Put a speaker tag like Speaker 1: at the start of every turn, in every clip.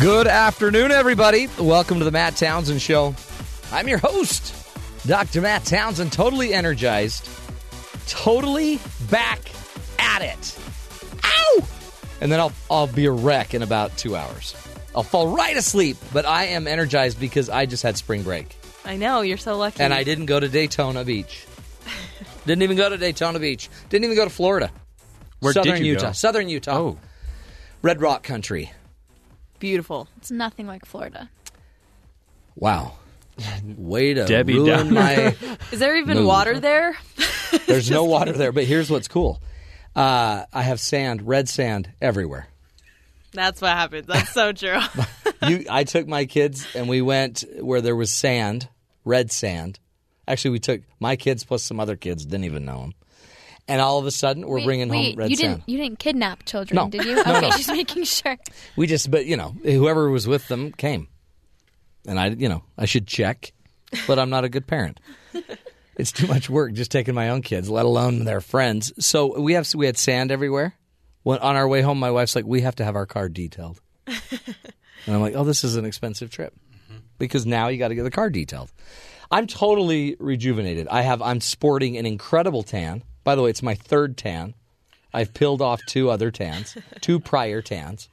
Speaker 1: Good afternoon, everybody. Welcome to the Matt Townsend Show. I'm your host, Dr. Matt Townsend, totally energized, totally back at it. Ow! And then I'll, I'll be a wreck in about two hours. I'll fall right asleep, but I am energized because I just had spring break.
Speaker 2: I know you're so lucky.
Speaker 1: And I didn't go to Daytona Beach. didn't even go to Daytona Beach. Didn't even go to Florida.
Speaker 3: Where did
Speaker 1: Southern
Speaker 3: you
Speaker 1: Utah.
Speaker 3: go?
Speaker 1: Southern Utah.
Speaker 3: Oh,
Speaker 1: Red Rock Country.
Speaker 2: Beautiful.
Speaker 4: It's nothing like Florida.
Speaker 1: Wow. Way to
Speaker 3: Debbie
Speaker 1: ruin
Speaker 3: Downer.
Speaker 1: my.
Speaker 2: Is there even
Speaker 1: Move.
Speaker 2: water there?
Speaker 1: There's no water there, but here's what's cool. Uh, I have sand, red sand everywhere.
Speaker 2: That's what happens. That's so true.
Speaker 1: You, I took my kids and we went where there was sand, red sand. Actually, we took my kids plus some other kids didn't even know them. And all of a sudden, we're bringing home red
Speaker 4: you
Speaker 1: sand.
Speaker 4: Didn't, you didn't kidnap children,
Speaker 1: No.
Speaker 4: did you?
Speaker 1: No,
Speaker 4: okay,
Speaker 1: no.
Speaker 4: just making sure.
Speaker 1: We just, but you know, whoever was with them came, and I, you know, I should check, but I'm not a good parent. it's too much work just taking my own kids, let alone their friends. So we have we had sand everywhere. When, on our way home, my wife's like, "We have to have our car detailed," and I'm like, "Oh, this is an expensive trip because now you got to get the car detailed." I'm totally rejuvenated. I have I'm sporting an incredible tan. By the way, it's my third tan. I've peeled off two other tans, two prior tans,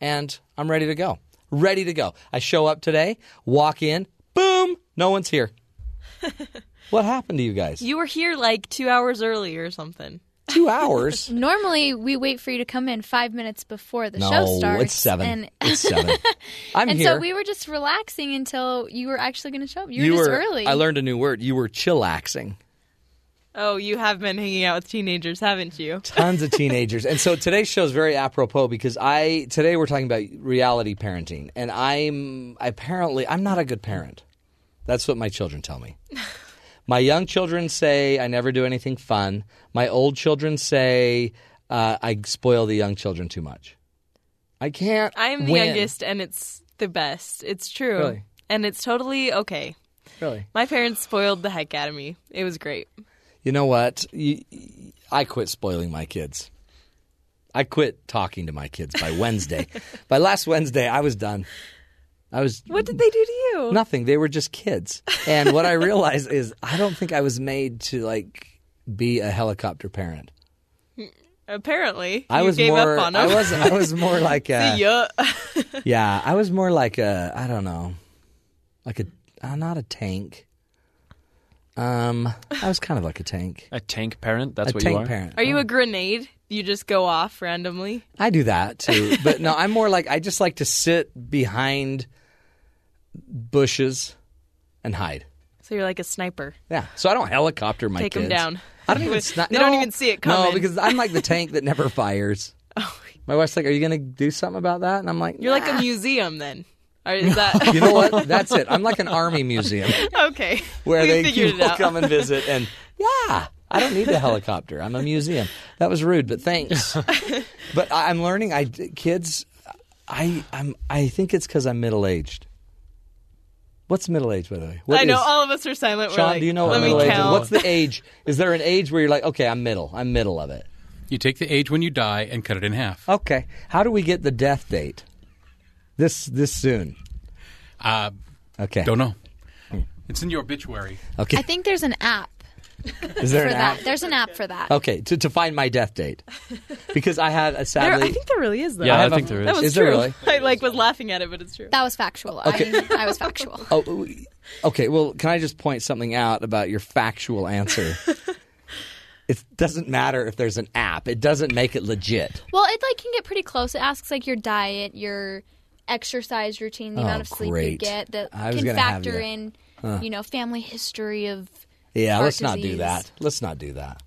Speaker 1: and I'm ready to go. Ready to go. I show up today, walk in, boom, no one's here. what happened to you guys?
Speaker 2: you were here like two hours early or something.
Speaker 1: Two hours.
Speaker 4: Normally, we wait for you to come in five minutes before the show
Speaker 1: no,
Speaker 4: starts.
Speaker 1: it's seven.
Speaker 4: And,
Speaker 1: it's seven. I'm
Speaker 4: and
Speaker 1: here.
Speaker 4: so we were just relaxing until you were actually going to show up. You,
Speaker 1: you
Speaker 4: were just
Speaker 1: were
Speaker 4: early.
Speaker 1: I learned a new word. You were chillaxing.
Speaker 2: Oh, you have been hanging out with teenagers, haven't you?
Speaker 1: tons of teenagers. And so today's show is very apropos because I today we're talking about reality parenting, and I'm apparently I'm not a good parent. That's what my children tell me. My young children say I never do anything fun. My old children say uh, I spoil the young children too much. I can't.
Speaker 2: I am the
Speaker 1: win.
Speaker 2: youngest, and it's the best. It's true,
Speaker 1: Really?
Speaker 2: and it's totally okay.
Speaker 1: Really?
Speaker 2: My parents spoiled the heck out of me. It was great.
Speaker 1: You know what? You, I quit spoiling my kids. I quit talking to my kids by Wednesday. by last Wednesday, I was done. I was
Speaker 2: What did they do to you?
Speaker 1: Nothing. They were just kids. And what I realized is I don't think I was made to like be a helicopter parent.
Speaker 2: Apparently,
Speaker 1: I
Speaker 2: you
Speaker 1: was
Speaker 2: gave
Speaker 1: more.
Speaker 2: up on
Speaker 1: I
Speaker 2: them.
Speaker 1: was. I was more like a.
Speaker 2: yeah.
Speaker 1: yeah, I was more like a. I don't know, like a. Uh, not a tank. Um, I was kind of like a tank.
Speaker 3: a tank parent. That's
Speaker 1: a
Speaker 3: what
Speaker 1: tank
Speaker 3: you are.
Speaker 1: parent.
Speaker 2: Are you a grenade? You just go off randomly.
Speaker 1: I do that too, but no, I'm more like I just like to sit behind bushes and hide.
Speaker 2: So you're like a sniper.
Speaker 1: Yeah. So I don't helicopter my
Speaker 2: Take 'em
Speaker 1: kids.
Speaker 2: down.
Speaker 1: I don't even. Sni-
Speaker 2: They don't
Speaker 1: no.
Speaker 2: even see it
Speaker 1: No,
Speaker 2: coming. Oh,
Speaker 1: because I'm like the tank that never fires. My wife's like, "Are you going to do something about that?" And I'm like,
Speaker 2: You're like a museum then. Or is that
Speaker 1: "You know what? That's it. I'm like an army museum
Speaker 2: okay?
Speaker 1: where
Speaker 2: we
Speaker 1: they
Speaker 2: figured
Speaker 1: people
Speaker 2: it out.
Speaker 1: come and visit." And yeah, I don't need a helicopter. I'm a museum. That was rude, but thanks. but I- I'm learning. I kids, I I'm I think it's because I'm middle aged. What's middle aged, by the way? What
Speaker 2: I know
Speaker 1: is-
Speaker 2: all of us are silent. We're
Speaker 1: Sean,
Speaker 2: like,
Speaker 1: do you know what
Speaker 2: let me
Speaker 1: middle age is?
Speaker 2: count.
Speaker 1: What's the age? Is there an age where you're like, okay, I'm middle. I'm middle of it.
Speaker 5: You take the age when you die and cut it in half.
Speaker 1: Okay. How do we get the death date? This this soon.
Speaker 5: Uh,
Speaker 1: Okay.
Speaker 5: don't know. It's in your obituary.
Speaker 1: Okay.
Speaker 4: I think there's an app
Speaker 1: Is there
Speaker 4: for
Speaker 1: an
Speaker 4: that.
Speaker 1: app?
Speaker 4: There's an app for that.
Speaker 1: Okay, to, to find my death date. Because I had a
Speaker 2: There-
Speaker 1: sadly
Speaker 2: I think there really is though.
Speaker 3: Yeah, I,
Speaker 1: have a-
Speaker 3: think there is.
Speaker 2: that was
Speaker 1: Is
Speaker 2: true.
Speaker 1: there really?
Speaker 2: I like was laughing at it, but it's true.
Speaker 4: That was factual. I, I was factual.
Speaker 1: Oh, okay. Well, can I just point something out about your factual answer? it doesn't matter if there's an app. It doesn't make it legit.
Speaker 4: Well, it like can get pretty close. It asks like your diet, your exercise routine, the
Speaker 1: Oh,
Speaker 4: amount of sleep you
Speaker 1: great.
Speaker 4: get that
Speaker 1: I was
Speaker 4: can
Speaker 1: gonna have
Speaker 4: factor
Speaker 1: you.
Speaker 4: in, you know, family history of.
Speaker 1: Yeah,
Speaker 4: Heart
Speaker 1: let's not do
Speaker 4: disease.
Speaker 1: that. Let's not do that.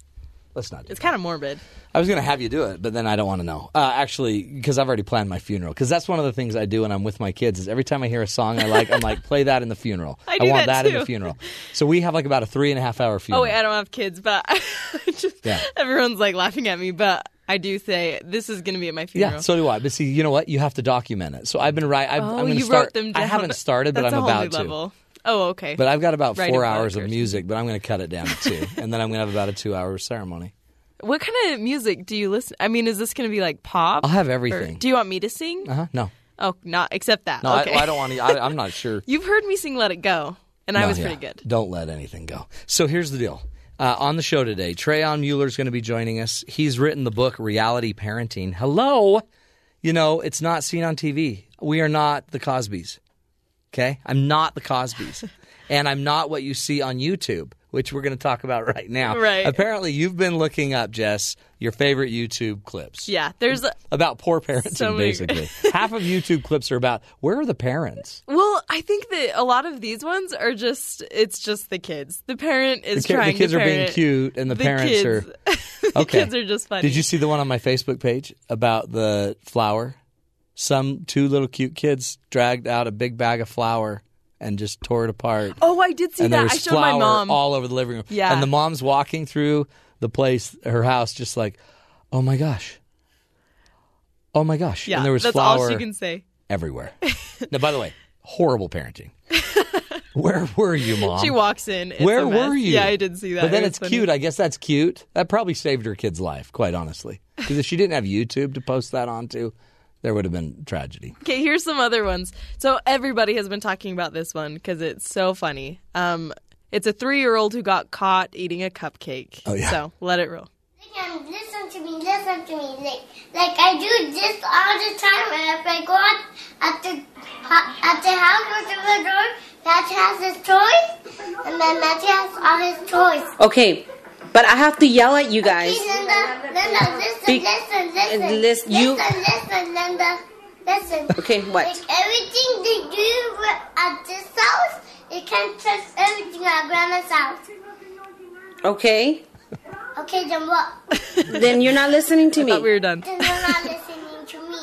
Speaker 1: Let's not do
Speaker 2: It's kind of morbid.
Speaker 1: I was going to have you do it, but then I don't want to know. Uh, actually, because I've already planned my funeral. Because that's one of the things I do when I'm with my kids. Is every time I hear a song I like, I'm like, play that in the funeral.
Speaker 2: I do
Speaker 1: want that,
Speaker 2: that
Speaker 1: in the
Speaker 2: too.
Speaker 1: funeral. So we have like about a three and a half hour
Speaker 2: Oh
Speaker 1: funeral.
Speaker 2: wait, I don't have kids, but just
Speaker 1: Yeah.
Speaker 2: everyone's like laughing at me. But I do say this is going to be at my funeral.
Speaker 1: yeah, so do I. But see, you know what? You have to document it. So I've been right. I've,
Speaker 2: oh,
Speaker 1: I'm going to
Speaker 2: you
Speaker 1: start.
Speaker 2: wrote them down.
Speaker 1: I haven't started, but
Speaker 2: That's
Speaker 1: I'm
Speaker 2: a whole
Speaker 1: about
Speaker 2: new
Speaker 1: to.
Speaker 2: Level. Oh, okay.
Speaker 1: But I've got about
Speaker 2: Writing
Speaker 1: four hours of
Speaker 2: characters.
Speaker 1: music, but I'm going to cut it down to two, and then I'm going to have about a two-hour ceremony.
Speaker 2: what kind of music do you listen? I mean, is this going to be like pop?
Speaker 1: I'll have
Speaker 2: Or-
Speaker 1: everything.
Speaker 2: do you want me to sing?
Speaker 1: Uh huh. No.
Speaker 2: Oh, not except that.
Speaker 1: No,
Speaker 2: okay.
Speaker 1: I, I don't want to. I, I'm not sure.
Speaker 2: You've heard me sing "Let It Go," and I
Speaker 1: No,
Speaker 2: was
Speaker 1: yeah.
Speaker 2: pretty good.
Speaker 1: Don't let anything go. So here's the deal. Uh, on the show today, Trayon Mueller is going to be joining us. He's written the book Reality Parenting. Hello, you know it's not seen on TV. We are not the Cosbys. Okay, I'm not the Cosbys, and I'm not what you see on YouTube, which we're going to talk about right now.
Speaker 2: Right.
Speaker 1: Apparently, you've been looking up Jess your favorite YouTube clips.
Speaker 2: Yeah, there's a,
Speaker 1: About poor parenting,
Speaker 2: So many-
Speaker 1: basically. Half of YouTube clips are about where are the parents?
Speaker 2: well, I think that a lot of these ones are just it's just the kids. The parent is
Speaker 1: The, ki- the
Speaker 2: trying
Speaker 1: kids
Speaker 2: to
Speaker 1: are
Speaker 2: parent.
Speaker 1: being cute, and the, parents
Speaker 2: kids,
Speaker 1: are
Speaker 2: the
Speaker 1: Okay.
Speaker 2: kids are just funny.
Speaker 1: Did you see the one on my Facebook page about the flour? Some two little cute kids dragged out a big bag of flour and just tore it apart.
Speaker 2: Oh, I did see
Speaker 1: and there was
Speaker 2: that. I showed
Speaker 1: flour
Speaker 2: my mom.
Speaker 1: all over the living room.
Speaker 2: Yeah.
Speaker 1: And the mom's walking through the place, her house, just like, oh my gosh. Oh my gosh.
Speaker 2: yeah,
Speaker 1: and there was
Speaker 2: that's
Speaker 1: flour
Speaker 2: all she can say.
Speaker 1: everywhere. now, by the way, horrible parenting. Where were you, mom?
Speaker 2: She walks in. It's
Speaker 1: Where
Speaker 2: a mess.
Speaker 1: were you?
Speaker 2: Yeah, I did see that.
Speaker 1: But then
Speaker 2: It was
Speaker 1: it's
Speaker 2: funny.
Speaker 1: cute. I guess that's cute. That probably saved her kid's life, quite honestly. Because if she didn't have YouTube to post that onto, there would have been tragedy.
Speaker 2: Okay, here's some other ones. So everybody has been talking about this one because it's so funny. Um, it's a three-year-old who got caught eating a cupcake.
Speaker 1: Oh, yeah.
Speaker 2: So let it roll.
Speaker 3: And listen to me, listen to me. Like, like I do this all the time. And if I go out at the at the house with the door, Matty has his toys, and then Matty has all his toys.
Speaker 6: Okay, but I have to yell at you guys.
Speaker 3: Please, Linda, Linda, listen,
Speaker 6: Be-
Speaker 3: listen, listen,
Speaker 6: and lis- you-
Speaker 3: listen, listen, Linda, listen.
Speaker 6: Okay, what?
Speaker 3: Like everything they do at this house, you can't trust everything at Grandma's house.
Speaker 6: Okay?
Speaker 3: Okay, then what?
Speaker 6: Then you're not listening to
Speaker 2: Thought we
Speaker 6: me.
Speaker 2: were done.
Speaker 3: Then you're not listening to me.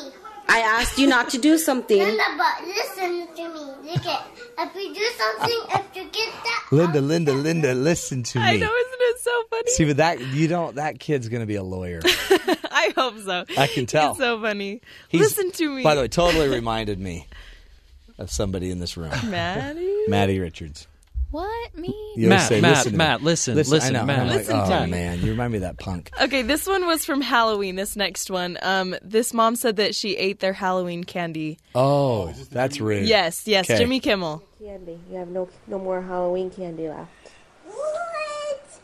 Speaker 6: I asked you not to do something.
Speaker 3: Linda, but listen to me. Look at if you do something, if you get that,
Speaker 1: Linda, Linda, Linda, listen Ah. to me.
Speaker 2: I know, isn't it so funny?
Speaker 1: See, but that you don't. That kid's going to be a lawyer.
Speaker 2: I hope so.
Speaker 1: I can tell.
Speaker 2: It's so funny.
Speaker 1: He's-
Speaker 2: Listen to me.
Speaker 1: By the way, totally reminded me of somebody in this room,
Speaker 2: Maddie.
Speaker 1: Maddie Richards.
Speaker 4: What me?
Speaker 1: You
Speaker 7: Matt,
Speaker 1: always say,
Speaker 7: Matt,
Speaker 1: listen to me.
Speaker 7: Matt, listen, listen,
Speaker 1: I know.
Speaker 7: Matt.
Speaker 1: I'm like,
Speaker 7: Listen
Speaker 1: oh
Speaker 7: to me.
Speaker 1: man, you remind me of that punk.
Speaker 2: Okay, this one was from Halloween. This next one. Um, this mom said that she ate their Halloween candy.
Speaker 1: Oh, that's rude.
Speaker 2: Yes, yes,
Speaker 1: Okay.
Speaker 2: Jimmy Kimmel.
Speaker 8: candy. You have no no more Halloween candy left.
Speaker 3: what?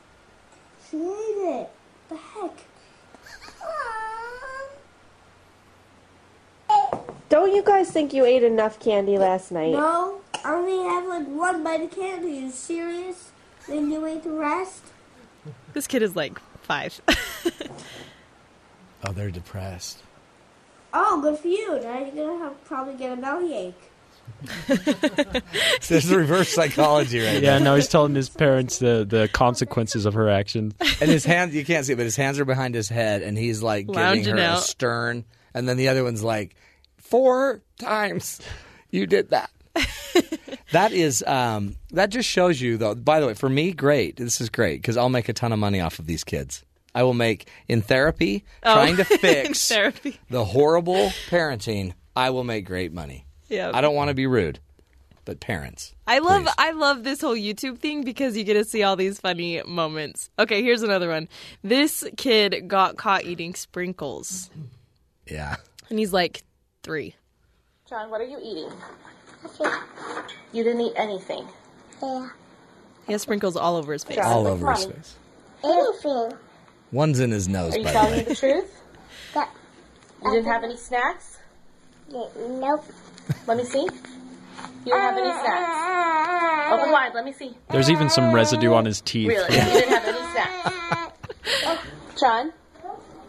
Speaker 3: She ate it. The heck?
Speaker 8: Don't you guys think you ate enough candy last night?
Speaker 3: No, I only have like one bite of candy. you serious? Then you ate the rest.
Speaker 2: This kid is like five.
Speaker 1: Oh, they're depressed.
Speaker 3: Oh, good for you. Now you're gonna have, probably get a bellyache.
Speaker 1: This is reverse psychology, right?
Speaker 7: Yeah, no, he's telling his parents the, the consequences of her actions.
Speaker 1: And his hands, you can't see it, but his hands are behind his head, and he's like
Speaker 2: Lounging
Speaker 1: giving her a
Speaker 2: out.
Speaker 1: stern. And then the other one's like, four times you did that. that is, um, that just shows you, though. By the way, for me, great. This is great because I'll make a ton of money off of these kids. I will make in therapy, trying to fix
Speaker 2: Oh. therapy.
Speaker 1: the horrible parenting. I will make great money.
Speaker 2: Yeah.
Speaker 1: I don't want to be rude, but parents.
Speaker 2: I love
Speaker 1: please.
Speaker 2: I love this whole YouTube thing because you get to see all these funny moments. Okay, here's another one. This kid got caught eating sprinkles,
Speaker 1: Yeah.
Speaker 2: and he's like three.
Speaker 9: John, what are you eating? You didn't eat anything.
Speaker 2: He has sprinkles all over his face.
Speaker 1: All over his face.
Speaker 3: Anything.
Speaker 1: One's in his nose,
Speaker 9: Are you
Speaker 1: by the
Speaker 9: telling me
Speaker 1: way.
Speaker 9: the truth?
Speaker 3: That,
Speaker 9: You didn't have any snacks?
Speaker 3: nope.
Speaker 9: Let me see. You didn't have any snacks. Open wide, let me see.
Speaker 7: There's even some residue on his teeth.
Speaker 9: Really? You didn't have any snacks. John,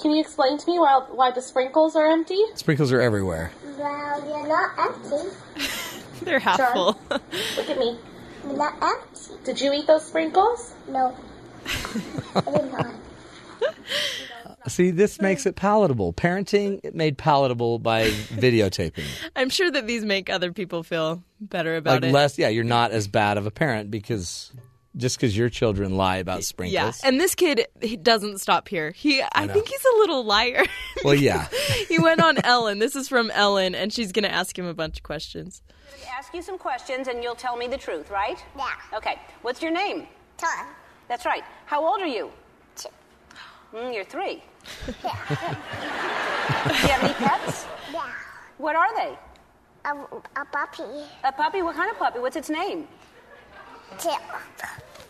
Speaker 9: can you explain to me why, why the sprinkles are empty?
Speaker 1: Sprinkles are everywhere.
Speaker 3: Well, you're not empty.
Speaker 2: They're half
Speaker 9: Sure.
Speaker 2: full.
Speaker 9: Look at me.
Speaker 3: You're not empty.
Speaker 9: Did you eat those sprinkles?
Speaker 3: No. I did not.
Speaker 1: See, this makes it palatable. Parenting made palatable by videotaping. it.
Speaker 2: I'm sure that these make other people feel better about
Speaker 1: Like
Speaker 2: it.
Speaker 1: less, yeah, you're not as bad of a parent because just because your children lie about sprinkles.
Speaker 2: yeah, and this kid he doesn't stop here. He, I, think he's a little liar.
Speaker 1: well, yeah.
Speaker 2: he went on Ellen. This is from Ellen, and she's going to ask him a bunch of questions.
Speaker 10: ask you some questions and you'll tell me the truth, right?
Speaker 3: Yeah.
Speaker 10: Okay. What's your name?
Speaker 3: Time.
Speaker 10: That's right. How old are you? Mm, you're three. Do you have any pets?
Speaker 3: Yeah.
Speaker 10: What are they?
Speaker 3: a, a puppy.
Speaker 10: A puppy? What kind of puppy? What's its name?
Speaker 3: Tip.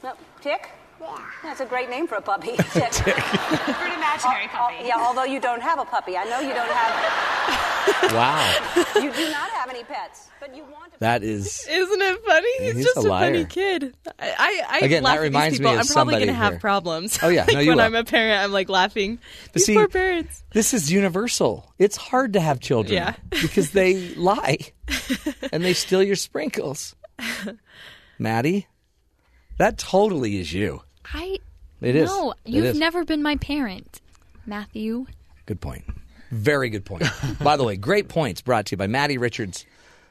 Speaker 10: No, Tick?
Speaker 3: Yeah.
Speaker 10: That's a great name for a puppy. Tick.
Speaker 11: For an imaginary puppy.
Speaker 10: yeah, although you don't have a puppy. I know you don't have.
Speaker 1: Wow.
Speaker 10: you do not have any pets, but you want.
Speaker 1: That is.
Speaker 2: Isn't it funny? He's,
Speaker 1: He's
Speaker 2: just
Speaker 1: a
Speaker 2: a, funny
Speaker 1: liar.
Speaker 2: kid. I, I, I
Speaker 1: Again,
Speaker 2: laugh
Speaker 1: that
Speaker 2: at
Speaker 1: reminds
Speaker 2: these
Speaker 1: me
Speaker 2: people.
Speaker 1: of
Speaker 2: I'm probably
Speaker 1: somebody
Speaker 2: gonna have
Speaker 1: here.
Speaker 2: problems.
Speaker 1: Oh, yeah.
Speaker 2: like
Speaker 1: No, you
Speaker 2: when
Speaker 1: will.
Speaker 2: I'm a parent, I'm like laughing.
Speaker 1: But
Speaker 2: these
Speaker 1: see,
Speaker 2: poor parents.
Speaker 1: This is universal. It's hard to have children
Speaker 2: Yeah.
Speaker 1: because they lie and they steal your sprinkles. Maddie, that totally is you.
Speaker 4: I.
Speaker 1: It is.
Speaker 4: No,
Speaker 1: It
Speaker 4: you've
Speaker 1: is.
Speaker 4: never been my parent, Matthew.
Speaker 1: Good point. Very good point. by the way, great points brought to you by Maddie Richards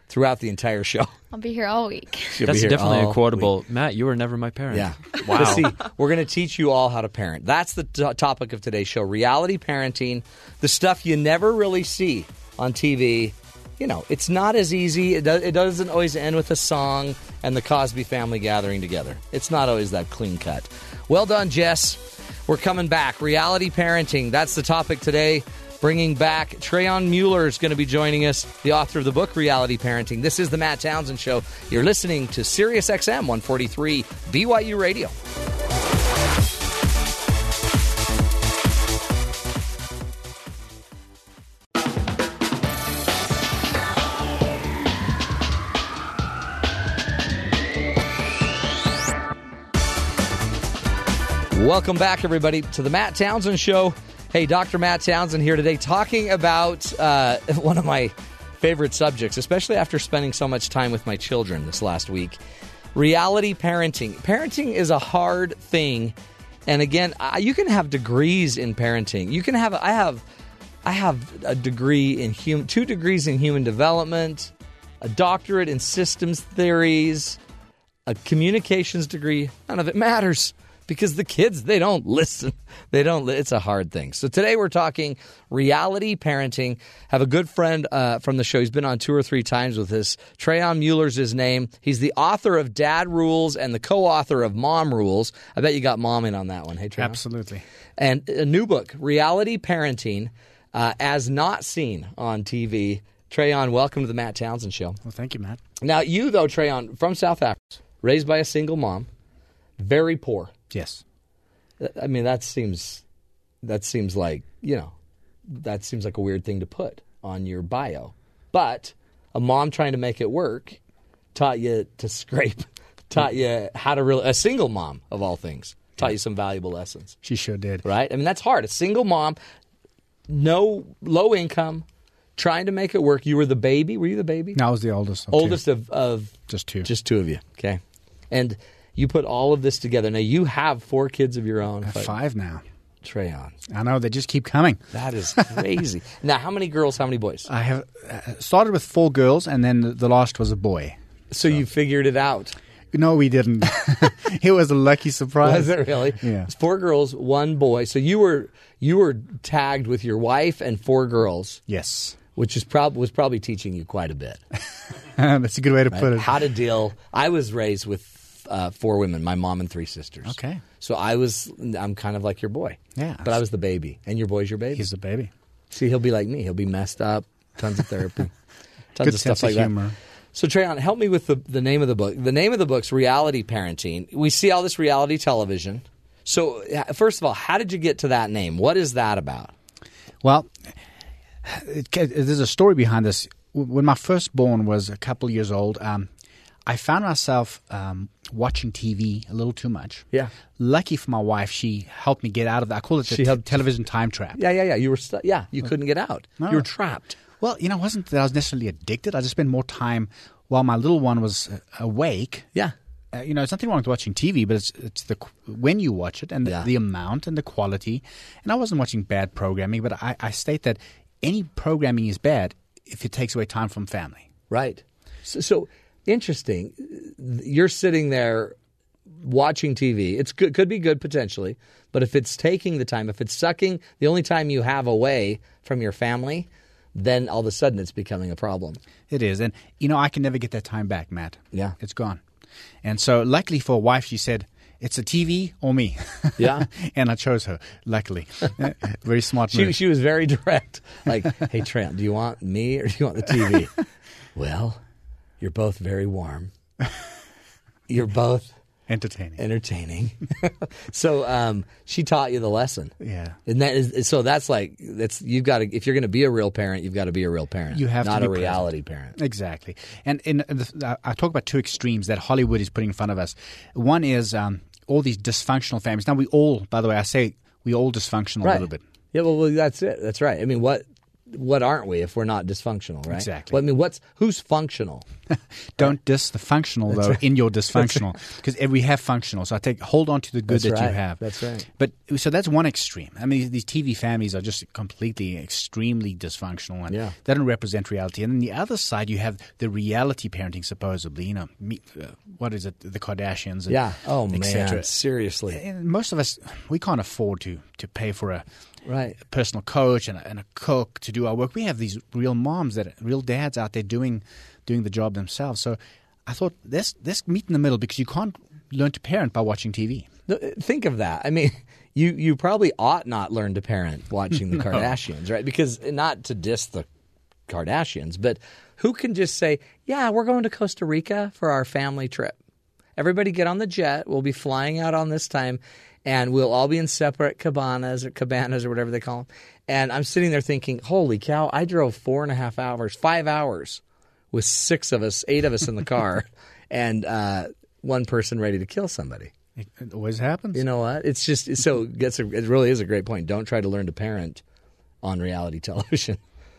Speaker 1: throughout the entire show.
Speaker 4: I'll be here all week.
Speaker 1: She'll be
Speaker 7: That's
Speaker 1: here
Speaker 7: definitely a
Speaker 1: all
Speaker 7: quotable. Matt, you were never my parent.
Speaker 1: Yeah.
Speaker 7: Wow.
Speaker 1: But see, we're going to teach you all how to parent. That's the t- topic of today's show reality parenting, the stuff you never really see on TV. You know, it's not as easy. It, do- it doesn't always end with a song and the Cosby family gathering together. It's not always that clean cut. Well done, Jess. We're coming back. Reality parenting. That's the topic today. Bringing back Trayon Mueller is going to be joining us, the author of the book Reality Parenting. This is the Matt Townsend Show. You're listening to Sirius XM 143 BYU Radio. Welcome back, everybody, to the Matt Townsend Show. Hey, Dr. Matt Townsend here today, talking about uh, one of my favorite subjects, especially after spending so much time with my children this last week reality parenting. Parenting is a hard thing. And again, I, you can have degrees in parenting. You can have, I have, I have a degree in human, two degrees in human development, a doctorate in systems theories, a communications degree, none of it matters because the kids they don't listen. They don't. li- It's a hard thing. So today we're talking reality parenting. Have a good friend uh, from the show. He's been on two or three times with us. Trayon Mueller's his name. He's the author of Dad Rules and the co-author of Mom Rules. I bet you got mom in on that one. Hey, Trayon.
Speaker 12: Absolutely.
Speaker 1: And a new book, Reality Parenting, uh, as not seen on TV. Trayon, welcome to the Matt Townsend Show.
Speaker 12: Well, thank you, Matt.
Speaker 1: Now, you though, Trayon, from South Africa, raised by a single mom, very poor.
Speaker 12: Yes.
Speaker 1: I mean, that seems that seems like you know that seems like a weird thing to put on your bio, but a mom trying to make it work taught you to scrape, taught you how to really a single mom of all things taught you some valuable lessons.
Speaker 12: She sure did.
Speaker 1: Right? I mean, that's hard. A single mom, no low income, trying to make it work. You were the baby. Were you the baby?
Speaker 12: I was the oldest. Of
Speaker 1: oldest
Speaker 12: two.
Speaker 1: of, of
Speaker 12: just two,
Speaker 1: just two of you. Okay, and you put all of this together. Now you have four kids of your own. If I-
Speaker 12: five now.
Speaker 1: Trayon,
Speaker 12: I know they just keep coming.
Speaker 1: that is crazy. now, how many girls? How many boys?
Speaker 12: I have uh, started with four girls, and then the- the last was a boy.
Speaker 1: So you figured it out.
Speaker 12: No, we didn't. it was a lucky surprise.
Speaker 1: Was it really?
Speaker 12: Yeah.
Speaker 1: It's four girls, one boy. So you were you were tagged with your wife and four girls.
Speaker 12: Yes.
Speaker 1: Which is prob- was probably teaching you quite a bit.
Speaker 12: That's a good way to
Speaker 1: right?
Speaker 12: put it.
Speaker 1: How to deal. I was raised with uh, four women, my mom and three sisters.
Speaker 12: Okay.
Speaker 1: So I was I'm kind of like your boy.
Speaker 12: Yeah.
Speaker 1: But I was the baby. And your boy's your baby.
Speaker 12: He's the baby.
Speaker 1: See, he'll be like me. He'll be messed up, tons of therapy. tons
Speaker 12: Good
Speaker 1: of
Speaker 12: sense
Speaker 1: stuff like
Speaker 12: of humor.
Speaker 1: that. So Trayon, help me with the, the name of the book. The name of the book's Reality Parenting. We see all this reality television. So uh, first of all, how did you get to that name? What is that about?
Speaker 12: Well, it, ca- there's a story behind this. W- When my firstborn was a couple years old, um, I found myself um, watching TV a little too much.
Speaker 1: Yeah.
Speaker 12: Lucky for my wife, she helped me get out of that. I call it the
Speaker 1: She
Speaker 12: te-
Speaker 1: helped-
Speaker 12: television time trap.
Speaker 1: Yeah, yeah, yeah. You were stu- yeah, you couldn't get out. You were trapped.
Speaker 12: Well, you know, it wasn't that I was necessarily addicted. I just spent more time while my little one was uh, awake.
Speaker 1: Yeah.
Speaker 12: Uh, you know, it's nothing wrong with watching TV, but it's it's the qu- when you watch it and the,
Speaker 1: Yeah.
Speaker 12: the amount and the quality. And I wasn't watching bad programming, but I, I state that any programming is bad if it takes away time from family.
Speaker 1: Right. So, so interesting. You're sitting there watching TV. It's good, could be good potentially, but if it's taking the time, if it's sucking the only time you have away from your family, then all of a sudden it's becoming a problem.
Speaker 12: It is, and you know, I can never get that time back, Matt.
Speaker 1: Yeah.
Speaker 12: it's gone. And so, luckily for a wife, she said, it's a TV or me.
Speaker 1: Yeah.
Speaker 12: and I chose her, luckily. very smart
Speaker 1: She,
Speaker 12: move.
Speaker 1: she was very direct. Like, hey, Trent, do you want me or do you want the TV? well, you're both very warm. You're both
Speaker 12: entertaining.
Speaker 1: Entertaining. so um, she taught you the lesson.
Speaker 12: Yeah.
Speaker 1: And that is so that's like that's you've got to if you're going to be a real parent, you've got to be a real parent.
Speaker 12: You have to
Speaker 1: not
Speaker 12: be
Speaker 1: a reality
Speaker 12: present.
Speaker 1: parent.
Speaker 12: Exactly. And in the, I talk about two extremes that Hollywood is putting in front of us. One is um, all these dysfunctional families. Now we all, by the way, I say we all dysfunctional a
Speaker 1: Right.
Speaker 12: little bit.
Speaker 1: Yeah, well, well, that's it. That's right. I mean, what what aren't we if we're not dysfunctional, right?
Speaker 12: Exactly.
Speaker 1: Well, I mean, what's who's functional?
Speaker 12: Don't diss the functional
Speaker 1: That's
Speaker 12: though
Speaker 1: right.
Speaker 12: in your dysfunctional because we have functional. So I take hold on to the good
Speaker 1: That's
Speaker 12: that
Speaker 1: right.
Speaker 12: you have.
Speaker 1: That's right.
Speaker 12: But so that's one extreme. I mean, these TV families are just completely, extremely dysfunctional, and
Speaker 1: Yeah.
Speaker 12: they don't represent reality. And then the other side, you have the reality parenting, supposedly. You know, me, uh, what is it? The Kardashians. And
Speaker 1: Yeah. Oh
Speaker 12: et
Speaker 1: man,
Speaker 12: cetera.
Speaker 1: seriously.
Speaker 12: And most of us, we can't afford to to pay for a
Speaker 1: Right.
Speaker 12: a personal coach and a, and a cook to do our work. We have these real moms that real dads out there doing doing the job themselves. So I thought let's let's meet in the middle because you can't learn to parent by watching TV.
Speaker 1: No, Think of that. I mean, you you probably ought not learn to parent watching the Kardashians, right? Because eh, not to diss the Kardashians, but who can just say, "Yeah, we're going to Costa Rica for our family trip. Everybody get on the jet. We'll be flying out on this time." And we'll all be in separate cabanas or cabanas or whatever they call them. And I'm sitting there thinking, holy cow, I drove four and a half hours, five hours with six of us, eight of us in the car, and uh, one person ready to kill somebody.
Speaker 12: It, it always happens.
Speaker 1: You know what? It's just it's so that's a, it really is a great point. Don't try to learn to parent on reality television.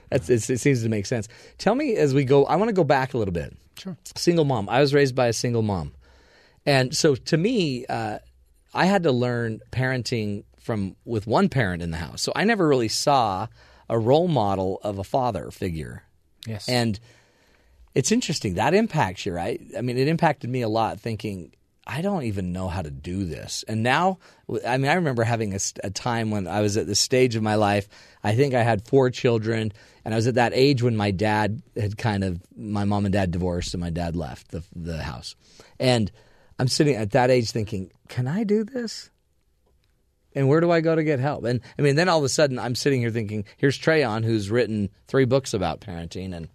Speaker 1: That's, it's, it seems to make sense. Tell me as we go. I want to go back a little bit.
Speaker 12: Sure.
Speaker 1: Single mom. I was raised by a single mom, and so to me, uh, I had to learn parenting from with one parent in the house. So I never really saw a role model of a father figure
Speaker 12: Yes.
Speaker 1: and it's interesting. That impacts you, right? I mean, it impacted me a lot thinking, I don't even know how to do this. And now, I mean, I remember having a, st- a time when I was at this stage of my life. I think I had four children, and I was at that age when my dad had kind of, my mom and dad divorced, and my dad left the, the house. And I'm sitting at that age thinking, can I do this? and where do I go to get help? And I mean, then all of a sudden, I'm sitting here thinking, here's Trayon, who's written three books about parenting, and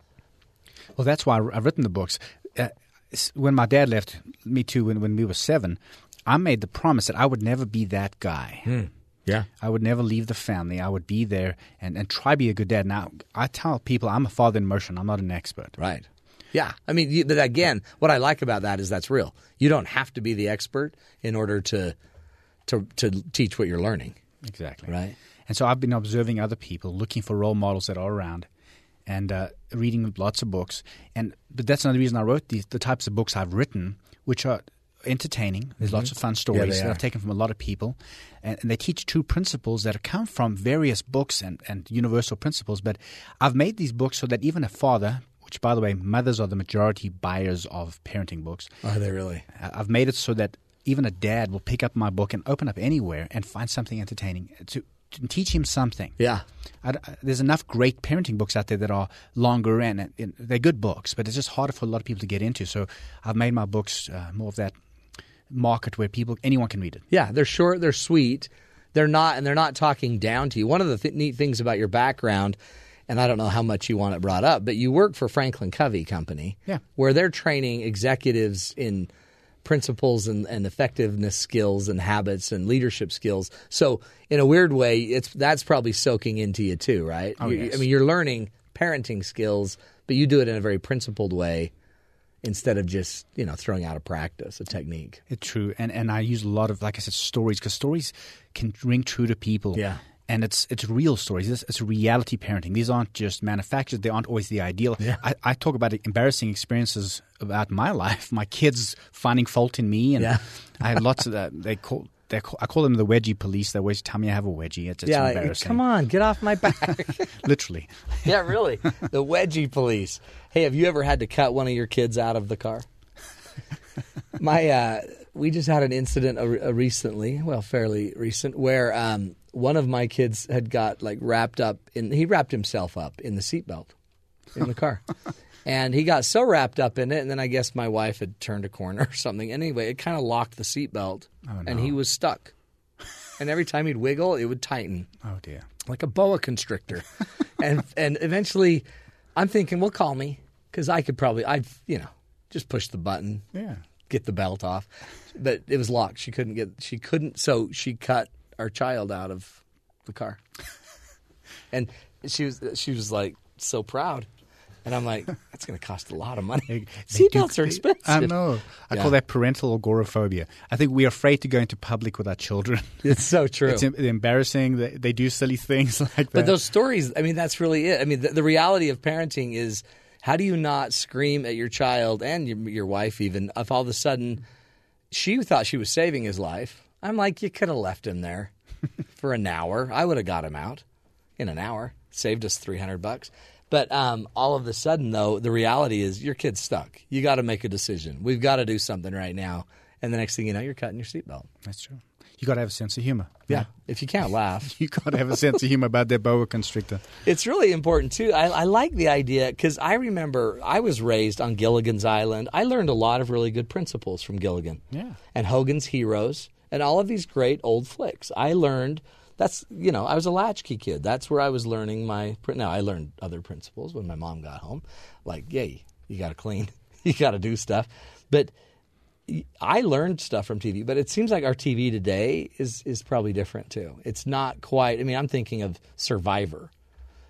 Speaker 12: Well, that's why I've written the books. Uh, s- when my dad left, me too. When when we were seven, I made the promise that I would never be that guy.
Speaker 1: Hmm. yeah,
Speaker 12: I would never leave the family. I would be there and, and try be a good dad. Now I tell people I'm a father in motion. I'm not an expert.
Speaker 1: right, yeah. I mean, you- but again, what I like about that is that's real. You don't have to be the expert in order to to to teach what you're learning,
Speaker 12: Exactly.
Speaker 1: right?
Speaker 12: And so I've been observing other people, looking for role models that are around, and uh, reading lots of books. And but that's another reason I wrote these, the types of books I've written, which are entertaining. There's lots of fun stories
Speaker 1: Mm-hmm. they
Speaker 12: that
Speaker 1: are.
Speaker 12: I've taken from a lot of people, and, and they teach two principles that come from various books and, and universal principles. But I've made these books so that even a father. Which, by the way, mothers are the majority buyers of parenting books.
Speaker 1: Are they really?
Speaker 12: I- I've made it so that even a dad will pick up my book and open up anywhere and find something entertaining to, to teach him something.
Speaker 1: Yeah,
Speaker 12: I d- I- there's enough great parenting books out there that are longer and, and they're good books, but it's just harder for a lot of people to get into. So I've made my books uh, more of that market where people anyone can read it.
Speaker 1: Yeah, they're short, they're sweet, they're not, and they're not talking down to you. One of the th- neat things about your background, and I don't know how much you want it brought up, but you work for Franklin Covey Company,
Speaker 12: Yeah.
Speaker 1: where they're training executives in principles and, and effectiveness skills and habits and leadership skills. So in a weird way, it's that's probably soaking into you too, right?
Speaker 12: Oh,
Speaker 1: You-
Speaker 12: yes.
Speaker 1: I mean, you're learning parenting skills, but you do it in a very principled way instead of just you know throwing out a practice, a technique.
Speaker 12: It's true, and and I use a lot of like I said stories because stories can ring true to people.
Speaker 1: Yeah.
Speaker 12: And it's it's real stories. It's, it's reality parenting. These aren't just manufactured. They aren't always the ideal. I, I talk about embarrassing experiences about my life. My kids finding fault in me, and
Speaker 1: Yeah.
Speaker 12: I had lots of that. They call they call, I call them the wedgie police. They always tell me I have a wedgie. It's, it's
Speaker 1: yeah, like,
Speaker 12: embarrassing.
Speaker 1: come on, get off my back.
Speaker 12: literally.
Speaker 1: yeah, really. The wedgie police. Hey, have you ever had to cut one of your kids out of the car? My, uh, we just had an incident a, a recently, well, fairly recent, where um, one of my kids had got like wrapped up in. He wrapped himself up in the seatbelt, in the car. and he got so wrapped up in it, and then I guess my wife had turned a corner or something. Anyway, it kind of locked the seatbelt,
Speaker 12: Oh,
Speaker 1: and
Speaker 12: no.
Speaker 1: he was stuck. and every time he'd wiggle, it would tighten.
Speaker 12: Oh dear.
Speaker 1: Like a boa constrictor. and and eventually, I'm thinking, well, call me because I could probably, I'd you know, just push the button.
Speaker 12: Yeah.
Speaker 1: Get the belt off, but it was locked. She couldn't get. She couldn't. So she cut our child out of the car and she was she was like so proud, and I'm like, that's going to cost a lot of money. Seatbelts are expensive.
Speaker 12: I know. I
Speaker 1: Yeah.
Speaker 12: call that parental agoraphobia. I think we're afraid to go into public with our children.
Speaker 1: It's so true.
Speaker 12: It's em- embarrassing. They, they do silly things like that.
Speaker 1: But those stories, I mean, that's really it. I mean, the, the reality of parenting is how do you not scream at your child and your, your wife even if all of a sudden she thought she was saving his life? I'm like, you could have left him there for an hour. I would have got him out in an hour, saved us 300 bucks. But um, all of a sudden, though, the reality is your kid's stuck. You got to make a decision. We've got to do something right now. And the next thing you know, you're cutting your seatbelt.
Speaker 12: That's true. You got to have a sense of humor.
Speaker 1: Yeah. If you can't laugh,
Speaker 12: you got to have a sense of humor about that boa constrictor.
Speaker 1: It's really important too. I, I like the idea because I remember I was raised on Gilligan's Island. I learned a lot of really good principles from Gilligan.
Speaker 12: Yeah.
Speaker 1: And Hogan's Heroes and all of these great old flicks. I learned that's you know I was a latchkey kid. That's where I was learning my. prin- Now I learned other principles when my mom got home, like yay, you got to clean, you got to do stuff, but. I learned stuff from TV, but it seems like our TV today is is probably different too. It's not quite. I mean, I'm thinking of Survivor.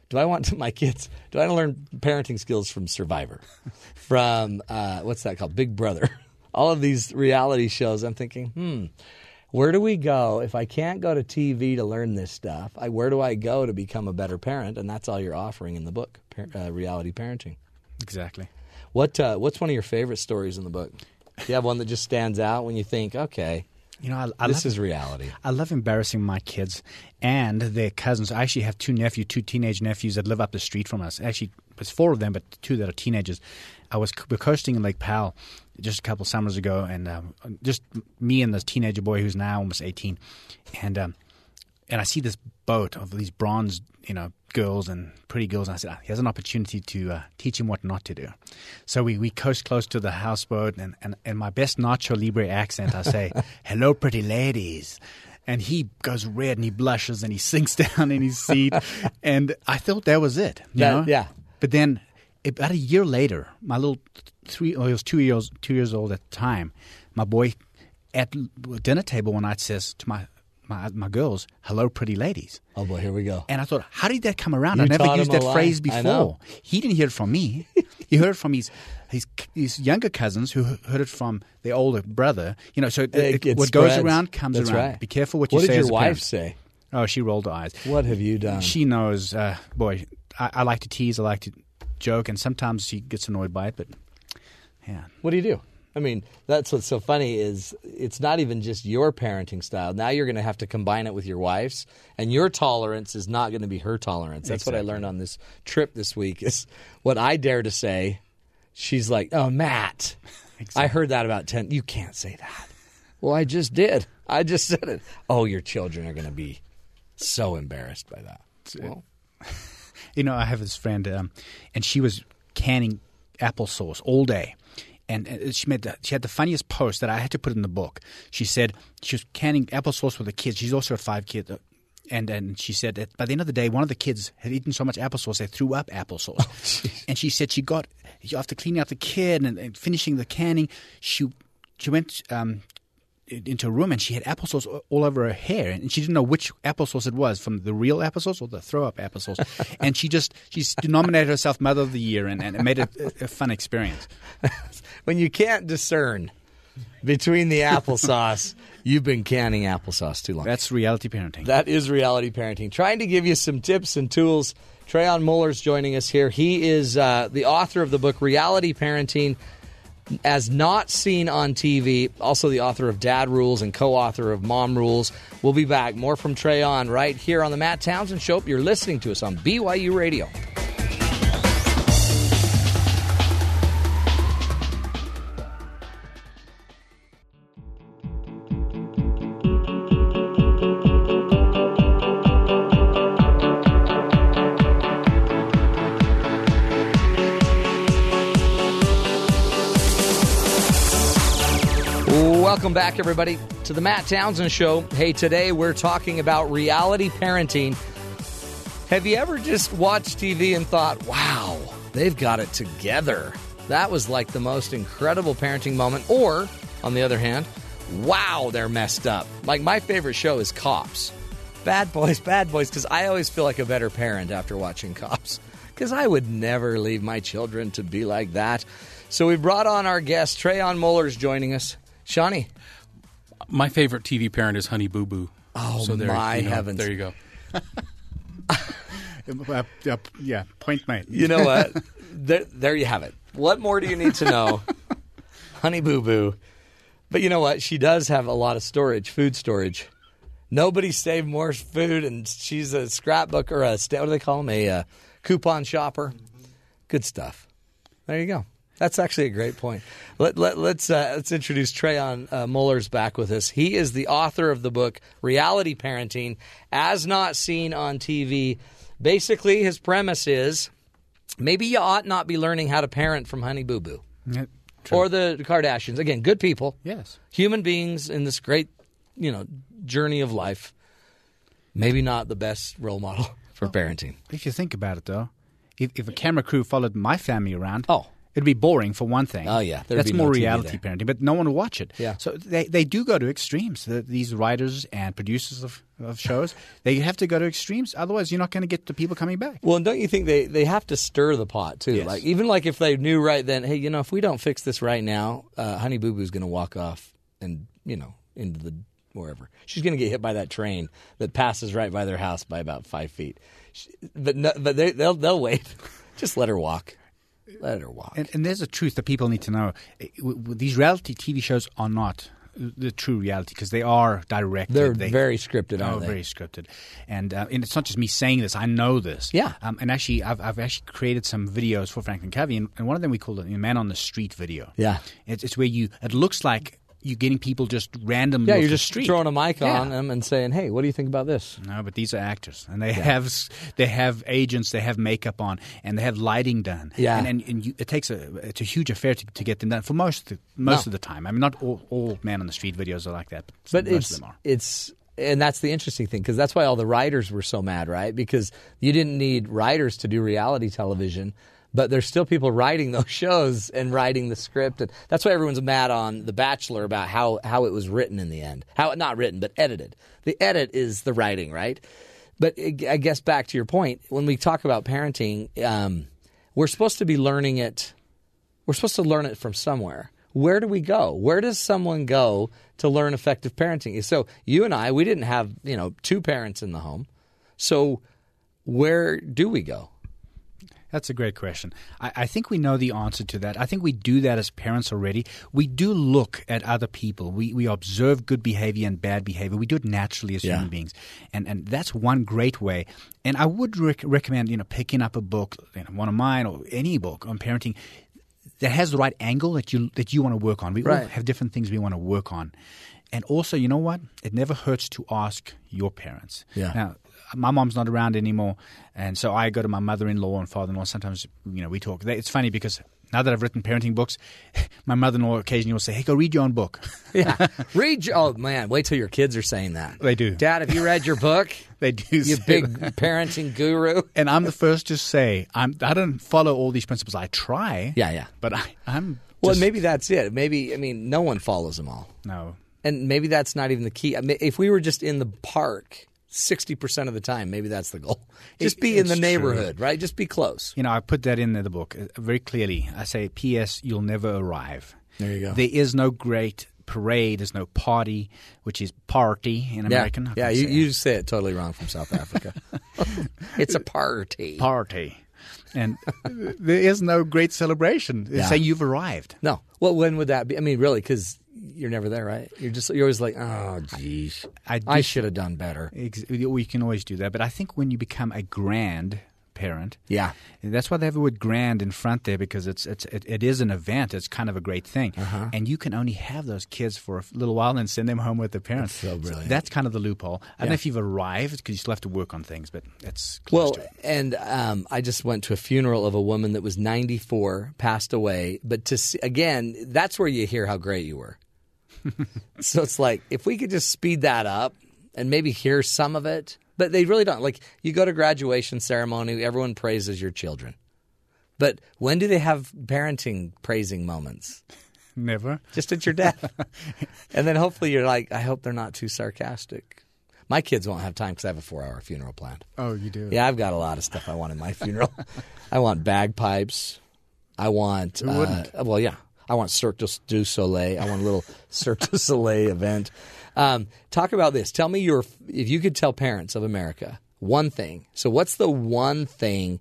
Speaker 1: Do I want my kids? Do I want to learn parenting skills from Survivor, from uh, what's that called, Big Brother? All of these reality shows. I'm thinking, hmm, where do we go if I can't go to TV to learn this stuff? I, where do I go to become a better parent? And that's all you're offering in the book, par- uh, reality parenting.
Speaker 12: Exactly.
Speaker 1: What uh, What's one of your favorite stories in the book? Do you have one that just stands out when you think, okay,
Speaker 12: you know, I love-
Speaker 1: this is reality?
Speaker 12: I love embarrassing my kids and their cousins. I actually have two nephew, two teenage nephews that live up the street from us. Actually, it's four of them, but two that are teenagers. I was we're coasting in Lake Powell just a couple summers ago, and um, just me and this teenager boy who's now almost eighteen, and um, and I see this boat of these bronze, you know, girls and pretty girls. And I said, "Ah, here's an opportunity to uh, teach him what not to do. So we, we coast close to the houseboat, and, and, and my best Nacho Libre accent, I say, hello, pretty ladies. And he goes red and he blushes and he sinks down in his seat. and I thought that was it. you
Speaker 1: That-
Speaker 12: know?
Speaker 1: yeah.
Speaker 12: But then about a year later, my little three, oh, he was two years, two years old at the time. My boy at dinner table one night says to my, my, my girls, hello, pretty ladies.
Speaker 1: Oh boy, here we go.
Speaker 12: And I thought, how did that come around?
Speaker 1: You
Speaker 12: I never
Speaker 1: taught
Speaker 12: used
Speaker 1: him a
Speaker 12: that
Speaker 1: lie.
Speaker 12: phrase
Speaker 1: I
Speaker 12: before.
Speaker 1: know.
Speaker 12: He didn't hear it from me. he heard it from his, his his younger cousins who heard it from their older brother. You know, so it,
Speaker 1: It- it
Speaker 12: what goes
Speaker 1: spreads.
Speaker 12: around comes
Speaker 1: That's
Speaker 12: around.
Speaker 1: right.
Speaker 12: Be careful what you
Speaker 1: What did
Speaker 12: say.
Speaker 1: your
Speaker 12: as a
Speaker 1: wife
Speaker 12: parent.
Speaker 1: say?
Speaker 12: Oh, she rolled her eyes.
Speaker 1: What have you done?
Speaker 12: She knows. Uh, boy, I, I like to tease. I like to joke, and sometimes she gets annoyed by it. But yeah,
Speaker 1: What do you do? I mean, that's what's so funny is it's not even just your parenting style. Now you're going to have to combine it with your wife's, and your tolerance is not going to be her tolerance. That's what I
Speaker 13: Exactly.
Speaker 1: learned on this trip this week. Is what I dare to say, she's like, "Oh, Matt, I heard that about ten. You can't say that." Well, I just did. I just said it. Oh, your children are going to be so embarrassed by that. Well,
Speaker 12: you know, I have this friend, um, and she was canning applesauce all day. And uh, she made the, she had the funniest post that I had to put in the book. She said she was canning applesauce with the kids. She's also got five kids, uh, and and she said that by the end of the day, one of the kids had eaten so much applesauce they threw up applesauce.
Speaker 1: Oh,
Speaker 12: and she said she got after cleaning out the kid and, and finishing the canning, she she went um, in- into a room and she had applesauce a- all over her hair and she didn't know which applesauce it was from the real applesauce or the throw up applesauce and she just she nominated herself mother of the year and, and it made it a, a fun experience
Speaker 1: when you can't discern between the applesauce, you've been canning applesauce too long.
Speaker 12: That's reality parenting.
Speaker 1: That is reality parenting. Trying to give you some tips and tools. Trayon Muller's joining us here. He is uh, the author of the book Reality Parenting as Not Seen on TV, also the author of Dad Rules and co author of Mom Rules. We'll be back. More from Trayon right here on The Matt Townsend Show. You're listening to us on BYU Radio. Welcome back, everybody, to the Matt Townsend Show. Hey, today we're talking about reality parenting. Have you ever just watched TV and thought, wow, they've got it together? That was like the most incredible parenting moment. Or, on the other hand, wow, they're messed up. Like, my favorite show is Cops. Bad Boys, Bad Boys, because I always feel like a better parent after watching Cops because I would never leave my children to be like that. So we brought on our guest, Trayon Muller's joining us. Shawnee.
Speaker 5: My favorite TV parent is Honey Boo Boo.
Speaker 1: Oh, my
Speaker 5: you know,
Speaker 1: heavens.
Speaker 5: There you go.
Speaker 12: Uh, uh, yeah, point mate.
Speaker 1: You know what? there, there you have it. What more do you need to know? Honey Boo Boo. But you know what? She does have a lot of storage, food storage. Nobody saved more food, and she's a scrapbook or a sta- what do they call them? A uh, coupon shopper. Good stuff. There you go. That's actually a great point. Let, let, let's uh, let's introduce Trayon uh, Muller's back with us. He is the author of the book Reality Parenting, as not seen on TV. Basically, his premise is maybe you ought not be learning how to parent from Honey Boo Boo
Speaker 12: Yeah, true.
Speaker 1: or the Kardashians. Again, good people.
Speaker 12: Yes.
Speaker 1: Human beings in this great, you know, journey of life. Maybe not the best role model for parenting.
Speaker 12: Oh. If you think about it, though, if, if a camera crew followed my family around, oh, it'd be boring for one thing.
Speaker 1: Oh, yeah. There'd
Speaker 12: that's
Speaker 1: be no
Speaker 12: more
Speaker 1: TV
Speaker 12: reality
Speaker 1: there.
Speaker 12: parenting, but no one will watch it.
Speaker 1: Yeah.
Speaker 12: So they, they do go to extremes. The, these writers and producers of, of shows, they have to go to extremes. Otherwise, you're not going to get the people coming back.
Speaker 1: Well, and don't you think they, they have to stir the pot too?
Speaker 12: Yes.
Speaker 1: Like even like if they knew right then, hey, you know, if we don't fix this right now, uh, Honey Boo Boo's going to walk off and you know into the wherever she's going to get hit by that train that passes right by their house by about five feet. She, but no, but they, they'll they'll wait. Just let her walk. Let her walk.
Speaker 12: And, and there's a truth that people need to know. Eh, w- w- These reality TV shows are not uh, the true reality because they are directed.
Speaker 1: They're
Speaker 12: They-
Speaker 1: very scripted, aren't
Speaker 12: Oh,
Speaker 1: they?
Speaker 12: very scripted, and uh, and it's not just me saying this. I know this.
Speaker 1: Yeah.
Speaker 12: Um, and actually, I've, I've actually created some videos for Franklin Covey, and, and one of them we call it the "Man on the Street" video.
Speaker 1: Yeah.
Speaker 12: It's, it's where you it looks like you're getting people just randomly.
Speaker 1: yeah,
Speaker 12: off
Speaker 1: you're
Speaker 12: the
Speaker 1: just
Speaker 12: street.
Speaker 1: throwing a mic
Speaker 12: Yeah.
Speaker 1: on them and saying, "Hey, what do you think about this?"
Speaker 12: No, but these are actors, and they have s- they have agents, they have makeup on, and they have lighting done.
Speaker 1: Yeah.
Speaker 12: and, and, and you, it takes a it's a huge affair to, to get them done for most of the, most
Speaker 1: No.
Speaker 12: of the time. I mean, not all, all man on the street videos are like that, but,
Speaker 1: But
Speaker 12: most
Speaker 1: it's
Speaker 12: of them are.
Speaker 1: it's and that's the interesting thing because that's why all the writers were so mad, right? Because you didn't need writers to do reality television, but there's still people writing those shows and writing the script, and that's why everyone's mad on The Bachelor about how how it was written in the end, how not written but edited. The edit is the writing, right? But I I guess back to your point, when we talk about parenting, um, we're supposed to be learning it we're supposed to learn it from somewhere. Where do we go? Where does someone go to learn effective parenting? So you and I, we didn't have you know two parents in the home, so where do we go?
Speaker 12: That's a great question. I, I think we know the answer to that. I think we do that as parents already. We do look at other people. We, we observe good behavior and bad behavior. We do it naturally as
Speaker 1: Yeah.
Speaker 12: human beings, and and that's one great way. And I would rec- recommend you know picking up a book, you know, one of mine or any book on parenting that has the right angle that you that you want to work on. We all
Speaker 1: Right.
Speaker 12: have different things we want to work on, and also you know what? It never hurts to ask your parents.
Speaker 1: Yeah.
Speaker 12: Now, my mom's not around anymore, and so I go to my mother-in-law and father-in-law. Sometimes, you know, we talk. They- It's funny because now that I've written parenting books, my mother-in-law occasionally will say, "Hey, go read your own book."
Speaker 1: Yeah, read. Your, oh man, wait till your kids are saying that.
Speaker 12: They do.
Speaker 1: Dad, have you read your book?
Speaker 12: They do.
Speaker 1: You
Speaker 12: say
Speaker 1: big
Speaker 12: that.
Speaker 1: parenting guru.
Speaker 12: And I'm the first to say I'm. I don't follow all these principles. I try.
Speaker 1: Yeah, yeah.
Speaker 12: But I, I'm.
Speaker 1: Well,
Speaker 12: just-
Speaker 1: maybe that's it. Maybe I mean, no one follows them all.
Speaker 12: no.
Speaker 1: And maybe that's not even the key. I mean, if we were just in the park 60% of the time, maybe that's the goal. Just be in
Speaker 12: it's
Speaker 1: the
Speaker 12: true.
Speaker 1: neighborhood, right? Just be close.
Speaker 12: You know, I put that in the book uh, very clearly. I say, P.S., you'll never arrive.
Speaker 1: There you go.
Speaker 12: There is no great parade. There's no party, which is party in American. I
Speaker 1: Yeah,
Speaker 12: can't
Speaker 1: yeah you,
Speaker 12: say it.
Speaker 1: you say it totally wrong from South Africa. it's a party.
Speaker 12: party. And there is no great celebration. It's
Speaker 1: Yeah.
Speaker 12: saying you've arrived.
Speaker 1: no. Well, when would that be? I mean, really, because you're never there, right? You're just you're always like, oh, geez,
Speaker 12: I
Speaker 1: I,
Speaker 12: do-
Speaker 1: should have done better.
Speaker 12: Ex- We can always do that. But I think when you become a grand parent,
Speaker 1: Yeah.
Speaker 12: that's why they have the word grand in front there because it's, it's it, it is an event. It's kind of a great thing.
Speaker 1: Uh-huh.
Speaker 12: And you can only have those kids for a little while and send them home with their parents.
Speaker 1: so brilliant.
Speaker 12: that's kind of the loophole. I don't
Speaker 1: Yeah.
Speaker 12: know if you've arrived because you still have to work on things, but that's close
Speaker 1: Well,
Speaker 12: to it.
Speaker 1: and um, I just went to a funeral of a woman that was 94, passed away. But to see, again, that's where you hear how great you were. so it's like if we could just speed that up and maybe hear some of it, but they really don't. Like you go to graduation ceremony, everyone praises your children, but when do they have parenting praising moments?
Speaker 12: Never.
Speaker 1: Just at your death, and then hopefully you're like, I hope they're not too sarcastic. My kids won't have time because I have a four-hour funeral planned.
Speaker 12: Oh, you do?
Speaker 1: Yeah, I've got a lot of stuff I want in my funeral. I want bagpipes. I want.
Speaker 12: Who wouldn't?
Speaker 1: uh, well, yeah. I want Cirque du Soleil. I want a little Cirque du Soleil event. Um, talk about this. Tell me your if you could tell parents of America one thing. So, what's the one thing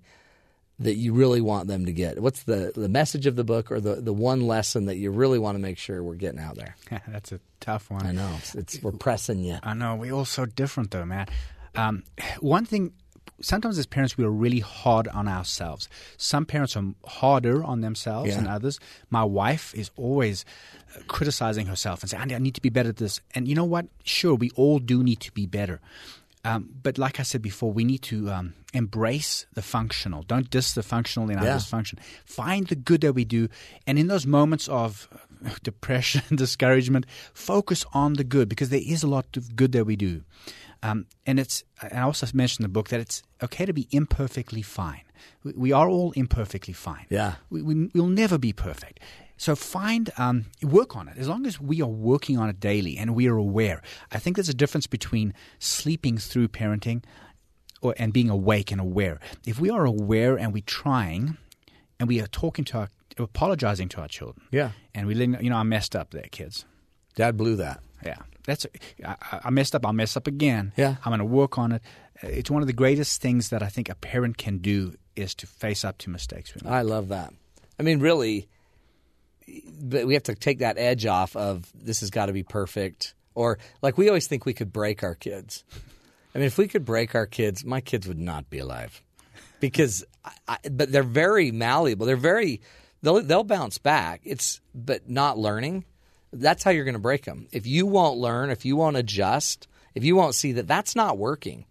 Speaker 1: that you really want them to get? What's the the message of the book or the the one lesson that you really want to make sure we're getting out there?
Speaker 12: That's a tough one.
Speaker 1: I know. It's, it's we're pressing you.
Speaker 12: I know. We're all so different, though, man. Um, one thing, sometimes as parents, we are really hard on ourselves. Some parents are harder on themselves
Speaker 1: Yeah.
Speaker 12: than others. My wife is always uh, criticizing herself and saying, Andy, I need to be better at this. And you know what? Sure, we all do need to be better. Um, but like I said before, we need to um, embrace the functional. Don't diss the functional in our
Speaker 1: Yeah.
Speaker 12: dysfunction. Find the good that we do. And in those moments of uh, depression, discouragement, focus on the good because there is a lot of good that we do. Um, and it's, and I also mentioned in the book that it's okay to be imperfectly fine. We, we are all imperfectly fine.
Speaker 1: Yeah.
Speaker 12: We, we, we'll never be perfect. So find, um, work on it. As long as we are working on it daily and we are aware, I think there's a difference between sleeping through parenting or, and being awake and aware. If we are aware and we're trying and we are talking to our, apologizing to our children.
Speaker 1: Yeah.
Speaker 12: And we letting, you know, I messed up there, kids.
Speaker 1: Dad blew that.
Speaker 12: Yeah, that's I, I- I messed up. I'll mess up again.
Speaker 1: Yeah.
Speaker 12: I'm going to work on it. It's one of the greatest things that I think a parent can do is to face up to mistakes. we make.
Speaker 1: I love that. I mean, really, but we have to take that edge off of this has got to be perfect. Or, like, we always think we could break our kids. I mean, if we could break our kids, my kids would not be alive because, I, I, but they're very malleable. They're very, they'll, they'll bounce back. It's, but not learning, that's how you're going to break them. If you won't learn, if you won't adjust, if you won't see that that's not working,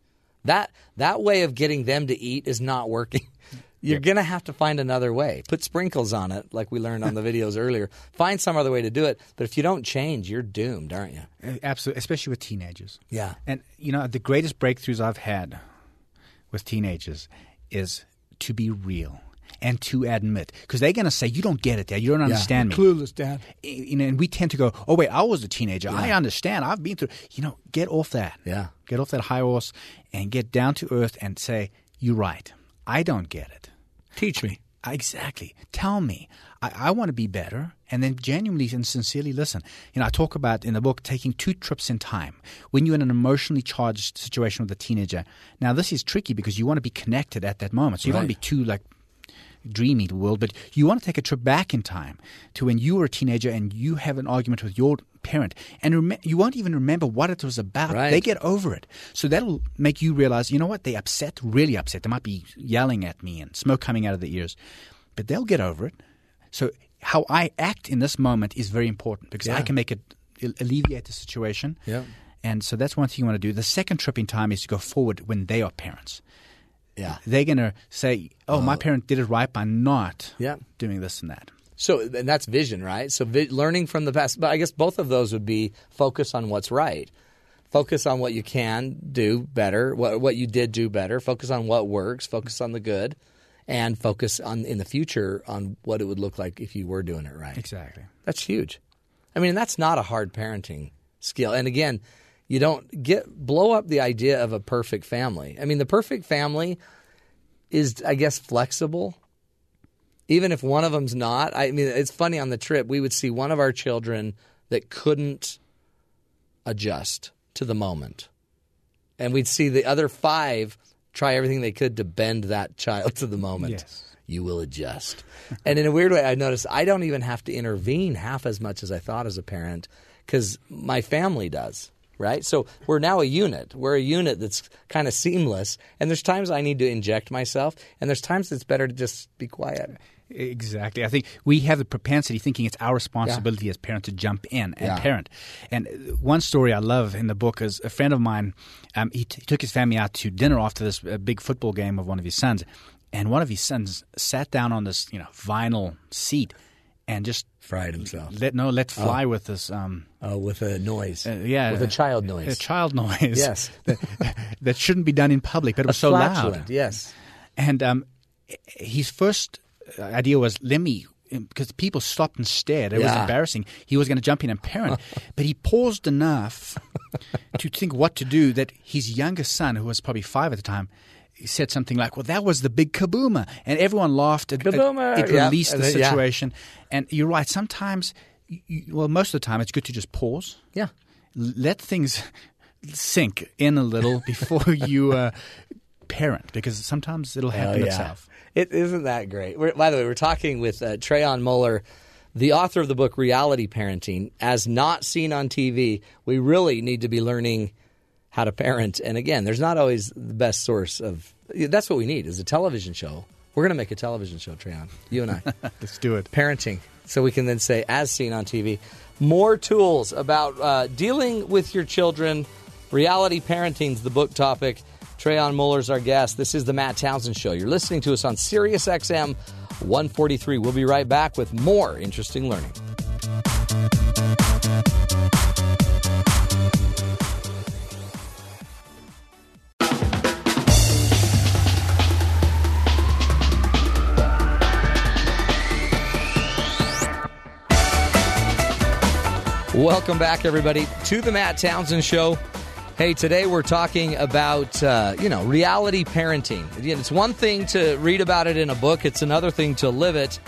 Speaker 1: that, that way of getting them to eat is not working. You're going to have to find another way. Put sprinkles on it, like we learned on the videos earlier. Find some other way to do it. But if you don't change, you're doomed, aren't you?
Speaker 12: Absolutely, especially with teenagers.
Speaker 1: Yeah.
Speaker 12: And you know, the greatest breakthroughs I've had with teenagers is to be real and to admit because they're going to say you don't get it dad you don't understand me
Speaker 1: Clueless, Dad.
Speaker 12: you know, and we tend to go, oh wait, I was a teenager. I understand. I've been through. You know, get off that.
Speaker 1: Yeah.
Speaker 12: Get off that high horse and get down to earth and say, you're right. I don't get it.
Speaker 1: Teach me.
Speaker 12: Exactly. Tell me. I, I want to be better. And then genuinely and sincerely listen. You know, I talk about in the book taking two trips in time. When you're in an emotionally charged situation with a teenager, now this is tricky because you want to be connected at that moment. So you don't want to
Speaker 1: Right.
Speaker 12: be too like dreamy world, but you want to take a trip back in time to when you were a teenager and you have an argument with your parent, and rem- you won't even remember what it was about.
Speaker 1: Right.
Speaker 12: They get over it, so that'll make you realize, you know what? They upset, really upset. They might be yelling at me and smoke coming out of their ears, but they'll get over it. So how I act in this moment is very important because I
Speaker 1: Yeah.
Speaker 12: can make it it'll alleviate the situation.
Speaker 1: Yeah.
Speaker 12: And so that's one thing you want to do. The second trip in time is to go forward when they are parents
Speaker 1: Yeah.
Speaker 12: they're going to say, "Oh, my parent did it right by not
Speaker 1: Yeah.
Speaker 12: doing this and that."
Speaker 1: So, and that's vision, right? So, vi- learning from the past. But I guess both of those would be focus on what's right, focus on what you can do better, what what you did do better, focus on what works, focus on the good, and focus on in the future on what it would look like if you were doing it right.
Speaker 12: Exactly.
Speaker 1: That's huge. I mean, that's not a hard parenting skill. And again, you don't get blow up the idea of a perfect family. I mean, the perfect family is, I guess, flexible. Even if one of them's not, I mean, it's funny on the trip, we would see one of our children that couldn't adjust to the moment. And we'd see the other five try everything they could to bend that child to the moment.
Speaker 12: Yes.
Speaker 1: You will adjust. and in a weird way, I noticed I don't even have to intervene half as much as I thought as a parent because my family does, right? So we're now a unit. We're a unit that's kind of seamless. And there's times I need to inject myself, and there's times it's better to just be quiet.
Speaker 12: Exactly. I think we have the propensity thinking it's our responsibility as parents to jump in and
Speaker 1: Yeah.
Speaker 12: parent. And uh, one story I love in the book is a friend of mine, um, he, t- he took his family out to dinner after this uh, big football game of one of his sons. And one of his sons sat down on this, you know, vinyl seat and just
Speaker 1: fried himself.
Speaker 12: Let no, let fly with this. Um, Uh,
Speaker 1: oh, with a noise.
Speaker 12: yeah,
Speaker 1: With a child noise.
Speaker 12: A child noise.
Speaker 1: Yes.
Speaker 12: that, that shouldn't be done in public, but it
Speaker 1: A
Speaker 12: was so
Speaker 1: flatulent,
Speaker 12: loud.
Speaker 1: Yes.
Speaker 12: And um, his first uh, idea was let me. Because people stopped and stared, it was
Speaker 1: Yeah.
Speaker 12: embarrassing. He was going to jump in and parent, but he paused enough to think what to do. That his younger son, who was probably five at the time, he said something like, "Well, that was the big kaboomer," and everyone laughed. It, it-
Speaker 1: Kaboomer!
Speaker 12: It,
Speaker 1: Yeah.
Speaker 12: released the
Speaker 1: And then- yeah.
Speaker 12: situation. And you're right. Sometimes, you- you, well, most of the time, it's good to just pause.
Speaker 1: Yeah.
Speaker 12: L- Let things sink in a little before you uh, parent, because sometimes it'll happen
Speaker 1: Oh, yeah.
Speaker 12: itself.
Speaker 1: It isn't that great. We're, by the way, we're talking with uh, Trayon Muller, the author of the book Reality Parenting, as not seen on TV. We really need to be learning how to parent. And again, there's not always the best source of. That's what we need is a television show. We're going to make a television show, Trayon. You and I.
Speaker 12: Let's do it.
Speaker 1: Parenting, so we can then say, as seen on TV, more tools about uh, dealing with your children. Reality parenting's the book topic. Trayon Muller's our guest. This is the Matt Townsend Show. You're listening to us on Sirius XM 143. We'll be right back with more interesting learning. Welcome back, everybody, to the Matt Townsend Show. Hey, today we're talking about uh, you know reality parenting. Again, It's one thing to read about it in a book; it's another thing to live it.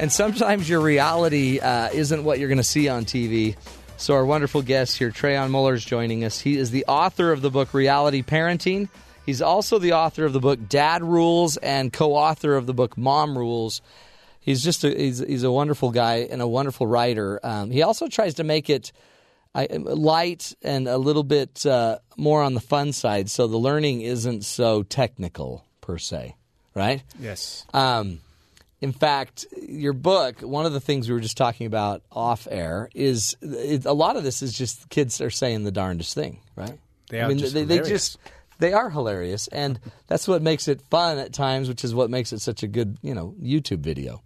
Speaker 1: And sometimes your reality uh, isn't what you're going to see on TV. So our wonderful guest here, Trayon Muller, is joining us. He is the author of the book Reality Parenting. He's also the author of the book Dad Rules and co-author of the book Mom Rules he's just a, he's he's a wonderful guy and a wonderful writer. Um, he also tries to make it I, light and a little bit uh, more on the fun side, so the learning isn't so technical per se, right?
Speaker 12: Yes.
Speaker 1: Um, in fact, your book, one of the things we were just talking about off air, is it, a lot of this is just kids are saying the darndest thing, right?
Speaker 12: They are just
Speaker 1: they, they
Speaker 12: hilarious.
Speaker 1: just they are hilarious, and that's what makes it fun at times, which is what makes it such a good you know YouTube video.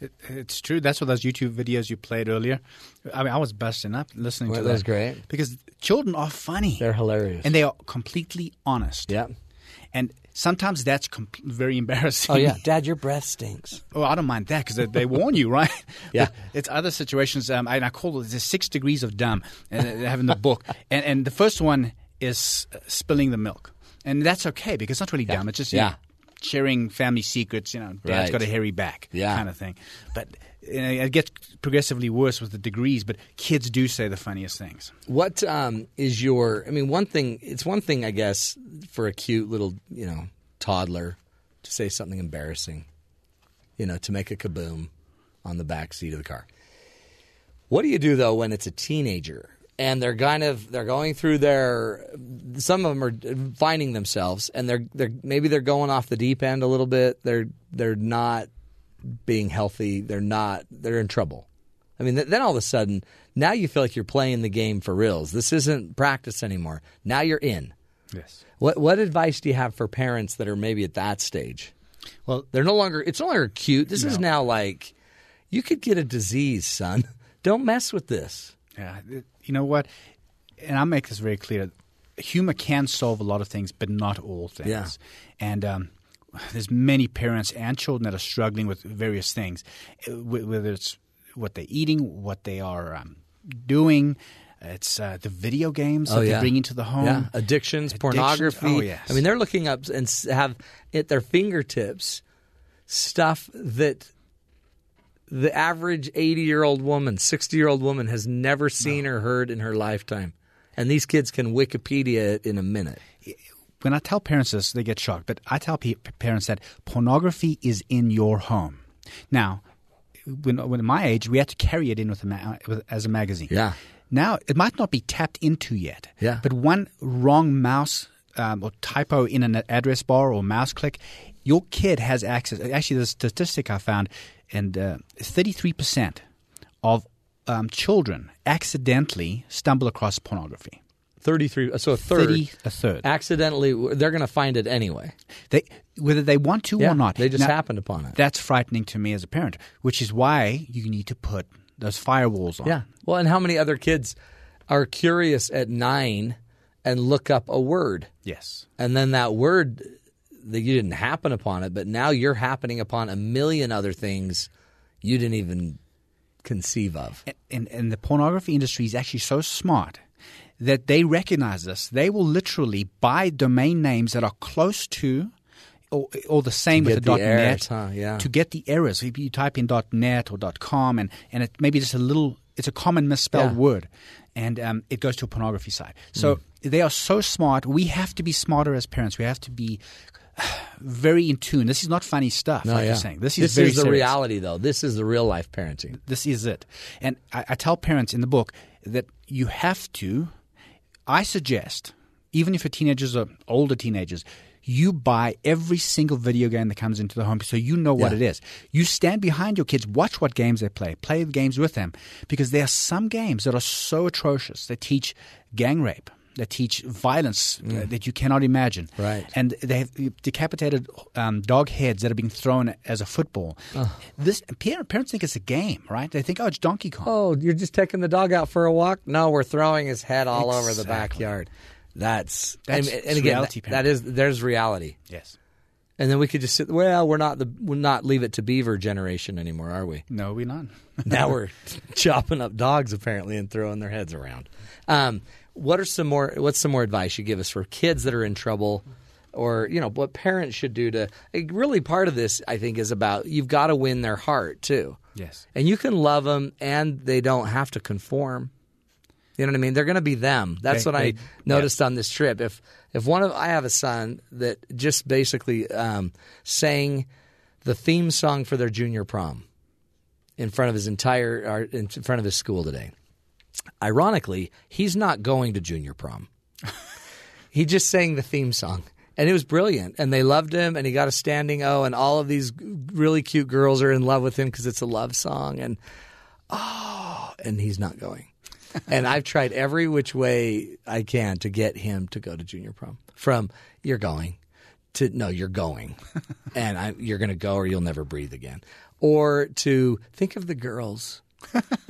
Speaker 12: It, it's true. That's what those YouTube videos you played earlier. I mean, I was busting up listening
Speaker 1: Well,
Speaker 12: to that.
Speaker 1: that's great.
Speaker 12: because children are funny.
Speaker 1: They're hilarious.
Speaker 12: and they are completely honest.
Speaker 1: Yeah.
Speaker 12: And sometimes that's com- very embarrassing.
Speaker 1: Oh yeah, Dad, your breath stinks.
Speaker 12: Oh, I don't mind that because they, they warn you, right?
Speaker 1: Yeah.
Speaker 12: But It's other situations, um, and I call it the six degrees of dumb, and they have in the book. And, and the first one is uh, spilling the milk, and that's okay because it's not really dumb. It's just you
Speaker 1: Yeah.
Speaker 12: know, sharing family secrets. You know, Dad's
Speaker 1: Right.
Speaker 12: got a hairy back,
Speaker 1: Yeah.
Speaker 12: kind of thing. But you know, it gets progressively worse with the degrees. But kids do say the funniest things.
Speaker 1: What um, is your? I mean, one thing. It's one thing, I guess, for a cute little you know toddler to say something embarrassing, you know, to make a kaboom on the back seat of the car. What do you do though when it's a teenager and they're kind of they're going through their some of them are finding themselves and they're they're maybe they're going off the deep end a little bit. They're they're not being healthy. They're not they're in trouble. I mean, th- then all of a sudden, now you feel like you're playing the game for reals. This isn't practice anymore. Now you're in.
Speaker 12: Yes.
Speaker 1: What what advice do you have for parents that are maybe at that stage?
Speaker 12: Well,
Speaker 1: They're no longer it's no longer cute. This is now like you could get a disease, son. Don't mess with this.
Speaker 12: Yeah, it- you know what? And I make this very clear: humor can solve a lot of things, but not all things.
Speaker 1: Yeah.
Speaker 12: And um, there's many parents and children that are struggling with various things, uh, wh- whether it's what they're eating, what they are um, doing. It's uh, the video games that they bring into the home.
Speaker 1: Oh, Yeah. Addictions,
Speaker 12: Addictions.
Speaker 1: pornography.
Speaker 12: Oh, yes.
Speaker 1: I mean, they're looking up and s- have at their fingertips stuff that the average 80 year old woman, 60 year old woman has never seen or heard in her lifetime. And these kids can Wikipedia it in a minute.
Speaker 12: when I tell parents this, they get shocked. But I tell pe- parents that pornography is in your home. Now, when, when at my age, we had to carry it in with, a ma- with as a magazine.
Speaker 1: Yeah.
Speaker 12: Now it might not be tapped into yet.
Speaker 1: Yeah.
Speaker 12: But one wrong mouse um, or typo in an address bar or mouse click, your kid has access. Actually, the statistic I found, and uh, thirty-three percent of um, children accidentally stumble across pornography.
Speaker 1: Thirty-three. So a third.
Speaker 12: 30 a third.
Speaker 1: Accidentally, they're going to find it anyway.
Speaker 12: They whether they want to
Speaker 1: Yeah,
Speaker 12: or not.
Speaker 1: they just happened upon it.
Speaker 12: That's frightening to me as a parent, which is why you need to put those firewalls on.
Speaker 1: Yeah. Well, and how many other kids are curious at nine and look up a word?
Speaker 12: Yes.
Speaker 1: And then that word that you didn't happen upon it, but now you're happening upon a million other things you didn't even conceive of.
Speaker 12: and, and the pornography industry is actually so smart that they recognize this. They will literally buy domain names that are close to or, or the same
Speaker 1: To
Speaker 12: with
Speaker 1: get
Speaker 12: the
Speaker 1: the
Speaker 12: .net
Speaker 1: errors, huh? Yeah.
Speaker 12: to get the errors. If you type in .net or .com and, and it maybe just a little – it's a common misspelled
Speaker 1: Yeah.
Speaker 12: word and um, it goes to a pornography site. So
Speaker 1: Hmm.
Speaker 12: they are so smart. We have to be smarter as parents. We have to be very in tune. This is not funny stuff
Speaker 1: No,
Speaker 12: like
Speaker 1: yeah.
Speaker 12: you're saying. This is very
Speaker 1: the
Speaker 12: serious
Speaker 1: reality, though. This is the real life parenting.
Speaker 12: this is it. And I, I tell parents in the book that you have to, I suggest, even if your teenagers are older teenagers, you buy every single video game that comes into the home so you know what
Speaker 1: Yeah.
Speaker 12: it is. You stand behind your kids, watch what games they play, play the games with them, because there are some games that are so atrocious. They teach gang rape, they teach violence uh, that you cannot imagine.
Speaker 1: Mm. Right.
Speaker 12: And they have decapitated um, dog heads that are being thrown as a football. This par- parents think it's a game, right? They think, oh, it's Donkey Kong.
Speaker 1: Oh, you're just taking the dog out for a walk? No, we're throwing his head all over the
Speaker 12: Exactly.
Speaker 1: backyard. That's,
Speaker 12: That's-
Speaker 1: and, and
Speaker 12: it's
Speaker 1: again,
Speaker 12: reality
Speaker 1: that- that is there's reality.
Speaker 12: Yes.
Speaker 1: And then we could just sit. Well, we're not the we're not leave it to Beaver generation anymore, are we?
Speaker 12: No, we're not.
Speaker 1: now we're chopping up dogs apparently and throwing their heads around. Um, what are some more? What's some more advice you give us for kids that are in trouble, or you know what parents should do to? like, Really, part of this I think is about you've got to win their heart too,
Speaker 12: Yes.
Speaker 1: and you can love them, and they don't have to conform. You know what I mean? They're going to be them. That's
Speaker 12: They-
Speaker 1: what I
Speaker 12: they-
Speaker 1: noticed on this trip. If if one of I have a son that just basically um, sang the theme song for their junior prom in front of his entire or in front of his school today. Ironically, he's not going to junior prom. he just sang the theme song. And it was brilliant. And they loved him, and he got a standing O. And all of these really cute girls are in love with him because it's a love song. And oh, and he's not going. and I've tried every which way I can to get him to go to junior prom. From you're going to no, you're going, and I, you're going to go, or you'll never breathe again. Or to think of the girls,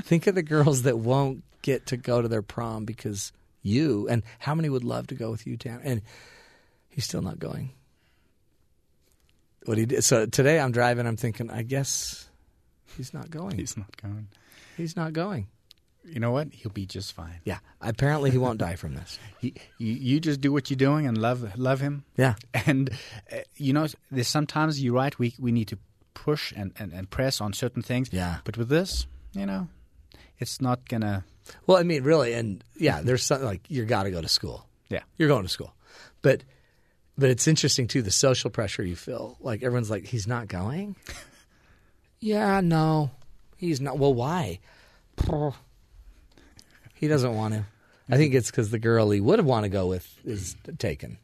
Speaker 1: think of the girls that won't get to go to their prom because you and how many would love to go with you, Dan? And he's still not going. What he did, so today I'm driving, I'm thinking, I guess he's not going.
Speaker 12: He's not going.
Speaker 1: he's not going.
Speaker 12: You know what? He'll be just fine.
Speaker 1: Yeah. Apparently, he won't die from this.
Speaker 12: He, you, you just do what you're doing and love love him.
Speaker 1: Yeah.
Speaker 12: And uh, you know, there's sometimes you're right. We we need to push and, and, and press on certain things.
Speaker 1: Yeah.
Speaker 12: But with this, you know, it's not gonna.
Speaker 1: Well, I mean, really, and yeah, there's something like you got to go to school.
Speaker 12: Yeah.
Speaker 1: You're going to school, but but it's interesting too the social pressure you feel. Like everyone's like, he's not going. yeah, no, he's not. Well, why? he doesn't want to. I think it's because the girl he would want to go with is taken.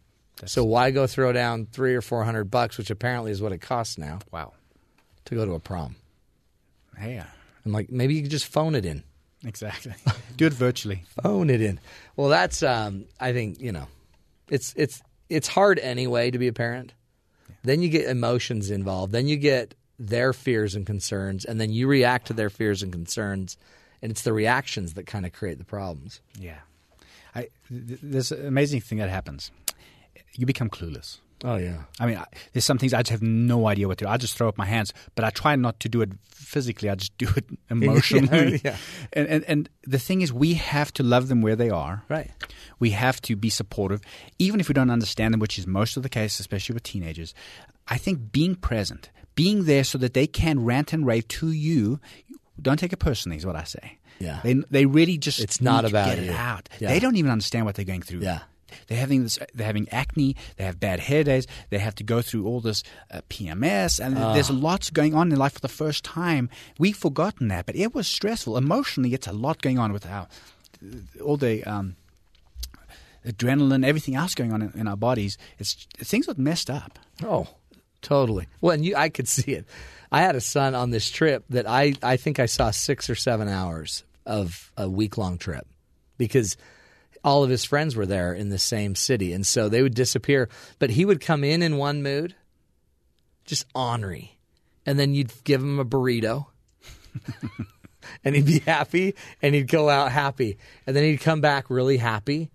Speaker 1: so why go throw down three or four hundred bucks, which apparently is what it costs now
Speaker 12: Wow.
Speaker 1: to go to a prom?
Speaker 12: Hey. uh,
Speaker 1: I'm like, maybe you could just phone it in.
Speaker 12: Exactly. do it virtually.
Speaker 1: phone it in. Well, that's um, I think you know, it's it's it's hard anyway to be a parent. Then you get emotions involved. Then you get their fears and concerns, and then you react to their fears and concerns, and it's the reactions that kind of create the problems.
Speaker 12: Yeah. I, th- th- there's an amazing thing that happens. You become clueless.
Speaker 1: Oh yeah,
Speaker 12: I mean, I, there's some things I just have no idea what to do. I just throw up my hands, but I try not to do it physically. I just do it emotionally.
Speaker 1: Yeah.
Speaker 12: And, and and the thing is, we have to love them where they are.
Speaker 1: right.
Speaker 12: We have to be supportive, even if we don't understand them, which is most of the case, especially with teenagers. I think being present, being there so that they can rant and rave to you. Don't take it personally, is what I say.
Speaker 1: Yeah.
Speaker 12: They they really just
Speaker 1: It's not
Speaker 12: need to
Speaker 1: about
Speaker 12: get it
Speaker 1: you.
Speaker 12: out.
Speaker 1: Yeah.
Speaker 12: They don't even understand what they're going through.
Speaker 1: Yeah.
Speaker 12: They're having this. They're having acne. They have bad hair days. They have to go through all this uh, PMS, and
Speaker 1: Ah.
Speaker 12: there's lots going on in life for the first time. We've forgotten that, but it was stressful emotionally. It's a lot going on with our all the um, adrenaline, everything else going on in, in our bodies. It's things are messed up.
Speaker 1: Oh, totally. Well, and you, I could see it. I had a son on this trip that I, I think I saw six or seven hours of a week long trip because all of his friends were there in the same city. And so they would disappear. But he would come in in one mood, just ornery. And then you'd give him a burrito and he'd be happy and he'd go out happy. And then he'd come back really happy.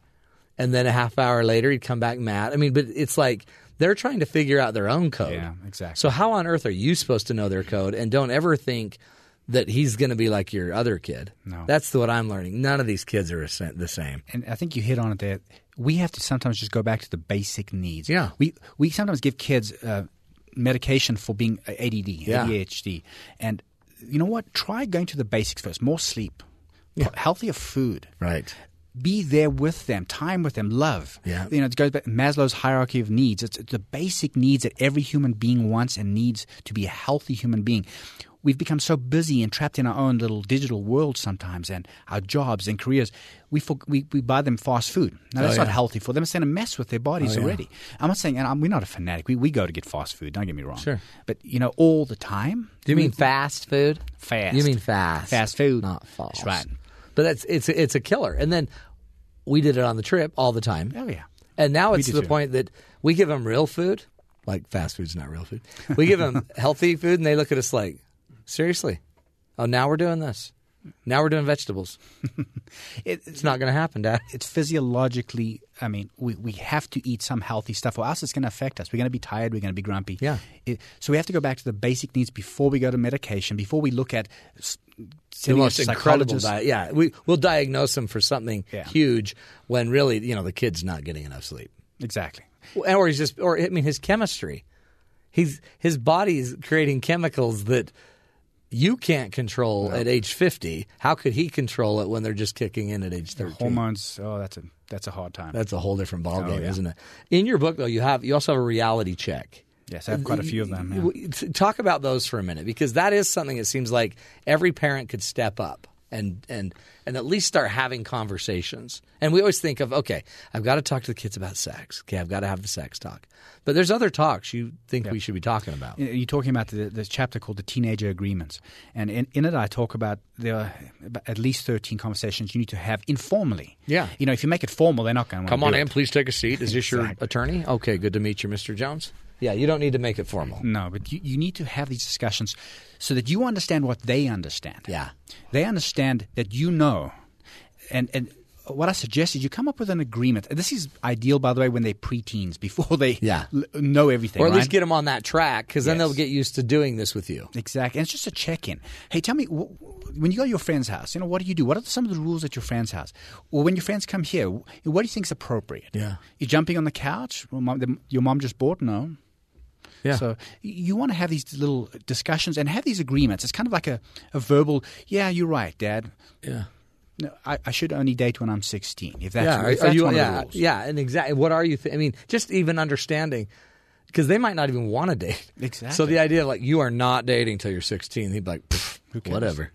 Speaker 1: And then a half hour later, he'd come back mad. I mean, but it's like they're trying to figure out their own code.
Speaker 12: Yeah, exactly.
Speaker 1: So, how on earth are you supposed to know their code? And don't ever think that he's going to be like your other kid.
Speaker 12: No.
Speaker 1: That's what I'm learning. None of these kids are a- the same.
Speaker 12: and I think you hit on it there. We have to sometimes just go back to the basic needs.
Speaker 1: Yeah.
Speaker 12: we we sometimes give kids uh, medication for being ADD,
Speaker 1: Yeah.
Speaker 12: ADHD, and you know what? Try going to the basics first. More sleep, healthier food.
Speaker 1: Right.
Speaker 12: Be there with them, time with them, love.
Speaker 1: Yeah.
Speaker 12: You know, it goes back Maslow's hierarchy of needs. It's the basic needs that every human being wants and needs to be a healthy human being. We've become so busy and trapped in our own little digital world sometimes and our jobs and careers. We, for, we, we buy them fast food. Now, that's
Speaker 1: Oh,
Speaker 12: not
Speaker 1: yeah.
Speaker 12: healthy for them. It's going to mess with their bodies
Speaker 1: Oh, yeah.
Speaker 12: already. I'm not saying, and I'm, we're not a fanatic. We, we go to get fast food, don't get me wrong.
Speaker 1: Sure.
Speaker 12: But, you know, all the time.
Speaker 1: Do you mean fast food?
Speaker 12: Fast.
Speaker 1: You mean fast.
Speaker 12: Fast food.
Speaker 1: Not false.
Speaker 12: That's right.
Speaker 1: But that's it's it's a killer. And then we did it on the trip all the time.
Speaker 12: Oh, yeah.
Speaker 1: And now
Speaker 12: We
Speaker 1: it's to
Speaker 12: do
Speaker 1: the
Speaker 12: too.
Speaker 1: point that we give them real food, like fast food's not real food. We give them healthy food, and they look at us like, seriously? Oh, now we're doing this. Now we're doing vegetables.
Speaker 12: It-
Speaker 1: It's not going to happen, Dad.
Speaker 12: it's physiologically i mean we, we have to eat some healthy stuff or else it's going to affect us we're going to be tired we're going to be grumpy
Speaker 1: Yeah.
Speaker 12: It- so we have to go back to the basic needs before we go to medication before we look at s-
Speaker 1: the
Speaker 12: sending a
Speaker 1: most incredible
Speaker 12: psychologist.
Speaker 1: diet. Yeah, we we'll diagnose them for something
Speaker 12: Yeah.
Speaker 1: huge when really, you know, the kid's not getting enough sleep.
Speaker 12: exactly
Speaker 1: or he's just or I mean his chemistry. He's his body's creating chemicals that you can't control at age 50. How could he control it when they're just kicking in at age 13?
Speaker 12: hormones oh that's a that's a hard time Oh,
Speaker 1: That's a whole different ballgame,
Speaker 12: yeah.
Speaker 1: isn't it? In your book though, you have you also have a reality check.
Speaker 12: yes i have quite a few of them yeah.
Speaker 1: W- t- Talk about those for a minute because that is something it seems like every parent could step up and and and at least start having conversations. And we always think of okay, I've got to talk to the kids about sex. Okay, I've got to have the sex talk. But there's other talks you think we should be talking about.
Speaker 12: You're talking about the, the chapter called the Teenager Agreements, and in, in it I talk about there are about at least thirteen conversations you need to have informally.
Speaker 1: Yeah.
Speaker 12: you know, if you make it formal, they're not going to
Speaker 1: Come on
Speaker 12: do
Speaker 1: in,
Speaker 12: it.
Speaker 1: please take a seat. Is this your attorney? Okay, good to meet you, Mr. Jones. Yeah, you don't need to make it formal.
Speaker 12: No, but you, you need to have these discussions so that you understand what they understand.
Speaker 1: Yeah.
Speaker 12: They understand that you know. And and what I suggest is you come up with an agreement. And This is ideal, by the way, when they're preteens, before they
Speaker 1: Yeah.
Speaker 12: l- know everything.
Speaker 1: Or at least
Speaker 12: right?
Speaker 1: get them on that track because then
Speaker 12: Yes.
Speaker 1: they'll get used to doing this with you.
Speaker 12: Exactly. And it's just a check in. Hey, tell me, wh- wh- when you go to your friend's house, you know, what do you do? What are some of the rules at your friend's house? Or when your friends come here, wh- what do you think is appropriate?
Speaker 1: Yeah.
Speaker 12: You jumping on the couch? Well, mom, the, your mom just bought? No.
Speaker 1: Yeah.
Speaker 12: So y- you want to have these little discussions and have these agreements. It's kind of like a, a verbal, yeah, you're right, Dad.
Speaker 1: yeah.
Speaker 12: No, I, I should only date when I'm 16. If that's,
Speaker 1: yeah,
Speaker 12: if
Speaker 1: are, are
Speaker 12: that's
Speaker 1: you?
Speaker 12: one
Speaker 1: yeah,
Speaker 12: of the rules.
Speaker 1: yeah, and exactly. What are you? Th- I mean, just even understanding because they might not even want to date.
Speaker 12: Exactly.
Speaker 1: So the idea of like you are not dating till you're 16, he'd be like, "Pff,
Speaker 12: cares?"
Speaker 1: whatever.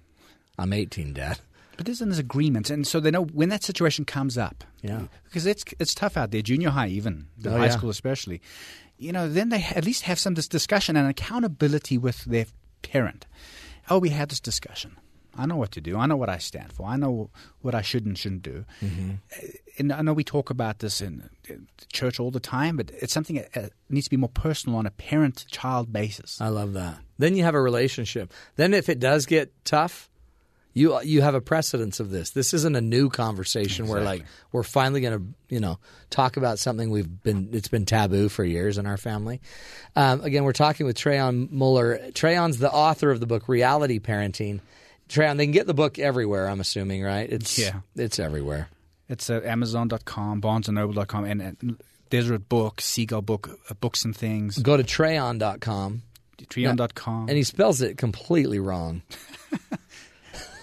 Speaker 1: I'm 18, Dad.
Speaker 12: But there's, there's agreements, and so they know when that situation comes up.
Speaker 1: Yeah.
Speaker 12: because it's it's tough out there, junior high, even the
Speaker 1: Oh,
Speaker 12: high
Speaker 1: yeah.
Speaker 12: school especially. You know, then they at least have some dis- discussion and accountability with their parent. Oh, we had this discussion. I know what to do. I know what I stand for. I know what I should and shouldn't do.
Speaker 1: Mm-hmm.
Speaker 12: Uh, And I know we talk about this in uh, church all the time, but it's something that uh, needs to be more personal on a parent-child basis.
Speaker 1: I love that. Then you have a relationship. Then if it does get tough, you you have a precedence of this. This isn't a new conversation where like we're finally going to you know talk about something we've been it's been taboo for years in our family. Um, again, we're talking with Trayon Mueller. Trayon's the author of the book Reality Parenting. Trayon, they can get the book everywhere. I'm assuming, right? It's
Speaker 12: Yeah.
Speaker 1: it's everywhere.
Speaker 12: It's uh, Amazon.com, BarnesandNoble.com, and, and Desert Book, Seagull Book, uh, Books and Things,
Speaker 1: Go to Trayon.com,
Speaker 12: Treon.com.
Speaker 1: and he spells it completely wrong.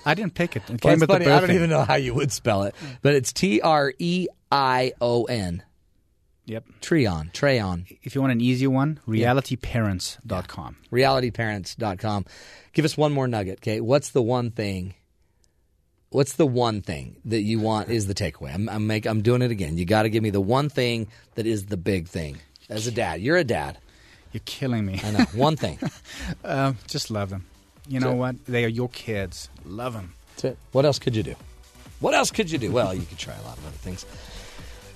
Speaker 12: I didn't pick it. It came
Speaker 1: Well, it's
Speaker 12: with the
Speaker 1: funny. I don't
Speaker 12: birthday.
Speaker 1: even know how you would spell it, but it's T R E I O N.
Speaker 12: Yep.
Speaker 1: Treon, Treon,
Speaker 12: If you want an E easier one, realityparents.com.
Speaker 1: realityparents.com. Give us one more nugget, okay? What's the one thing? What's the one thing that you want is the takeaway? I'm I'm, make, I'm doing it again. You got to give me the one thing that is the big thing. As a dad, you're a dad.
Speaker 12: You're killing me.
Speaker 1: I know one thing.
Speaker 12: Um, just love them. You know what? They are your kids. Love them.
Speaker 1: That's it. What else could you do? What else could you do? Well, you could try a lot of other things.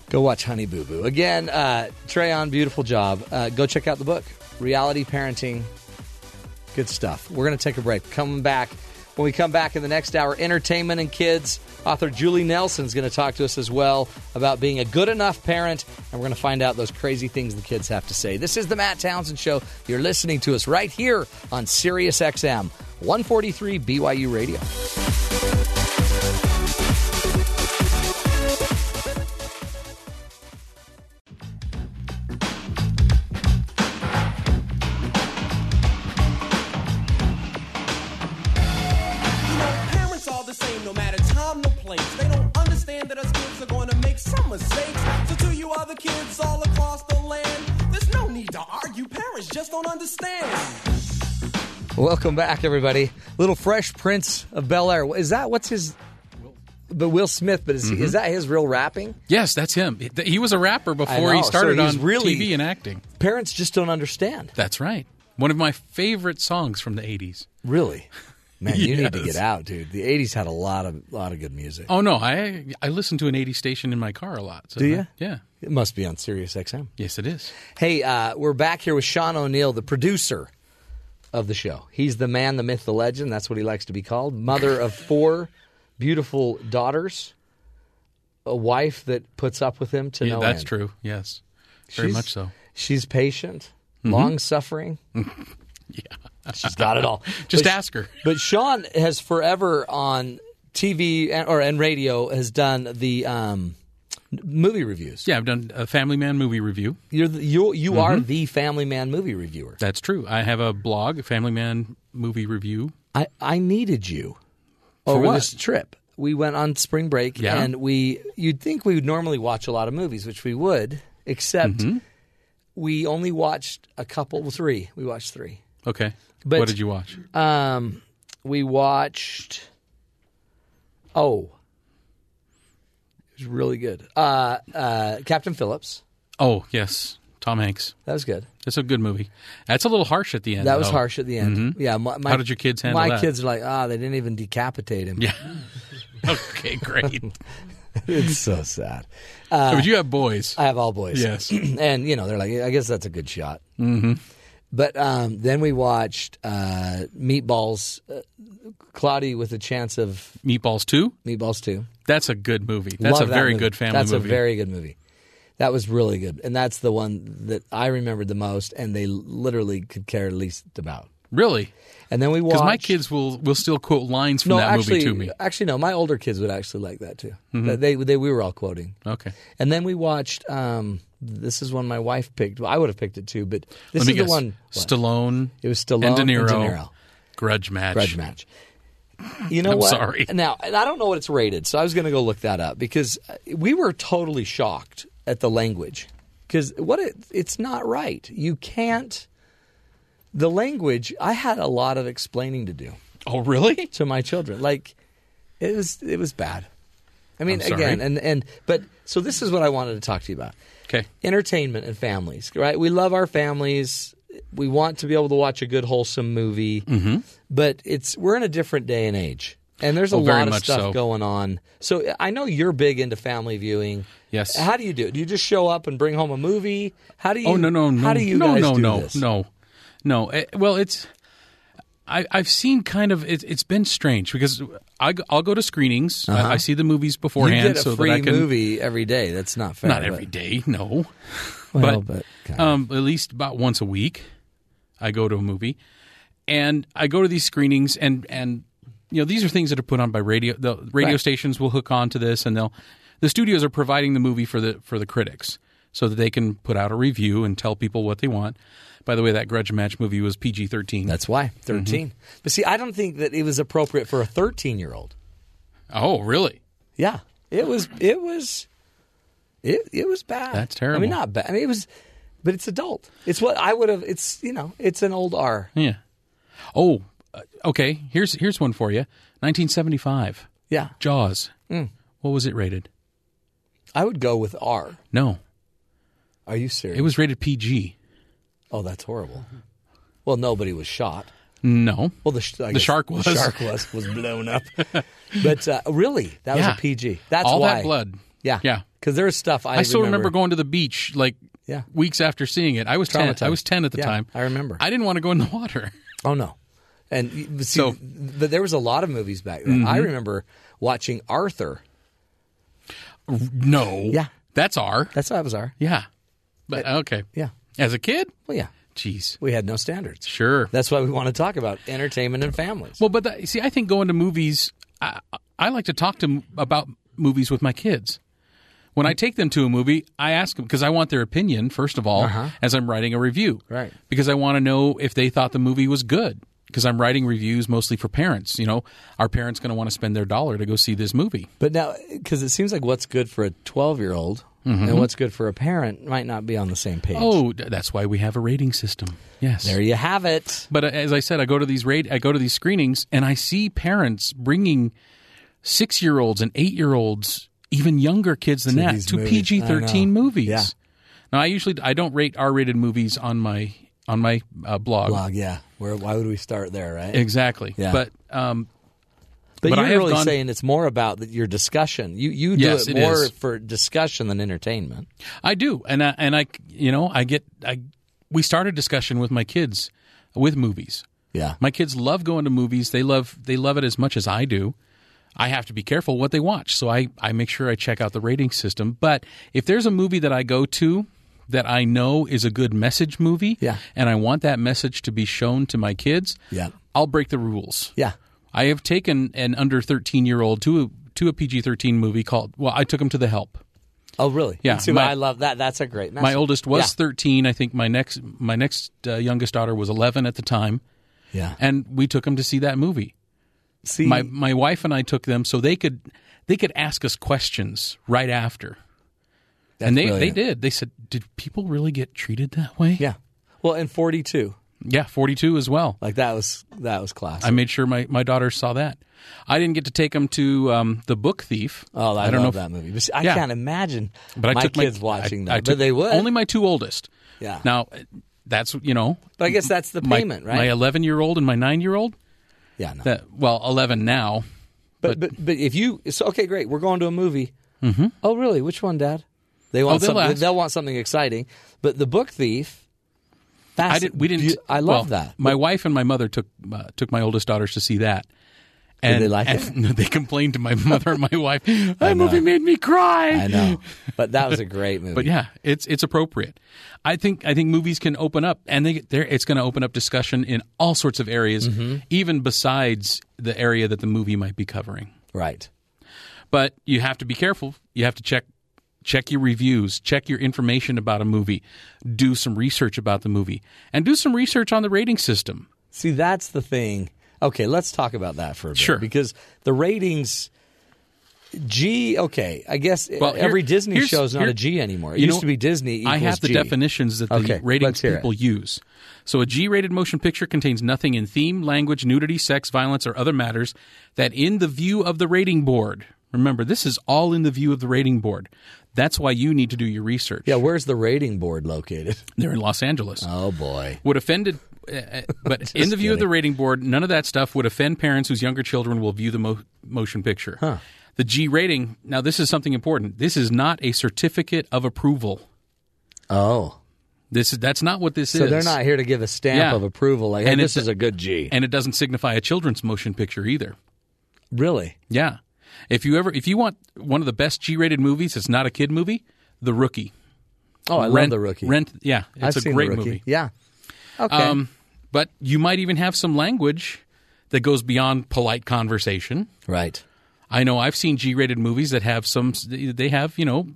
Speaker 1: Go watch Honey Boo Boo. Again, uh, Trayon, beautiful job. Uh, go check out the book, Reality Parenting. Good stuff. We're going to take a break. Coming back. When we come back in the next hour, entertainment and kids. Author Julie Nelson's going to talk to us as well about being a good enough parent, and we're going to find out those crazy things the kids have to say. This is the Matt Townsend Show. You're listening to us right here on Sirius XM 143 BYU Radio.
Speaker 13: You know, parents are the same no matter time no place. They don't understand that us kids are gonna make some mistakes. So to you other kids all across the land, there's no need to argue. Parents just don't understand.
Speaker 1: Welcome back, everybody. Little Fresh Prince of Bel Air. Is that what's his? But Will Smith, but is, he
Speaker 5: Mhm.
Speaker 1: is that his real rapping?
Speaker 5: Yes, that's him. He- He was a rapper before
Speaker 1: know,
Speaker 5: he
Speaker 1: so
Speaker 5: started
Speaker 1: he's
Speaker 5: on
Speaker 1: really-
Speaker 5: TV and acting.
Speaker 1: Parents just don't understand.
Speaker 5: That's right. One of my favorite songs from the 80s.
Speaker 1: Really? Man, you need to
Speaker 5: Yes.
Speaker 1: get out, dude. The '80s had a lot of lot of good music.
Speaker 5: Oh no, I I listen to an 80s station in my car a lot. So
Speaker 1: Do you?
Speaker 5: Yeah.
Speaker 1: It must be on Sirius XM.
Speaker 5: Yes, it is.
Speaker 1: Hey, uh, we're back here with Sean O'Neill, the producer of the show. He's the man, the myth, the legend. That's what he likes to be called. Mother of four beautiful daughters, a wife that puts up with him to
Speaker 5: Yeah,
Speaker 1: no
Speaker 5: that's
Speaker 1: end.
Speaker 5: true. Yes. Very
Speaker 1: She's-
Speaker 5: much so.
Speaker 1: She's patient,
Speaker 5: Mhm.
Speaker 1: long suffering. yeah. She's got it all.
Speaker 5: Just
Speaker 1: But-
Speaker 5: ask her.
Speaker 1: But Sean has forever on TV and, or and radio has done the um, movie reviews.
Speaker 5: Yeah, I've done a Family Man movie review.
Speaker 1: You're the, you you are
Speaker 5: Mhm.
Speaker 1: the Family Man movie reviewer.
Speaker 5: That's true. I have a blog, Family Man movie review.
Speaker 1: I I needed you
Speaker 5: For
Speaker 1: over
Speaker 5: what?
Speaker 1: this trip. We went on spring break,
Speaker 5: Yeah.
Speaker 1: and we you'd think we would normally watch a lot of movies, which we would, except
Speaker 5: Mm-hmm.
Speaker 1: we only watched a couple, well, three. We watched three.
Speaker 5: Okay.
Speaker 1: But-
Speaker 5: what did you watch?
Speaker 1: Um, we watched. Oh, it was really good. Uh, uh, Captain Phillips.
Speaker 5: Oh, yes. Tom Hanks.
Speaker 1: That was good.
Speaker 5: That's a good movie. That's a little harsh at the end.
Speaker 1: That was
Speaker 5: though.
Speaker 1: harsh at the end.
Speaker 5: Mhm.
Speaker 1: Yeah. My, my-
Speaker 5: How did your kids handle
Speaker 1: my
Speaker 5: that?
Speaker 1: kids are like, ah, they didn't even decapitate him.
Speaker 5: Yeah. okay, great.
Speaker 1: it's so sad.
Speaker 5: but you have boys.
Speaker 1: I have all boys.
Speaker 5: Yes.
Speaker 1: and you know they're like, I guess that's a good shot.
Speaker 5: Mm-hmm.
Speaker 1: But um, then we watched uh, Meatballs, uh, Cloudy with a Chance of
Speaker 5: Meatballs 2?
Speaker 1: Meatballs Two.
Speaker 5: That's a good movie. That's
Speaker 1: Love
Speaker 5: a
Speaker 1: that
Speaker 5: very
Speaker 1: movie.
Speaker 5: good family
Speaker 1: That's
Speaker 5: movie.
Speaker 1: a very good movie. That was really good, and that's the one that I remembered the most, and they literally could care least about.
Speaker 5: Really?
Speaker 1: And then we
Speaker 5: Because
Speaker 1: watched.
Speaker 5: my kids will, will still quote lines from
Speaker 1: no,
Speaker 5: that
Speaker 1: actually, uh,
Speaker 5: movie to me.
Speaker 1: actually, no. My older kids would actually like that too.
Speaker 5: Mhm.
Speaker 1: They, they, we were all quoting.
Speaker 5: Okay.
Speaker 1: And then we watched. Um, this is one my wife picked. Well, I would have picked it too, but this
Speaker 5: Let me
Speaker 1: is
Speaker 5: guess.
Speaker 1: the one. what?
Speaker 5: Stallone.
Speaker 1: It was Stallone
Speaker 5: and De
Speaker 1: and De
Speaker 5: Niro.
Speaker 1: Niro.
Speaker 5: Grudge match.
Speaker 1: Grudge match. You know
Speaker 5: I'm
Speaker 1: what?
Speaker 5: sorry.
Speaker 1: Now, and I don't know what it's rated, so I was going to go look that up because uh, we were totally shocked at the language because what it, it's not right. You can't. The language. I had a lot of explaining to do.
Speaker 5: Oh, really?
Speaker 1: To my children, like it was. It was bad. I mean,
Speaker 5: I'm sorry.
Speaker 1: again, and and but so this is what I wanted to talk to you about.
Speaker 5: Okay.
Speaker 1: Entertainment and families, right? We love our families. We want to be able to watch a good wholesome movie.
Speaker 5: Mhm.
Speaker 1: But it's we're in a different day and age. And there's a
Speaker 5: Oh, very
Speaker 1: lot of
Speaker 5: much
Speaker 1: stuff
Speaker 5: so.
Speaker 1: going on. So I know you're big into family viewing.
Speaker 5: Yes.
Speaker 1: How do you do it? Do you just show up and bring home a movie? How do you
Speaker 5: oh no no no
Speaker 1: How do you
Speaker 5: no
Speaker 1: guys
Speaker 5: no
Speaker 1: do
Speaker 5: no
Speaker 1: this?
Speaker 5: no no Eh, well it's I, I've seen kind of it, it's been strange because I, go- I'll go to screenings
Speaker 1: Uh-huh.
Speaker 5: I, I see the movies beforehand
Speaker 1: You get a
Speaker 5: so
Speaker 1: free
Speaker 5: that I can
Speaker 1: movie every day. That's not fair.
Speaker 5: not
Speaker 1: but-
Speaker 5: every day no
Speaker 1: Well,
Speaker 5: but,
Speaker 1: but
Speaker 5: um, at least about once a week I go to a movie and I go to these screenings and and you know these are things that are put on by radio the radio
Speaker 1: Right.
Speaker 5: stations will hook on to this and they'll the studios are providing the movie for the for the critics so that they can put out a review and tell people what they want. By the way, that Grudge Match movie was PG thirteen.
Speaker 1: That's why 13
Speaker 5: mm-hmm.
Speaker 1: But see, I don't think that it was appropriate for a 13 year old.
Speaker 5: Oh, really?
Speaker 1: Yeah, it was. It was. It it was bad.
Speaker 5: That's terrible.
Speaker 1: I mean, not bad. I mean, it was, but it's adult. It's what I would have. It's you know, it's an old R.
Speaker 5: Yeah. Oh, uh, okay. Here's here's one for you. Nineteen seventy five.
Speaker 1: Yeah.
Speaker 5: Jaws.
Speaker 1: Mm.
Speaker 5: What was it rated?
Speaker 1: I would go with R.
Speaker 5: No,
Speaker 1: Are you serious?
Speaker 5: it was rated PG.
Speaker 1: Oh, that's horrible. Well, nobody was shot.
Speaker 5: No.
Speaker 1: Well, the, sh- I
Speaker 5: The
Speaker 1: guess
Speaker 5: shark was.
Speaker 1: the shark was was blown up, but uh, really, that
Speaker 5: Yeah.
Speaker 1: was a PG. That's
Speaker 5: All that
Speaker 1: why.
Speaker 5: blood.
Speaker 1: Yeah,
Speaker 5: Yeah.
Speaker 1: Because there was stuff I,
Speaker 5: I, still remember.
Speaker 1: remember
Speaker 5: going to the beach like
Speaker 1: Yeah.
Speaker 5: weeks after seeing it. I was ten.
Speaker 1: Traumatized.
Speaker 5: I was ten at the
Speaker 1: Yeah,
Speaker 5: time.
Speaker 1: I remember.
Speaker 5: I didn't want to go in the water.
Speaker 1: Oh no, and y- but see,
Speaker 5: So-
Speaker 1: so but there was a lot of movies back then. I
Speaker 5: Mhm.
Speaker 1: remember watching Arthur.
Speaker 5: No. Yeah. That's R.
Speaker 1: That's that was R.
Speaker 5: Yeah. But okay.
Speaker 1: Yeah.
Speaker 5: As a kid?
Speaker 1: Well, yeah.
Speaker 5: Jeez.
Speaker 1: We had no standards.
Speaker 5: Sure.
Speaker 1: That's why we want to talk about entertainment and families.
Speaker 5: Well, but that, see, I think going to movies, I, I like to talk to m- about movies with my kids. When I take them to a movie, I ask them because I want their opinion first of all,
Speaker 1: Uh-huh.
Speaker 5: as I'm writing a review,
Speaker 1: Right.
Speaker 5: Because I want to know if they thought the movie was good. Because I'm writing reviews mostly for parents. You know, our parents going to want to spend their dollar to go see this movie.
Speaker 1: But now, because it seems like what's good for a twelve-year-old
Speaker 5: Mhm.
Speaker 1: and what's good for a parent might not be on the same page.
Speaker 5: Oh, d- that's why we have a rating system. Yes,
Speaker 1: There you have it.
Speaker 5: But uh, as I said, I go to these raid, I go to these screenings, and I see parents bringing six year olds and eight year olds, even younger kids than
Speaker 1: To
Speaker 5: that,
Speaker 1: these
Speaker 5: to
Speaker 1: movies.
Speaker 5: PG
Speaker 1: I
Speaker 5: thirteen
Speaker 1: know.
Speaker 5: movies.
Speaker 1: Yeah.
Speaker 5: Now I usually I don't rate R rated movies on my on my uh, blog.
Speaker 1: Blog, yeah. Where why would we start there, right?
Speaker 5: Exactly.
Speaker 1: Yeah.
Speaker 5: But um,
Speaker 1: But,
Speaker 5: but I
Speaker 1: you're
Speaker 5: have
Speaker 1: really
Speaker 5: gone-
Speaker 1: saying it's more about the, your discussion. You you do
Speaker 5: Yes,
Speaker 1: it
Speaker 5: it
Speaker 1: more
Speaker 5: is.
Speaker 1: for discussion than entertainment.
Speaker 5: I do, and I, and I, you know, I get, I, we start a discussion with my kids with movies.
Speaker 1: Yeah.
Speaker 5: my kids love going to movies. They love, they love it as much as I do. I have to be careful what they watch, so I, I make sure I check out the rating system. But if there's a movie that I go to that I know is a good message movie,
Speaker 1: Yeah.
Speaker 5: and I want that message to be shown to my kids,
Speaker 1: Yeah.
Speaker 5: I'll break the rules.
Speaker 1: Yeah.
Speaker 5: I have taken an under 13 year old to a, to a PG 13 movie called, well, I took him to The Help.
Speaker 1: Oh, really?
Speaker 5: Yeah,
Speaker 1: See,
Speaker 5: my-
Speaker 1: I love that. That's a great. Message.
Speaker 5: My oldest was
Speaker 1: Yeah.
Speaker 5: 13. I think my next my next uh, youngest daughter was 11 at the time.
Speaker 1: Yeah.
Speaker 5: And we took them to see that movie.
Speaker 1: See,
Speaker 5: My my wife and I took them so they could they could ask us questions right after.
Speaker 1: That's
Speaker 5: and they
Speaker 1: brilliant.
Speaker 5: they did. They said, "Did people really get treated that way?"
Speaker 1: Yeah. Well, and 42.
Speaker 5: Yeah, 42 as well.
Speaker 1: Like that was that was classic.
Speaker 5: I made sure my, my daughter saw that. I didn't get to take them to um, the Book Thief.
Speaker 1: oh, I,
Speaker 5: don't
Speaker 1: love
Speaker 5: know if-
Speaker 1: that movie. But see, I
Speaker 5: Yeah.
Speaker 1: can't imagine
Speaker 5: But I
Speaker 1: my
Speaker 5: took
Speaker 1: kids
Speaker 5: my,
Speaker 1: watching
Speaker 5: I-
Speaker 1: that.
Speaker 5: I
Speaker 1: but
Speaker 5: took
Speaker 1: they would.
Speaker 5: Only my two oldest.
Speaker 1: Yeah.
Speaker 5: Now, that's you know.
Speaker 1: But I guess that's the
Speaker 5: my-
Speaker 1: payment, right?
Speaker 5: My 11 year old and my nine year old.
Speaker 1: yeah. No.
Speaker 5: That well, 11 now.
Speaker 1: but, but but if you so okay, great. We're going to a movie. Mm-hmm. Oh, really? Which one, Dad? They want
Speaker 5: they'll
Speaker 1: something.
Speaker 5: ask.
Speaker 1: They'll want something exciting. But the book thief. That's,
Speaker 5: I didn't. We didn't.
Speaker 1: you- I love
Speaker 5: well,
Speaker 1: that.
Speaker 5: My wife and my mother took uh, took my oldest daughters to see that. And
Speaker 1: they like
Speaker 5: and They complained to my mother and my wife. That movie made me cry.
Speaker 1: I know, but that was a great movie.
Speaker 5: But yeah, it's it's appropriate. I think I think movies can open up, and they there it's going to open up discussion in all sorts of areas,
Speaker 1: Mm-hmm.
Speaker 5: even besides the area that the movie might be covering.
Speaker 1: right.
Speaker 5: But you have to be careful. You have to check check your reviews, check your information about a movie, do some research about the movie, and do some research on the rating system.
Speaker 1: See, that's the thing. Okay, let's talk about that for a bit.
Speaker 5: Sure.
Speaker 1: Because the ratings. G. Okay, I guess
Speaker 5: Well, here-
Speaker 1: every Disney
Speaker 5: here's-
Speaker 1: show is not
Speaker 5: here-
Speaker 1: a G anymore. It
Speaker 5: you
Speaker 1: used
Speaker 5: know,
Speaker 1: to be Disney. Equals
Speaker 5: I have the
Speaker 1: G.
Speaker 5: definitions that the
Speaker 1: Okay, let's
Speaker 5: ratings
Speaker 1: hear it.
Speaker 5: people use. So a G-rated motion picture contains nothing in theme, language, nudity, sex, violence, or other matters that in the view of the rating board. Remember, this is all in the view of the rating board. That's why you need to do your research.
Speaker 1: Yeah, where's the rating board located?
Speaker 5: They're in Los Angeles.
Speaker 1: Oh boy.
Speaker 5: would offend uh, uh, but in the view of the
Speaker 1: kidding.
Speaker 5: rating board none of that stuff would offend parents whose younger children will view the mo- motion picture the g rating now this is something important this is not a certificate of approval
Speaker 1: Oh.
Speaker 5: this is that's not what this
Speaker 1: So
Speaker 5: is
Speaker 1: they're not here to give a stamp
Speaker 5: Yeah.
Speaker 1: of approval. Like, hey,
Speaker 5: And
Speaker 1: this
Speaker 5: it's-
Speaker 1: is a good G.
Speaker 5: and it doesn't signify a children's motion picture either
Speaker 1: really?
Speaker 5: yeah if you ever if you want one of the best g rated movies it's not a kid movie the rookie
Speaker 1: Oh, I love
Speaker 5: rent
Speaker 1: the rookie.
Speaker 5: rent yeah it's
Speaker 1: I've
Speaker 5: a
Speaker 1: seen The
Speaker 5: great
Speaker 1: Rookie.
Speaker 5: movie
Speaker 1: Yeah. Okay.
Speaker 5: um, but you might even have some language that goes beyond polite conversation
Speaker 1: right.
Speaker 5: I know I've seen G-rated movies that have some. They have you know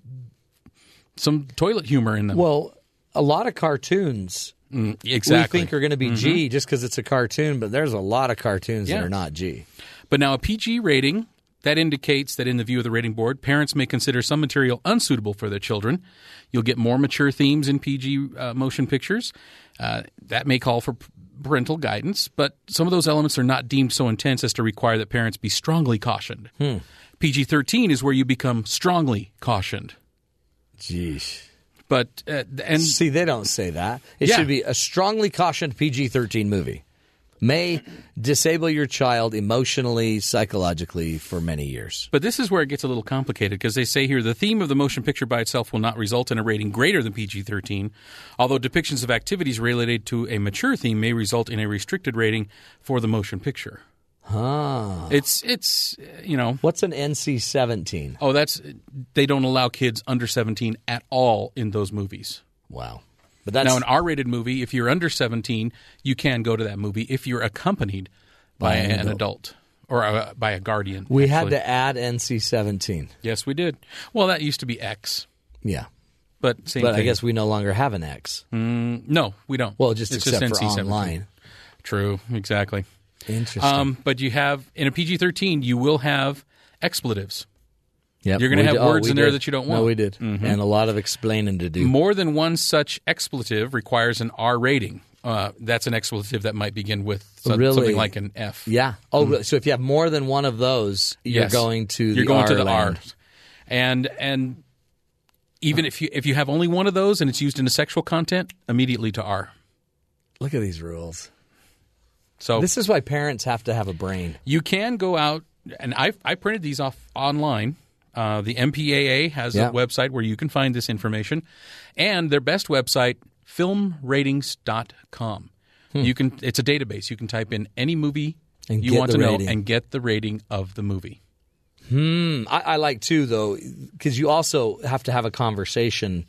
Speaker 5: some toilet humor in them.
Speaker 1: Well, a lot of cartoons
Speaker 5: Mm, exactly. Mm-hmm.
Speaker 1: we think are going to be G just because it's a cartoon, but there's a lot of cartoons
Speaker 5: Yeah.
Speaker 1: that are not G.
Speaker 5: but now a PG rating that indicates that in the view of the rating board, parents may consider some material unsuitable for their children. You'll get more mature themes in PG uh, motion pictures. Uh, that may call for p- parental guidance, but some of those elements are not deemed so intense as to require that parents be strongly cautioned.
Speaker 1: hmm.
Speaker 5: PG thirteen is where you become strongly cautioned.
Speaker 1: Jeez.
Speaker 5: But uh, and
Speaker 1: See, they don't say that. It
Speaker 5: Yeah.
Speaker 1: should be a strongly cautioned PG 13 movie. may disable your child emotionally, psychologically for many years.
Speaker 5: But this is where it gets a little complicated because they say here the theme of the motion picture by itself will not result in a rating greater than PG 13, although depictions of activities related to a mature theme may result in a restricted rating for the motion picture.
Speaker 1: Huh.
Speaker 5: It's, it's uh, you know.
Speaker 1: What's an NC 17?
Speaker 5: Oh, that's. They don't allow kids under 17 at all in those movies.
Speaker 1: Wow. But that's,
Speaker 5: now, an R-rated movie, if you're under 17, you can go to that movie if you're accompanied by,
Speaker 1: By an
Speaker 5: an adult, or uh by a guardian.
Speaker 1: we had
Speaker 5: actually.
Speaker 1: to add NC 17.
Speaker 5: Yes, we did. Well, that used to be X,
Speaker 1: Yeah.
Speaker 5: but same
Speaker 1: but I
Speaker 5: thing.
Speaker 1: guess we no longer have an X.
Speaker 5: Mm, no, we don't.
Speaker 1: Well, just
Speaker 5: It's
Speaker 1: except for
Speaker 5: NC-17.
Speaker 1: online.
Speaker 5: True, exactly.
Speaker 1: Interesting.
Speaker 5: Um, but you have in a PG-13, you will have expletives.
Speaker 1: Yep,
Speaker 5: you're gonna
Speaker 1: we
Speaker 5: have
Speaker 1: did- oh,
Speaker 5: words
Speaker 1: we
Speaker 5: in there
Speaker 1: did.
Speaker 5: that you don't
Speaker 1: No,
Speaker 5: want.
Speaker 1: we did.
Speaker 5: Mhm.
Speaker 1: And a lot of explaining to do.
Speaker 5: More than one such expletive requires an R rating. Uh, that's an expletive that might begin with so-
Speaker 1: Really?
Speaker 5: something like an F.
Speaker 1: Yeah. Oh,
Speaker 5: Mm.
Speaker 1: really? so if you have more than one of those, you're
Speaker 5: Yes.
Speaker 1: going to
Speaker 5: you're
Speaker 1: the
Speaker 5: going
Speaker 1: R
Speaker 5: to the
Speaker 1: land.
Speaker 5: R, and and even if you if you have only one of those and it's used in a sexual content, immediately to R.
Speaker 1: Look at these rules.
Speaker 5: So
Speaker 1: This is why parents have to have a brain.
Speaker 5: You can go out, and I I printed these off online. Uh, the MPAA has
Speaker 1: Yeah.
Speaker 5: a website where you can find this information, and their best website, filmratings.com. You can it's a database. You can type in any movie
Speaker 1: Hmm. And
Speaker 5: you
Speaker 1: get
Speaker 5: want
Speaker 1: the
Speaker 5: to know
Speaker 1: rating.
Speaker 5: and get the rating of the movie.
Speaker 1: Hmm. I, I like too though, because you also have to have a conversation.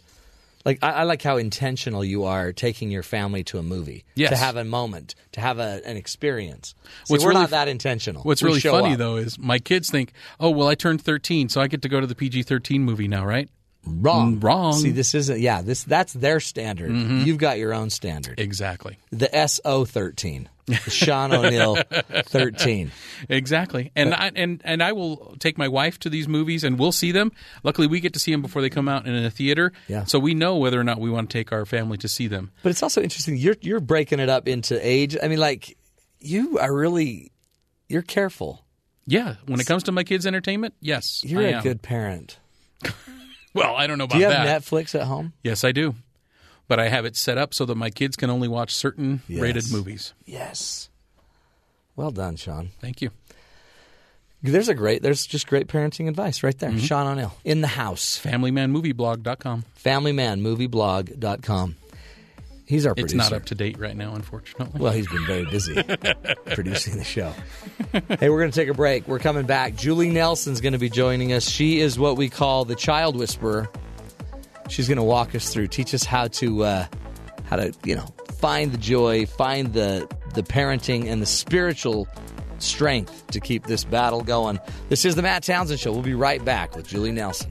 Speaker 1: Like I, I like how intentional you are taking your family to a movie
Speaker 5: Yes.
Speaker 1: to have a moment, to have a, an experience. See,
Speaker 5: What's
Speaker 1: we're
Speaker 5: really
Speaker 1: not
Speaker 5: f-
Speaker 1: that intentional.
Speaker 5: What's
Speaker 1: We
Speaker 5: really
Speaker 1: show
Speaker 5: funny
Speaker 1: up.
Speaker 5: though is my kids think, "Oh, well, I turned 13, so I get to go to the PG-13 movie now, right?"
Speaker 1: Wrong.
Speaker 5: Mm, wrong.
Speaker 1: See, this isn't. Yeah, this that's their standard.
Speaker 5: Mhm.
Speaker 1: You've got your own standard.
Speaker 5: Exactly.
Speaker 1: The SO thirteen, Sean O'Neill thirteen.
Speaker 5: Exactly, and I and and I will take my wife to these movies, and we'll see them. Luckily, we get to see them before they come out in a theater,
Speaker 1: Yeah.
Speaker 5: so we know whether or not we want to take our family to see them.
Speaker 1: But it's also interesting. You're you're breaking it up into age. I mean, like you are really you're careful.
Speaker 5: Yeah, when it comes to my kids' entertainment, yes,
Speaker 1: You're
Speaker 5: I
Speaker 1: a
Speaker 5: am.
Speaker 1: good parent.
Speaker 5: Well, I don't know about
Speaker 1: Do you have
Speaker 5: that.
Speaker 1: Netflix at home?
Speaker 5: Yes, I do, but I have it set up so that my kids can only watch certain
Speaker 1: Yes.
Speaker 5: rated movies.
Speaker 1: Yes. Well done, Sean.
Speaker 5: Thank you.
Speaker 1: There's a great there's just great parenting advice right
Speaker 5: Mm-hmm.
Speaker 1: there. Sean O'Neill in the house.
Speaker 5: FamilyManMovieBlog.com.
Speaker 1: FamilyManMovieBlog.com. He's our
Speaker 5: It's
Speaker 1: producer.
Speaker 5: not up to date right now, unfortunately.
Speaker 1: Well, he's been very busy producing the show. hey, we're going to take a break. We're coming back. Julie Nelson's going to be joining us. She is what we call the child whisperer. She's going to walk us through, teach us how to uh, how to you know find the joy, find the the parenting and the spiritual strength to keep this battle going. This is the Matt Townsend Show. We'll be right back with Julie Nelson.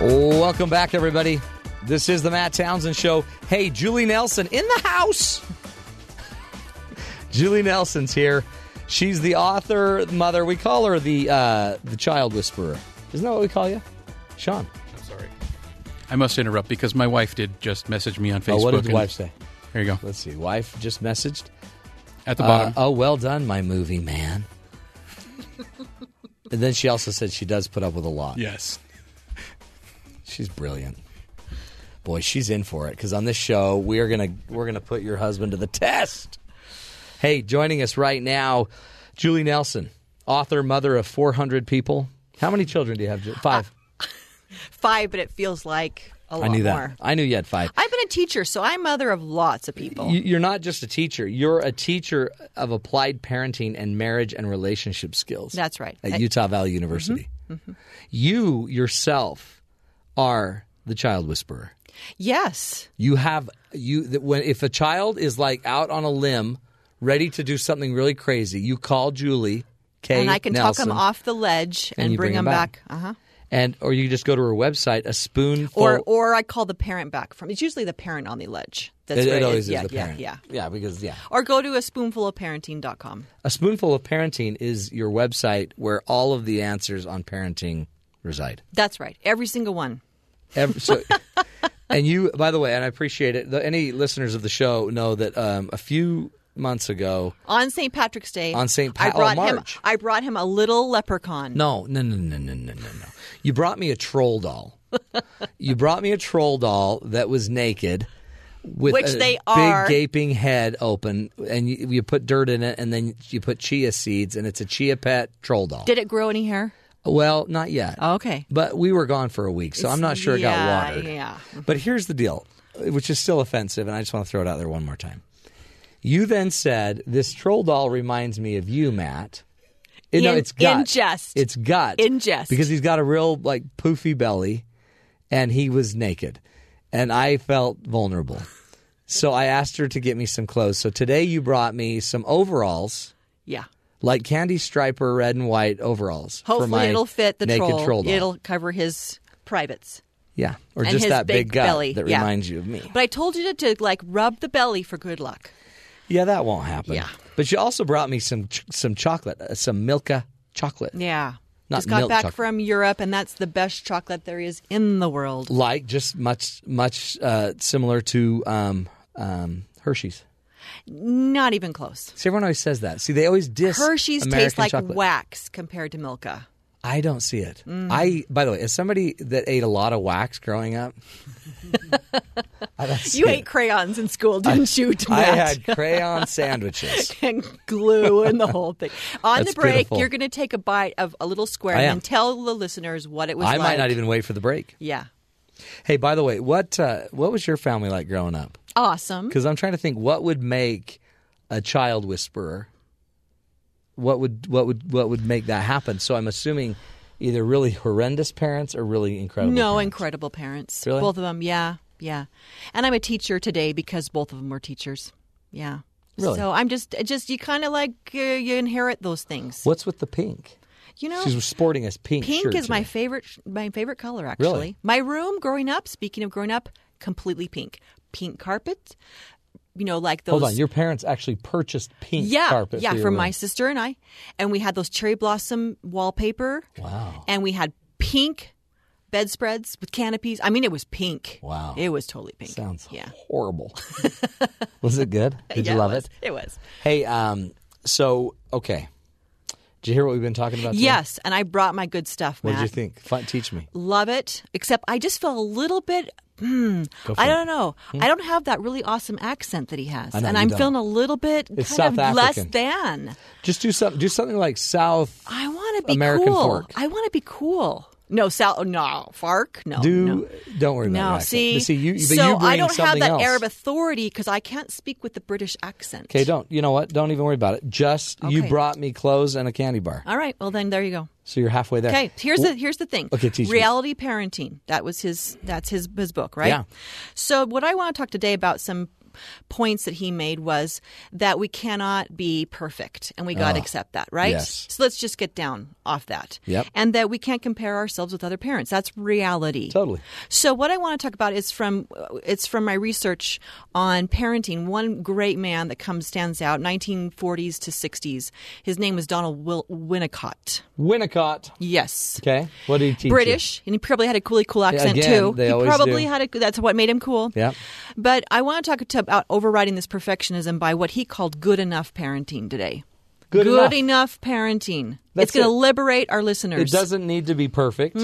Speaker 1: Welcome back, everybody. This is the Matt Townsend Show. Hey, Julie Nelson in the house. Julie Nelson's here. She's the author, mother. We call her the uh, the child whisperer. Isn't that what we call you, Sean?
Speaker 5: I must interrupt because my wife did just message me on Facebook.
Speaker 1: Oh, what did the
Speaker 5: and-
Speaker 1: wife say?
Speaker 5: Here you go.
Speaker 1: Let's see. Wife just messaged
Speaker 5: At the bottom.
Speaker 1: oh, well done, my movie man. and then she also said she does put up with a lot.
Speaker 5: Yes.
Speaker 1: She's brilliant. Boy, she's in for it because on this show we are gonna we're gonna put your husband to the test. Hey, joining us right now, Julie Nelson, author, mother of four hundred people. How many children do you have? Ju- Five.
Speaker 14: Five, but it feels like Uh, a lot
Speaker 1: I knew that.
Speaker 14: more.
Speaker 1: I knew you had five.
Speaker 14: I've been a teacher, so I'm mother of lots of people.
Speaker 1: You- You're not just a teacher. You're a teacher of applied parenting and marriage and relationship skills.
Speaker 14: That's right.
Speaker 1: At
Speaker 14: I-
Speaker 1: Utah Valley University.
Speaker 14: Mhm.
Speaker 1: You yourself are the child whisperer.
Speaker 14: Yes.
Speaker 1: You have you that when if a child is like out on a limb, ready to do something really crazy, you call Julie. Kay
Speaker 14: and I can talk
Speaker 1: Nelson,
Speaker 14: them off the ledge
Speaker 1: and
Speaker 14: and,
Speaker 1: you
Speaker 14: bring,
Speaker 1: bring
Speaker 14: them
Speaker 1: 'em
Speaker 14: back.
Speaker 1: back.
Speaker 14: Uh-huh.
Speaker 1: and or you just go to her website, a spoonful.
Speaker 14: Or, or I call the parent back from. It's usually the parent on the ledge. That's
Speaker 1: it, it
Speaker 14: where
Speaker 1: always is
Speaker 14: Yeah,
Speaker 1: the parent.
Speaker 14: yeah, yeah.
Speaker 1: yeah, because yeah,
Speaker 14: Or go to a spoonfulofparenting.com.
Speaker 1: a spoonful of parenting is your website where all of the answers on parenting reside.
Speaker 14: That's right. Every single one.
Speaker 1: Every, so, and you, by the way, and I appreciate it. The, any listeners of the show know that um, a few months ago.
Speaker 14: On St. Patrick's Day.
Speaker 1: On St.
Speaker 14: I
Speaker 1: Pat- oh,
Speaker 14: brought him.
Speaker 1: March.
Speaker 14: I brought him a little leprechaun.
Speaker 1: No, no, no, no, no, no, no, no. You brought me a troll doll. you brought me a troll doll that was naked. With
Speaker 14: Which
Speaker 1: a
Speaker 14: they are.
Speaker 1: big gaping head open, and you, you put dirt in it, and then you put chia seeds, and it's a chia pet troll doll.
Speaker 14: Did it grow any hair?
Speaker 1: Well, not yet.
Speaker 14: Oh, okay.
Speaker 1: But we were gone for a week, so I'm not sure it
Speaker 14: yeah,
Speaker 1: got watered.
Speaker 14: yeah.
Speaker 1: But here's the deal, which is still offensive, and I just want to throw it out there one more time. You then said, This troll doll reminds me of you, Matt. You know,
Speaker 14: In-
Speaker 1: it's gut.
Speaker 14: in jest.
Speaker 1: It's gut.
Speaker 14: In jest.
Speaker 1: Because he's got a real, like, poofy belly, and he was naked. And I felt vulnerable. so I asked her to get me some clothes. So today you brought me some overalls
Speaker 14: Yeah.
Speaker 1: like candy striper red and white overalls. for
Speaker 14: Hopefully,
Speaker 1: my
Speaker 14: it'll fit the
Speaker 1: naked
Speaker 14: troll.
Speaker 1: doll.
Speaker 14: It'll cover his privates.
Speaker 1: yeah, or
Speaker 14: and
Speaker 1: just
Speaker 14: his
Speaker 1: that big
Speaker 14: big
Speaker 1: gut
Speaker 14: belly,
Speaker 1: that
Speaker 14: yeah.
Speaker 1: reminds you of me.
Speaker 14: But I told you to, to like rub the belly for good luck.
Speaker 1: Yeah, that won't happen. Yeah, but she also brought me some ch- some chocolate, uh, some Milka chocolate.
Speaker 14: Yeah.
Speaker 1: Not
Speaker 14: Just got
Speaker 1: milk
Speaker 14: back
Speaker 1: chocolate.
Speaker 14: from Europe, and that's the best chocolate there is in the world.
Speaker 1: like just much much uh, similar to um, um, Hershey's.
Speaker 14: Not even close.
Speaker 1: See, everyone always says that. See, they always diss
Speaker 14: Hershey's
Speaker 1: American
Speaker 14: taste like
Speaker 1: chocolate.
Speaker 14: wax compared to Milka.
Speaker 1: I don't see it.
Speaker 14: Mm.
Speaker 1: I, by the way, as somebody that ate a lot of wax growing up, I don't see
Speaker 14: You
Speaker 1: it.
Speaker 14: ate crayons in school, didn't you?
Speaker 1: I
Speaker 14: Matt?
Speaker 1: had crayon sandwiches.
Speaker 14: and glue and the whole thing. On
Speaker 1: That's
Speaker 14: the break,
Speaker 1: beautiful.
Speaker 14: you're going to take a bite of a little square
Speaker 1: I
Speaker 14: and
Speaker 1: am.
Speaker 14: then tell the listeners what it was
Speaker 1: I
Speaker 14: like.
Speaker 1: might not even wait for the break.
Speaker 14: Yeah.
Speaker 1: Hey, by the way, what uh, what was your family like growing up?
Speaker 14: Awesome.
Speaker 1: Because I'm trying to think what would make a child whisperer. What would what would what would make that happen? So I'm assuming either really horrendous parents or really incredible.
Speaker 14: no,
Speaker 1: parents.
Speaker 14: incredible parents.
Speaker 1: Really?
Speaker 14: Both of them, yeah. Yeah. And I'm a teacher today because both of them were teachers. Yeah.
Speaker 1: Really?
Speaker 14: So I'm just, it just you kind of like, uh, you inherit those things.
Speaker 1: What's with the pink?
Speaker 14: You know,
Speaker 1: She's sporting a pink.
Speaker 14: Pink
Speaker 1: shirt
Speaker 14: is my
Speaker 1: today.
Speaker 14: favorite my favorite color actually.
Speaker 1: Really?
Speaker 14: My room growing up, speaking of growing up, completely pink. Pink carpet. You know, like those
Speaker 1: Hold on, your parents actually purchased pink
Speaker 14: yeah,
Speaker 1: carpet.
Speaker 14: Yeah,
Speaker 1: for, your
Speaker 14: for
Speaker 1: room.
Speaker 14: my sister and I. And we had those cherry blossom wallpaper.
Speaker 1: Wow.
Speaker 14: And we had pink bedspreads with canopies. I mean, it was pink.
Speaker 1: Wow.
Speaker 14: It was totally pink.
Speaker 1: Sounds
Speaker 14: yeah.
Speaker 1: horrible. was it good? Did
Speaker 14: Yeah,
Speaker 1: you
Speaker 14: it
Speaker 1: love
Speaker 14: was.
Speaker 1: it?
Speaker 14: It was.
Speaker 1: Hey, um, so okay, did you hear what we've been talking about? today?
Speaker 14: yes, and I brought my good stuff,
Speaker 1: What did
Speaker 14: Matt.
Speaker 1: you think? Fun, teach me.
Speaker 14: Love it, except I just felt a little bit. Hmm,
Speaker 1: Go for
Speaker 14: I
Speaker 1: it.
Speaker 14: don't know.
Speaker 1: Hmm.
Speaker 14: I don't have that really awesome accent that he has,
Speaker 1: I know,
Speaker 14: and
Speaker 1: you
Speaker 14: I'm
Speaker 1: don't.
Speaker 14: feeling a little bit
Speaker 1: It's
Speaker 14: kind
Speaker 1: South
Speaker 14: of less
Speaker 1: African.
Speaker 14: than.
Speaker 1: Just do something. Do something like South.
Speaker 14: I want to be
Speaker 1: American
Speaker 14: cool.
Speaker 1: fork.
Speaker 14: I want to be cool. No, Sal, no, Fark, no.
Speaker 1: do. Don't worry about
Speaker 14: no,
Speaker 1: it. accent.
Speaker 14: see,
Speaker 1: But see you. But
Speaker 14: so
Speaker 1: you bring
Speaker 14: I don't have
Speaker 1: something
Speaker 14: that
Speaker 1: else.
Speaker 14: air of authority because I can't speak with the British accent.
Speaker 1: Okay, don't. You know what? Don't even worry about it. Just you
Speaker 14: Okay.
Speaker 1: brought me clothes and a candy bar,
Speaker 14: All right, well then there you go.
Speaker 1: so you're halfway there.
Speaker 14: Okay, here's
Speaker 1: Wh-
Speaker 14: the here's the thing.
Speaker 1: Okay, teach me.
Speaker 14: Reality parenting. That was his. That's his his book, right?
Speaker 1: Yeah.
Speaker 14: So what I want to talk today about some points that he made was that we cannot be perfect and we got to
Speaker 15: Ah,
Speaker 14: accept that right
Speaker 15: yes.
Speaker 14: so let's just get down off that
Speaker 15: Yep.
Speaker 14: and that we can't compare ourselves with other parents that's reality
Speaker 1: totally
Speaker 14: so what i want to talk about is from it's from my research on parenting one great man that comes stands out 1940s to 60s his name was donald Will- winnicott
Speaker 1: Winnicott.
Speaker 14: Yes.
Speaker 1: Okay. What did he teach?
Speaker 14: British, and he probably had a really cool accent
Speaker 1: again,
Speaker 14: too.
Speaker 1: they
Speaker 14: he
Speaker 1: always
Speaker 14: probably
Speaker 1: do.
Speaker 14: had a that's what made him cool.
Speaker 1: You? Yep.
Speaker 14: But I want to talk to, about overriding this perfectionism by what he called good enough parenting today.
Speaker 1: Good enough.
Speaker 14: parenting.
Speaker 1: That's
Speaker 14: it's going
Speaker 1: it.
Speaker 14: to liberate our listeners.
Speaker 1: It doesn't need to be perfect.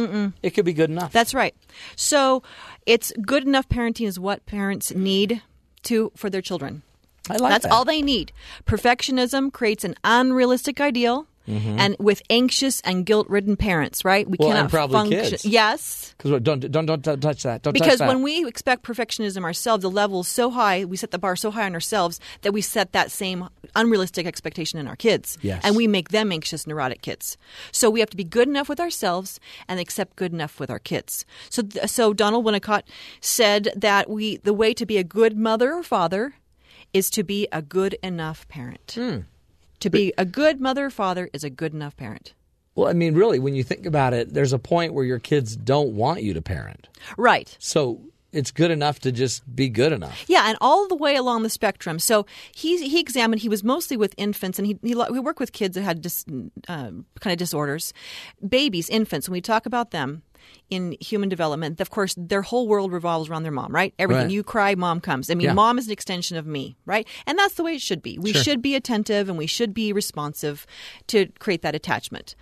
Speaker 1: It could be good enough.
Speaker 14: That's right. So, it's good enough parenting is what parents need to for their children.
Speaker 1: I like
Speaker 14: That's
Speaker 1: that.
Speaker 14: all they need. Perfectionism creates an unrealistic ideal.
Speaker 1: Mhm.
Speaker 14: And with anxious and guilt-ridden parents, right? We
Speaker 1: Well,
Speaker 14: cannot
Speaker 1: and probably
Speaker 14: function.
Speaker 1: kids.
Speaker 14: Yes,
Speaker 1: Because don't don't don't don't touch that. Don't touch
Speaker 14: because
Speaker 1: that.
Speaker 14: when we expect perfectionism ourselves, the level's so high, we set the bar so high on ourselves that we set that same unrealistic expectation in our kids.
Speaker 15: Yes.
Speaker 14: And we make them anxious, neurotic kids. So we have to be good enough with ourselves and accept good enough with our kids. So, th- so Donald Winnicott said that we the way to be a good mother or father is to be a good enough parent.
Speaker 1: Hmm.
Speaker 14: To be a good mother or father is a good enough parent.
Speaker 1: Well, I mean, really, when you think about it, there's a point where your kids don't want you to parent.
Speaker 14: Right.
Speaker 1: So it's good enough to just be good enough.
Speaker 14: Yeah, and all the way along the spectrum. So he he examined. He was mostly with infants, and he he, lo- he worked with kids that had dis, um kind of disorders, babies, infants. When we talk about them, in human development, of course, their whole world revolves around their mom, right? Everything
Speaker 15: Right.
Speaker 14: you cry, mom comes. I mean,
Speaker 15: Yeah.
Speaker 14: mom is an extension of me, right? And that's the way it should be. We
Speaker 15: Sure.
Speaker 14: should be attentive and we should be responsive to create that attachment.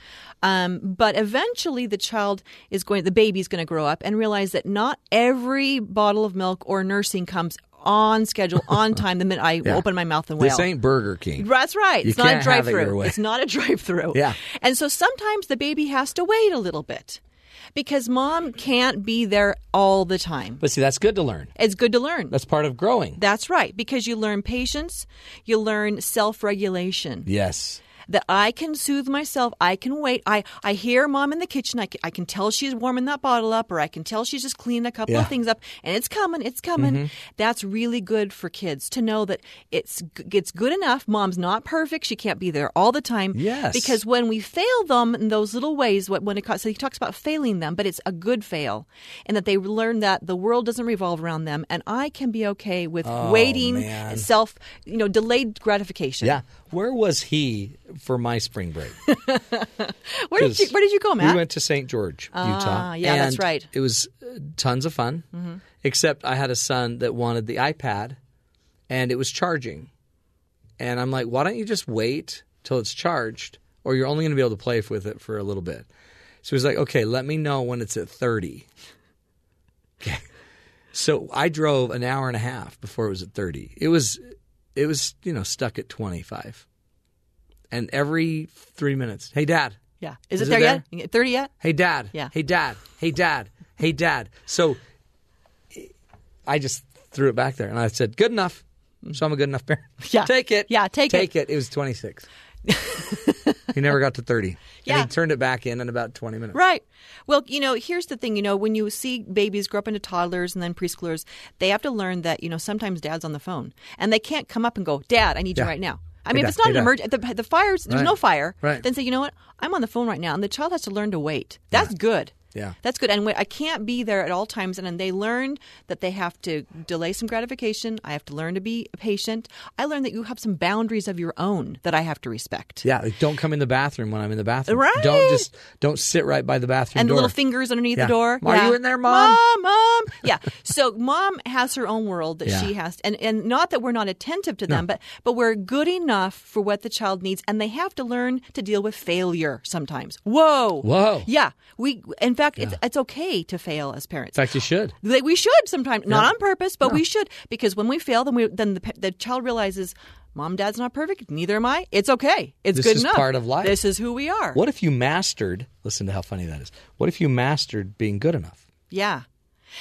Speaker 14: Um, but eventually, the child is going, the baby's going to grow up and realize that not every bottle of milk or nursing comes on schedule, on time, the minute I
Speaker 1: Yeah.
Speaker 14: open my mouth and wail.
Speaker 1: This ain't Burger King.
Speaker 14: That's right.
Speaker 1: You
Speaker 14: it's not a
Speaker 1: can't have it
Speaker 14: drive-through.
Speaker 1: your way.
Speaker 14: It's not a drive-through.
Speaker 1: Yeah.
Speaker 14: And so sometimes the baby has to wait a little bit because mom can't be there all the time.
Speaker 1: But see, that's good to learn.
Speaker 14: It's good to learn.
Speaker 1: That's part of growing.
Speaker 14: That's right because you learn patience, you learn self-regulation.
Speaker 1: Yes.
Speaker 14: That I can soothe myself. I can wait. I, I hear mom in the kitchen. I can, I can tell she's warming that bottle up, or I can tell she's just cleaning a couple
Speaker 15: Yeah.
Speaker 14: of things up, and it's coming. It's coming.
Speaker 1: Mm-hmm.
Speaker 15: Mhm.
Speaker 14: That's really good for kids to know that it's g- it's good enough. Mom's not perfect. She can't be there all the time.
Speaker 15: Yes.
Speaker 14: Because when we fail them in those little ways, what when it co- so he talks about failing them, but it's a good fail, and that they learn that the world doesn't revolve around them, and I can be okay with
Speaker 1: Oh,
Speaker 14: waiting,
Speaker 1: man.
Speaker 14: self, you know, delayed gratification.
Speaker 1: Yeah. Where was he for my spring break?
Speaker 14: Where did
Speaker 1: 'Cause
Speaker 14: you Where did you go, Matt?
Speaker 1: We went to St. George, Utah.
Speaker 14: Ah, yeah, that's
Speaker 1: and
Speaker 14: right.
Speaker 1: It was uh, tons of fun,
Speaker 14: Mhm.
Speaker 1: except I had a son that wanted the iPad and it was charging. And I'm like, why don't you just wait till it's charged or you're only going to be able to play with it for a little bit? So he's like, okay, let me know when it's at 30. Okay. So I drove an hour and a half before it was at 30. It was, it was, you know, stuck at 25. And every three minutes, hey, dad.
Speaker 14: yeah. Is, it there yet? You get Thirty yet?
Speaker 1: Hey, dad.
Speaker 14: Yeah.
Speaker 1: Hey, dad. Hey, dad. Hey, dad. So I just threw it back there and I said, good enough. So I'm a good enough parent.
Speaker 14: Yeah.
Speaker 1: Take it.
Speaker 14: Yeah, take,
Speaker 1: Take it. It was 26. he never got to 30.
Speaker 14: Yeah.
Speaker 1: And he turned it back in in about 20 minutes.
Speaker 14: Right. Well, you know, here's the thing. You know, when you see babies grow up into toddlers and then preschoolers, they have to learn that you know sometimes dad's on the phone and they can't come up and go, "Dad, I need
Speaker 15: Yeah.
Speaker 14: you right now." I
Speaker 15: Hey,
Speaker 14: mean,
Speaker 15: Dad.
Speaker 14: if it's not
Speaker 15: Hey,
Speaker 14: an
Speaker 15: Dad.
Speaker 14: emergency, the, the fire's there's
Speaker 15: Right.
Speaker 14: no fire.
Speaker 15: Right.
Speaker 14: Then say, you know what? I'm on the phone right now, and the child has to learn to wait. That's good.
Speaker 1: Yeah.
Speaker 14: That's good. And wh- I can't be there at all times. And then they learned that they have to delay some gratification. I have to learn to be patient. I learned that you have some boundaries of your own that I have to respect.
Speaker 1: Yeah. Like, don't come in the bathroom when I'm in the bathroom.
Speaker 14: Right.
Speaker 1: Don't just, don't sit right by the bathroom
Speaker 14: and the
Speaker 1: door.
Speaker 14: little fingers underneath
Speaker 1: Yeah.
Speaker 14: the door.
Speaker 1: Are
Speaker 14: Yeah.
Speaker 1: you in there, Mom?
Speaker 14: Mom, Mom. Yeah. so mom has her own world that
Speaker 1: Yeah.
Speaker 14: she has, and and not that we're not attentive to them,
Speaker 1: No.
Speaker 14: but but we're good enough for what the child needs, and they have to learn to deal with failure sometimes. Whoa.
Speaker 1: Whoa.
Speaker 14: Yeah. We. In fact, it's it's okay to fail as parents.
Speaker 1: In fact, you should.
Speaker 14: That we should sometimes, not
Speaker 1: Yeah.
Speaker 14: on purpose, but
Speaker 1: No.
Speaker 14: we should because when we fail, then we then the, pa- the child realizes, mom, dad's not perfect, neither am I. It's okay. It's
Speaker 1: This
Speaker 14: good
Speaker 1: is
Speaker 14: enough.
Speaker 1: part of life.
Speaker 14: This is who we are.
Speaker 1: What if you mastered, listen to how funny that is. What if you mastered being good enough?
Speaker 14: Yeah.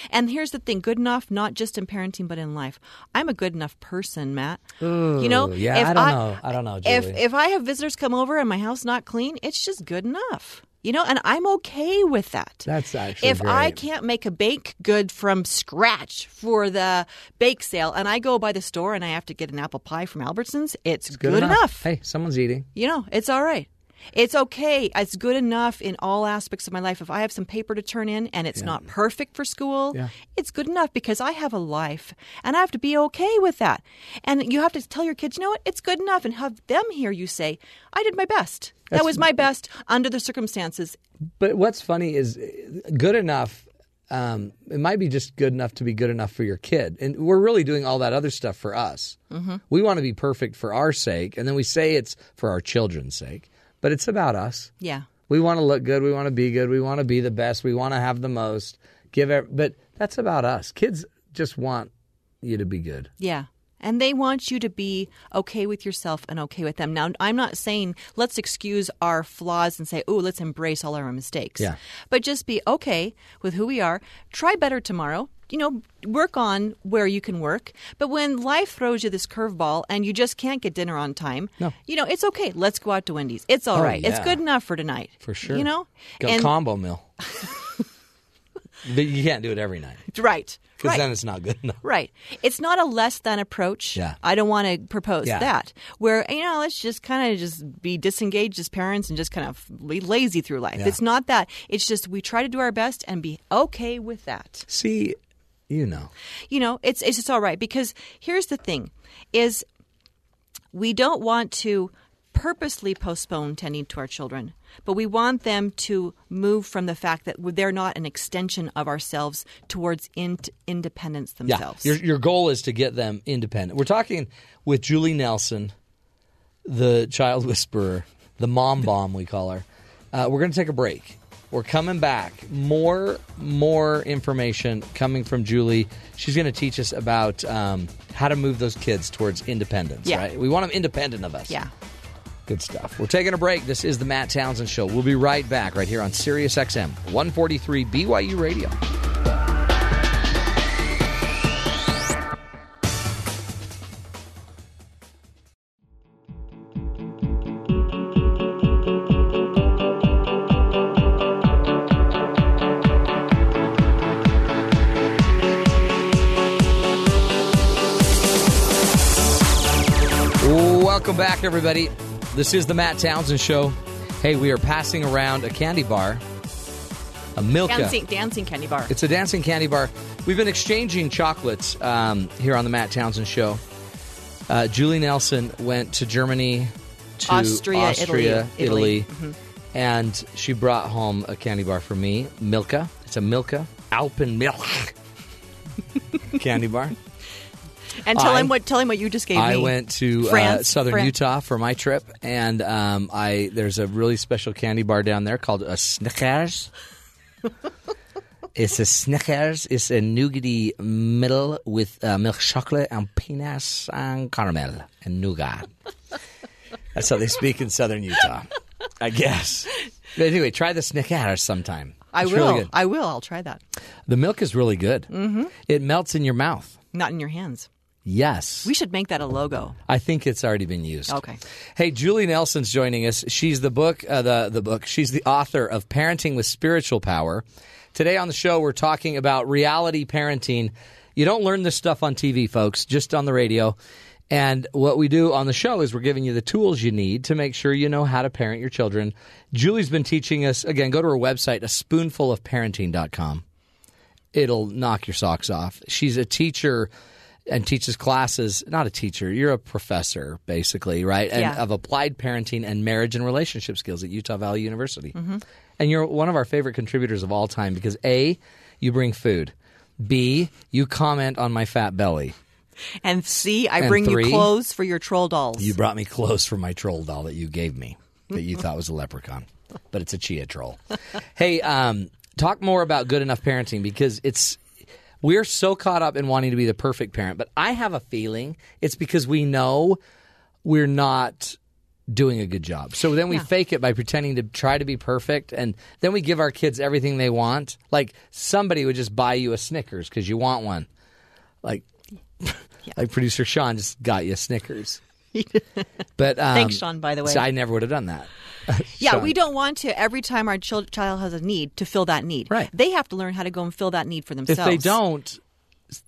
Speaker 14: And here's the thing good enough, not just in parenting, but in life. I'm a good enough person, Matt. you know,
Speaker 1: Ooh, yeah,
Speaker 14: if
Speaker 1: I don't know. I don't know,
Speaker 14: If,
Speaker 1: Oh, Julie.
Speaker 14: if I have visitors come over and my house not clean, it's just good enough. You know, and I'm okay with that.
Speaker 1: That's actually
Speaker 14: If I
Speaker 1: great.
Speaker 14: can't make a bake good from scratch for the bake sale and I go by the store and I have to get an apple pie from Albertsons, it's, good, enough.
Speaker 1: Hey, someone's eating.
Speaker 14: You know, it's all right. It's okay. It's good enough in all aspects of my life. If I have some paper to turn in and it's not perfect for school,
Speaker 15: Yeah.
Speaker 14: it's good enough because I have a life and I have to be okay with that. And you have to tell your kids, you know what, it's good enough and have them hear you say, I did my best. that
Speaker 1: That's-
Speaker 14: was my best under the circumstances.
Speaker 1: But what's funny is uh, good enough. Um, it might be just good enough to be good enough for your kid, and we're really doing all that other stuff for us.
Speaker 15: Mhm.
Speaker 1: We want to be perfect for our sake, and then we say it's for our children's sake, but it's about us.
Speaker 14: Yeah.
Speaker 1: We want to look good. We want to be good. We want to be the best. We want to have the most. Give, ev- but that's about us. Kids just want you to be good.
Speaker 14: Yeah. And they want you to be okay with yourself and okay with them. Now, I'm not saying let's excuse our flaws and say, oh, let's embrace all our mistakes.
Speaker 15: Yeah.
Speaker 14: But just be okay with who we are. Try better tomorrow. You know, work on where you can work. But when life throws you this curveball and you just can't get dinner on time,
Speaker 1: No.
Speaker 14: you know, it's okay. Let's go out to Wendy's. It's all
Speaker 1: Oh,
Speaker 14: right. It's
Speaker 1: yeah.
Speaker 14: good enough for tonight.
Speaker 1: For sure.
Speaker 14: You know?
Speaker 1: Go
Speaker 14: And-
Speaker 1: combo meal. but you can't do it every night
Speaker 14: Right.
Speaker 1: because
Speaker 14: Right.
Speaker 1: then it's not good enough.
Speaker 14: Right. It's not a less than approach.
Speaker 1: Yeah.
Speaker 14: I don't want to propose
Speaker 1: Yeah.
Speaker 14: that. Where, you know, let's just kind of just be disengaged as parents and just kind of be lazy through life.
Speaker 1: Yeah.
Speaker 14: It's not that. It's just we try to do our best and be okay with that.
Speaker 1: See, you know.
Speaker 14: You know, it's it's just all right because here's the thing is we don't want to purposely postpone tending to our children, but we want them to move from the fact that they're not an extension of ourselves towards in- independence themselves.
Speaker 1: Yeah. Your, your goal is to get them independent. We're talking with Julie Nelson, the child whisperer, the mom bomb, we call her. Uh, we're going to take a break. We're coming back. More, more information coming from Julie. She's going to teach us about um, how to move those kids towards independence,
Speaker 14: Yeah.
Speaker 1: right? We want them independent of us.
Speaker 14: Yeah.
Speaker 1: Good stuff. We're taking a break. This is the Matt Townsend Show. We'll be right back right here on Sirius XM 143 BYU Radio. Welcome back, everybody. This is the Matt Townsend Show. Hey, we are passing around a candy bar, a Milka.
Speaker 14: Dancing, dancing candy bar.
Speaker 1: It's a dancing candy bar. We've been exchanging chocolates um, here on the Matt Townsend Show. Uh, Julie Nelson went to Germany, to
Speaker 14: Austria,
Speaker 1: Austria,
Speaker 14: Italy, Italy.
Speaker 1: Italy,
Speaker 14: Mhm.
Speaker 1: and she brought home a candy bar for me, Milka. It's a Milka Alpenmilch candy bar.
Speaker 14: and tell
Speaker 1: I-
Speaker 14: him what tell him what you just gave
Speaker 1: I
Speaker 14: me.
Speaker 1: went to uh,
Speaker 14: France,
Speaker 1: southern
Speaker 14: Fran-
Speaker 1: Utah for my trip, and um, I there's a really special candy bar down there called a Snickers. it's a Snickers. It's a nougaty middle with uh, milk chocolate and peanuts and caramel and nougat. That's how they speak in southern Utah, I guess. But anyway, try the Snickers sometime.
Speaker 14: I
Speaker 1: It's
Speaker 14: will.
Speaker 1: really good.
Speaker 14: I will. I'll try that.
Speaker 1: The milk is really good.
Speaker 14: Mhm.
Speaker 1: It melts in your mouth.
Speaker 14: Not in your hands.
Speaker 1: Yes.
Speaker 14: We should make that a logo.
Speaker 1: I think it's already been used.
Speaker 14: Okay.
Speaker 1: Hey, Julie Nelson's joining us. She's the book, uh, the the book. She's the author of Parenting with Spiritual Power. Today on the show, we're talking about reality parenting. You don't learn this stuff on TV, folks, just on the radio. And what we do on the show is we're giving you the tools you need to make sure you know how to parent your children. Julie's been teaching us, again, go to her website, a spoonful of parenting.com it'll knock your socks off. She's a teacher and teaches classes. Not a teacher, you're a professor, basically, right? And
Speaker 15: Yeah.
Speaker 1: of applied parenting and marriage and relationship skills at Utah Valley University.
Speaker 15: Mhm.
Speaker 1: And you're one of our favorite contributors of all time because A, you bring food. B, you comment on my fat belly.
Speaker 14: And see, I
Speaker 1: And
Speaker 14: bring
Speaker 1: three.
Speaker 14: you clothes for your troll dolls.
Speaker 1: You brought me clothes for my troll doll that you gave me that you thought was a leprechaun, but it's a chia troll. hey, um, talk more about good enough parenting because it's we're so caught up in wanting to be the perfect parent, but I have a feeling it's because we know we're not doing a good job. So then we
Speaker 15: Yeah.
Speaker 1: fake it by pretending to try to be perfect and then we give our kids everything they want. Like somebody would just buy you a Snickers cuz you want one. Like like producer Sean just got you a Snickers. But um,
Speaker 14: Thanks, Sean, by the way.
Speaker 1: so I never would have done that.
Speaker 14: Yeah,
Speaker 1: Sean.
Speaker 14: we don't want to every time our chil- child has a need to fill that need. Right. They have to learn how to go and fill that need for
Speaker 1: If
Speaker 14: themselves.
Speaker 1: they don't,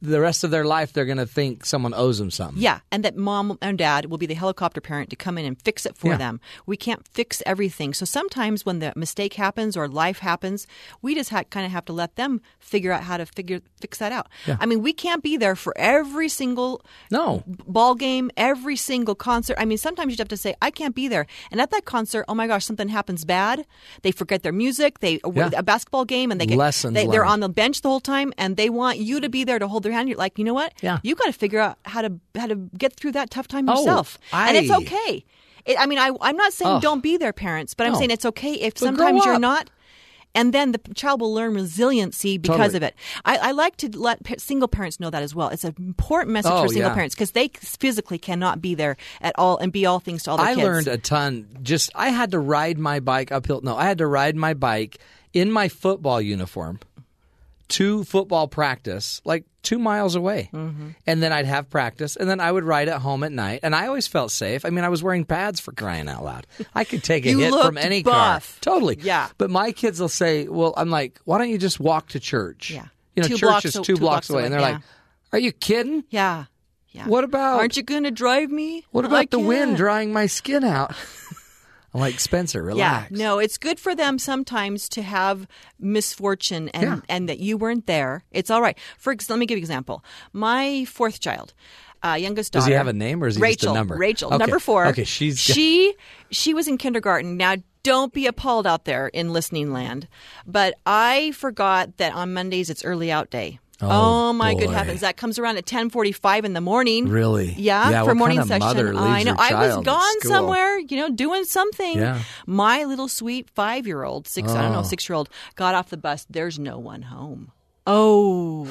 Speaker 1: the rest of their life they're going to think someone owes them something.
Speaker 14: Yeah, and that mom and dad will be the helicopter parent to come in and fix it for
Speaker 1: Yeah.
Speaker 14: them. We can't fix everything. So sometimes when the mistake happens or life happens, we just ha- kind of have to let them figure out how to figure fix that out.
Speaker 16: Yeah.
Speaker 14: I mean, we can't be there for every single
Speaker 1: no
Speaker 14: ball game, every single concert. I mean, sometimes you have to say, "I can't be there." And at that concert, oh my gosh, something happens bad. They forget their music. They
Speaker 1: Yeah.
Speaker 14: a basketball game and they get
Speaker 1: Lessons
Speaker 14: they, they're
Speaker 1: learned.
Speaker 14: on the bench the whole time and they want you to be there to hold their hand. You're like, you know what? Yeah. You got to figure out how to how to get through that tough time
Speaker 16: Oh,
Speaker 14: yourself, and it's
Speaker 16: I-
Speaker 14: okay. It, I mean, I I'm not saying
Speaker 16: Ugh.
Speaker 14: don't be their parents, but I'm
Speaker 16: No.
Speaker 14: saying it's okay if
Speaker 16: But grow
Speaker 14: sometimes you're
Speaker 16: up.
Speaker 14: not. And then the p- child will learn resiliency because
Speaker 16: Totally.
Speaker 14: of it. I, I like to let pa- single parents know that as well. It's an important message
Speaker 1: Oh,
Speaker 14: for single
Speaker 1: yeah.
Speaker 14: parents because they c- physically cannot be there at all and be all things to all their
Speaker 1: I
Speaker 14: kids.
Speaker 1: learned a ton. Just I had to ride my bike uphill. No, I had to ride my bike in my football uniform to football practice, like two miles away,
Speaker 14: Mm-hmm.
Speaker 1: and then I'd have practice, and then I would ride at home at night, and I always felt safe. I mean, I was wearing pads for crying out loud. I could take a
Speaker 14: You
Speaker 1: hit from
Speaker 14: looked
Speaker 1: any
Speaker 14: buff.
Speaker 1: car, totally. Yeah, but my kids will say, "Well, I'm like, why don't you just walk to church? Yeah, you know,
Speaker 14: Two
Speaker 1: church
Speaker 14: blocks
Speaker 1: is
Speaker 14: a-
Speaker 1: two, blocks, away, and they're
Speaker 14: yeah.
Speaker 1: like." Are you kidding?
Speaker 14: Yeah. Yeah.
Speaker 1: What about
Speaker 14: Aren't you going to drive me?
Speaker 1: What about
Speaker 14: I
Speaker 1: the wind
Speaker 14: can't.
Speaker 1: drying my skin out? I'm like Spencer, relax.
Speaker 14: Yeah, no, it's good for them sometimes to have misfortune and and that you weren't there. It's all right. For ex- let me give you an example. My fourth child, uh, youngest daughter.
Speaker 1: Does he have a name or is he just a
Speaker 14: Rachel,
Speaker 1: number?
Speaker 14: Rachel,
Speaker 1: Okay.
Speaker 14: number four.
Speaker 1: Okay, she's-
Speaker 14: she she was in kindergarten. Now, don't be appalled out there in listening land, but I forgot that on Mondays it's early out day.
Speaker 1: Oh,
Speaker 14: my good
Speaker 1: boy.
Speaker 14: heavens! That comes around at ten forty-five in the morning.
Speaker 1: Really?
Speaker 14: Yeah.
Speaker 1: Yeah,
Speaker 14: for
Speaker 1: what
Speaker 14: morning
Speaker 1: kind of
Speaker 14: session.
Speaker 1: mother leaves
Speaker 14: I know.
Speaker 1: her
Speaker 14: I was
Speaker 1: child at
Speaker 14: gone
Speaker 1: school?
Speaker 14: somewhere, you know, doing something.
Speaker 1: Yeah.
Speaker 14: My little sweet five-year-old, six, I don't know,
Speaker 1: Oh.
Speaker 14: six-year-old, got off the bus. There's no one home. Oh,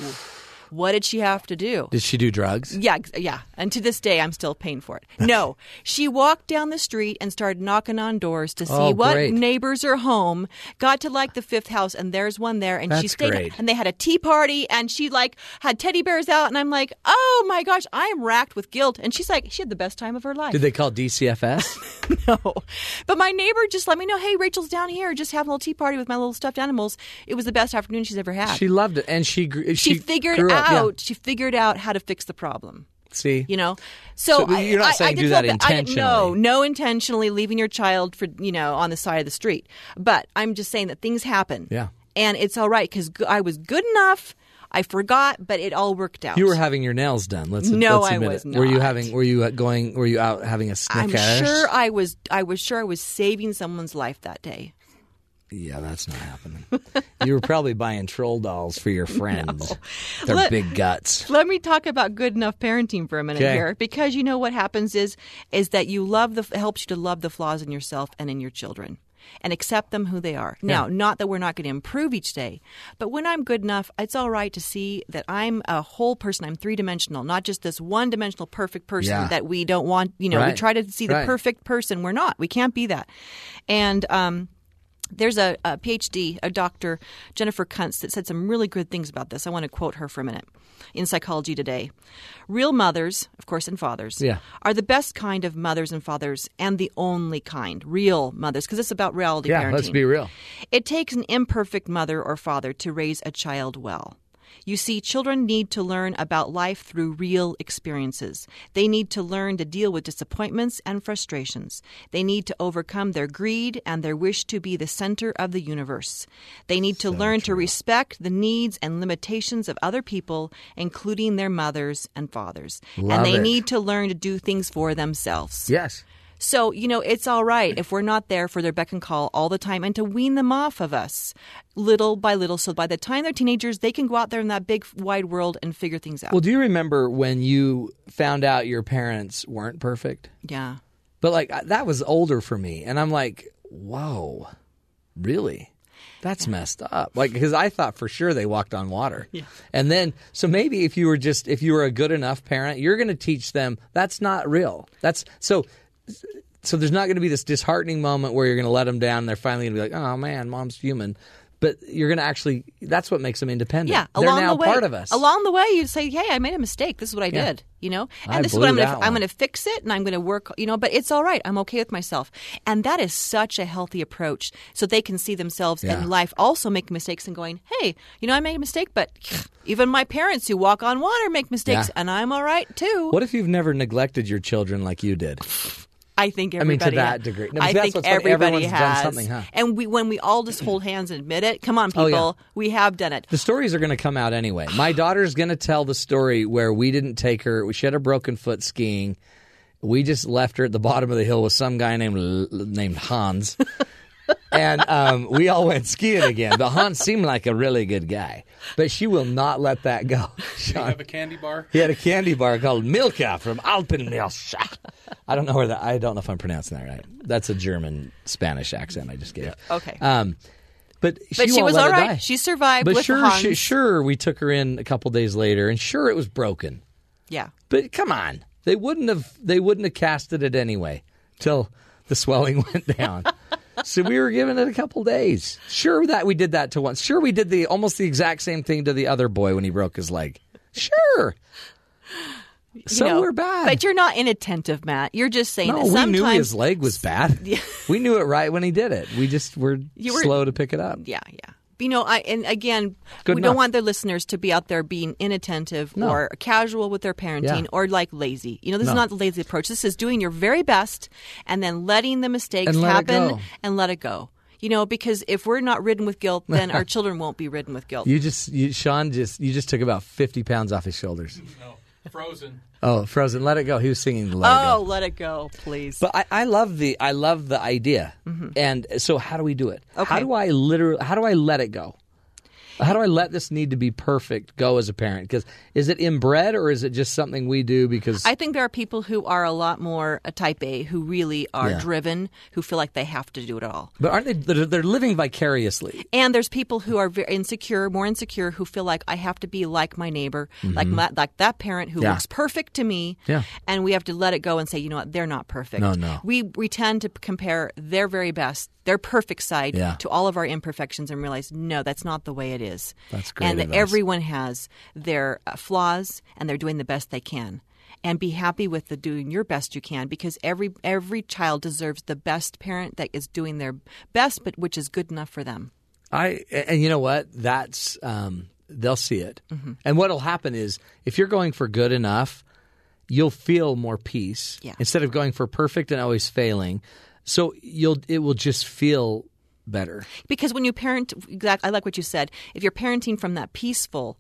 Speaker 14: what did she have to do?
Speaker 1: Did she do drugs?
Speaker 14: Yeah, ex- yeah. And to this day, I'm still paying for it. No, she walked down the street and started knocking on doors to see
Speaker 1: Oh,
Speaker 14: what
Speaker 1: great.
Speaker 14: neighbors are home. Got to like the fifth house, and there's one there, and she
Speaker 1: That's
Speaker 14: stayed.
Speaker 1: great.
Speaker 14: And they had a tea party, and she like had teddy bears out, and I'm like, oh my gosh, I am racked with guilt. And she's like, she had the best time of her life.
Speaker 1: Did they call DCFS?
Speaker 14: But my neighbor just let me know, hey, Rachel's down here, just having a little tea party with my little stuffed animals. It was the best afternoon she's ever had.
Speaker 1: she loved it, and she gr- she,
Speaker 14: She figured
Speaker 1: grew up, yeah.
Speaker 14: out. She figured out how to fix the problem.
Speaker 1: See,
Speaker 14: you know so,
Speaker 1: So, but
Speaker 14: I-
Speaker 1: you're not
Speaker 14: I- I
Speaker 1: saying
Speaker 14: did
Speaker 1: do
Speaker 14: feel
Speaker 1: that
Speaker 14: bad. I didn't- no
Speaker 1: intentionally.
Speaker 14: no intentionally leaving your child for you know on the side of the street but i'm just saying that things happen
Speaker 1: Yeah.
Speaker 14: and it's all right because i was good enough i forgot but it all worked out
Speaker 1: you were having your nails done. Let's
Speaker 14: No,
Speaker 1: let's
Speaker 14: I
Speaker 1: admit
Speaker 14: was
Speaker 1: it. Were you
Speaker 14: not.
Speaker 1: having? Were you uh, going? Were you out having a snick?
Speaker 14: i'm sure i was i was sure i was saving someone's life that day
Speaker 1: Yeah, that's not happening. you were probably buying troll dolls for your friends. They're
Speaker 14: Let-
Speaker 1: big guts.
Speaker 14: Let me talk about good enough parenting for a minute
Speaker 1: Okay.
Speaker 14: here, because you know what happens is is that you love the helps you to love the flaws in yourself and in your children, and accept them who they are. Now,
Speaker 15: Yeah.
Speaker 14: not that we're not going to improve each day, but when I'm good enough, it's all right to see that I'm a whole person. I'm three dimensional, not just this one dimensional perfect person
Speaker 15: Yeah.
Speaker 14: that we don't want. You know, we
Speaker 15: Right.
Speaker 14: try to see the
Speaker 15: Right.
Speaker 14: perfect person. We're not. We can't be that, and. um there's a, a PhD, a doctor, Jennifer Kuntz, that said some really good things about this. I want to quote her for a minute in Psychology Today. Real mothers, of course, and fathers
Speaker 15: Yeah.
Speaker 14: are the best kind of mothers and fathers and the only kind, real mothers, because it's about reality
Speaker 1: Yeah,
Speaker 14: parenting.
Speaker 1: let's be real.
Speaker 14: It takes an imperfect mother or father to raise a child well. You see, children need to learn about life through real experiences. They need to learn to deal with disappointments and frustrations. They need to overcome their greed and their wish to be the center of the universe. They need to learn to respect the needs and limitations of other people, including their mothers and fathers.
Speaker 15: Love
Speaker 14: and they
Speaker 15: it.
Speaker 14: need to learn to do things for themselves.
Speaker 1: Yes.
Speaker 14: So, you know, it's all right if we're not there for their beck and call all the time and to wean them off of us little by little. So by the time they're teenagers, they can go out there in that big, wide world and figure things out.
Speaker 1: Well, do you remember when you found out your parents weren't perfect?
Speaker 14: yeah.
Speaker 1: But like I- that was older for me, and I'm like, whoa, really? That's messed up. Like because I thought for sure they walked on water. Yeah. And then so maybe if you were just if you were a good enough parent, you're going to teach them that's not real. That's so. So there's not going to be this disheartening moment where you're going to let them down. And they're finally going to be like, oh man, mom's human. But you're going to actually that's what makes them independent.
Speaker 14: Yeah,
Speaker 1: They're
Speaker 14: along
Speaker 1: now
Speaker 14: the way,
Speaker 1: part of us.
Speaker 14: Along the way, you say, "Hey, I made a mistake. This is what I
Speaker 1: Yeah.
Speaker 14: did." You know, and
Speaker 1: I
Speaker 14: this is what I'm
Speaker 1: blew
Speaker 14: going
Speaker 1: that
Speaker 14: to I'm
Speaker 1: one.
Speaker 14: going to fix it, and I'm going to work. You know, but it's all right. I'm okay with myself, and that is such a healthy approach. So they can see themselves
Speaker 15: Yeah.
Speaker 14: in life, also make mistakes, and going, "Hey, you know, I made a mistake, but even my parents who walk on water make mistakes,
Speaker 1: Yeah.
Speaker 14: and I'm all right too."
Speaker 1: What if you've never neglected your children like you did?
Speaker 14: I think
Speaker 1: I mean, to
Speaker 14: everybody.
Speaker 1: that degree. No, but
Speaker 14: I
Speaker 1: that's
Speaker 14: think
Speaker 1: what's funny.
Speaker 14: everybody
Speaker 1: Everyone's done
Speaker 14: has.
Speaker 1: something, huh?
Speaker 14: And we, when we all just hold hands and admit it, come on, people,
Speaker 1: Oh, yeah.
Speaker 14: we have done it.
Speaker 1: The stories are going to come out anyway. My daughter's going to tell the story where we didn't take her. She had a broken foot skiing. We just left her at the bottom of the hill with some guy named L- named Hans, and um, we all went skiing again. But Hans seemed like a really good guy, but she will not let that go.
Speaker 5: Do you
Speaker 1: Sean.
Speaker 5: have a candy bar?
Speaker 1: He had a candy bar called Milka from Alpenmilch. I don't know where that. I don't know if I'm pronouncing that right. That's a German Spanish accent I just gave.
Speaker 14: Okay.
Speaker 1: Um, but she,
Speaker 14: But she
Speaker 1: won't
Speaker 14: was
Speaker 1: let
Speaker 14: all
Speaker 1: it
Speaker 14: right.
Speaker 1: die.
Speaker 14: She survived
Speaker 1: But
Speaker 14: with
Speaker 1: sure,
Speaker 14: Hans.
Speaker 1: She, sure, we took her in a couple days later, and sure, it was broken.
Speaker 14: Yeah.
Speaker 1: But come on, they wouldn't have. They wouldn't have casted it anyway till the swelling went down. so we were given it a couple days. Sure that we did that to one. Sure, we did the almost the exact same thing to the other boy when he broke his leg. Sure. So
Speaker 14: know,
Speaker 1: we're bad.
Speaker 14: But you're not inattentive, Matt. You're just saying
Speaker 1: No,
Speaker 14: that
Speaker 1: we
Speaker 14: sometimes
Speaker 1: knew his leg was bad. we knew it right when he did it. We just were,
Speaker 14: You were-
Speaker 1: slow to pick it up.
Speaker 14: Yeah, yeah. You know, I and again,
Speaker 1: Good
Speaker 14: we
Speaker 1: enough.
Speaker 14: don't want their listeners to be out there being inattentive
Speaker 1: No.
Speaker 14: or casual with their parenting
Speaker 1: Yeah.
Speaker 14: or like lazy. You know, this is
Speaker 1: No.
Speaker 14: not the lazy approach. This is doing your very best and then letting the mistakes
Speaker 1: And let it
Speaker 14: happen
Speaker 1: go.
Speaker 14: and let it go. You know, because if we're not ridden with guilt, then our children won't be ridden with guilt.
Speaker 1: You just, you, Sean just, you just took about fifty pounds off his shoulders.
Speaker 5: Frozen.
Speaker 1: Oh, Frozen, let it go. He was singing the let it go.
Speaker 14: oh, let it go, please.
Speaker 1: But I, I love the I love the idea. And so how do we do it? How
Speaker 14: Okay.
Speaker 1: do I literally how do I let it go? How do I let this need to be perfect go as a parent? Because is it inbred or is it just something we do because
Speaker 14: I think there are people who are a lot more a type A who really are
Speaker 1: Yeah.
Speaker 14: driven, who feel like they have to do it all.
Speaker 1: But aren't they they're, they're living vicariously?
Speaker 14: And there's people who are very insecure, more insecure, who feel like I have to be like my neighbor, like
Speaker 1: Mhm.
Speaker 14: my, like that parent who
Speaker 1: Yeah.
Speaker 14: looks perfect to me.
Speaker 1: Yeah.
Speaker 14: And we have to let it go and say, you know what, they're not perfect.
Speaker 1: No, no.
Speaker 14: We we tend to compare their very best, their perfect side,
Speaker 1: Yeah.
Speaker 14: to all of our imperfections, and realize no, that's not the way it is.
Speaker 1: That's great
Speaker 14: And that
Speaker 1: advice.
Speaker 14: everyone has their uh, flaws, and they're doing the best they can. And be happy with the doing your best you can, because every every child deserves the best parent that is doing their best, but which is good enough for them.
Speaker 1: I and you know what? That's um, they'll see it.
Speaker 14: Mm-hmm.
Speaker 1: And what'll happen is if you're going for good enough, you'll feel more peace
Speaker 14: Yeah.
Speaker 1: instead of going for perfect and always failing. So you'll it will just feel better.
Speaker 14: Because when you parent, exact, I like what you said. If you're parenting from that peaceful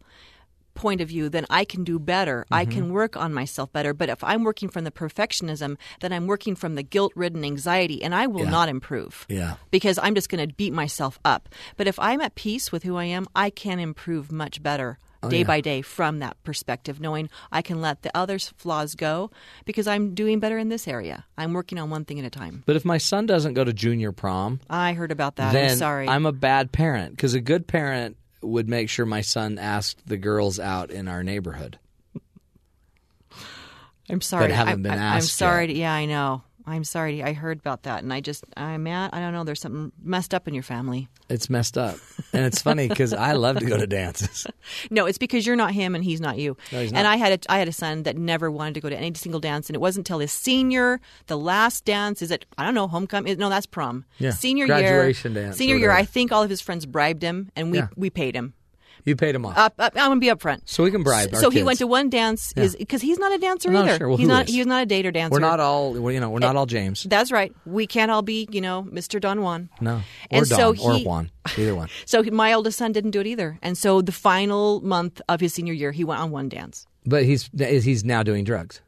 Speaker 14: point of view, then I can do better. I
Speaker 15: Mhm.
Speaker 14: can work on myself better. But if I'm working from the perfectionism, then I'm working from the guilt ridden anxiety and I will
Speaker 15: Yeah.
Speaker 14: not improve
Speaker 1: Yeah.
Speaker 14: because I'm just going to beat myself up. But if I'm at peace with who I am, I can improve much better.
Speaker 15: Oh,
Speaker 14: Day
Speaker 15: yeah.
Speaker 14: by day, from that perspective, knowing I can let the others' flaws go because I'm doing better in this area. I'm working on one thing at a time.
Speaker 1: But if my son doesn't go to junior prom,
Speaker 14: I heard about that.
Speaker 1: then
Speaker 14: I'm sorry.
Speaker 1: I'm a bad parent because a good parent would make sure my son asked the girls out in our neighborhood.
Speaker 14: I'm sorry.
Speaker 1: That haven't
Speaker 14: I,
Speaker 1: been
Speaker 14: I, am
Speaker 1: asked
Speaker 14: sorry. To, yeah, I know. I'm sorry. to- I heard about that, and I just, I'm at. I don't know. There's something messed up in your family.
Speaker 1: It's messed up, and it's funny because I love to go to dances.
Speaker 14: No, it's because you're not him and he's not you.
Speaker 1: No, he's
Speaker 14: And
Speaker 1: not.
Speaker 14: I had a, I had a son that never wanted to go to any single dance, and it wasn't until his senior, the last dance is at I don't know homecoming. No, that's prom.
Speaker 1: Yeah.
Speaker 14: Senior
Speaker 1: Graduation
Speaker 14: year,
Speaker 1: dance or
Speaker 14: Senior year,
Speaker 1: whatever.
Speaker 14: I think all of his friends bribed him, and we
Speaker 1: Yeah.
Speaker 14: we paid him.
Speaker 1: You paid him off,
Speaker 14: Up, up, I'm gonna be upfront.
Speaker 1: so we can bribe. our
Speaker 14: so he
Speaker 1: kids.
Speaker 14: went to one dance
Speaker 1: Yeah.
Speaker 14: is because he's not a dancer
Speaker 1: No,
Speaker 14: either.
Speaker 1: sure. Well,
Speaker 14: he's
Speaker 1: who
Speaker 14: not.
Speaker 1: is?
Speaker 14: He's not a dater dancer.
Speaker 1: We're not all we're, you know we're not all James.
Speaker 14: That's right. We can't all be, you know, Mr. Don Juan.
Speaker 1: No, or
Speaker 14: And
Speaker 1: Don
Speaker 14: so
Speaker 1: or
Speaker 14: he-
Speaker 1: Juan, either one.
Speaker 14: So he- my oldest son didn't do it either. And so the final month of his senior year, he went on one dance.
Speaker 1: But he's he's now doing drugs.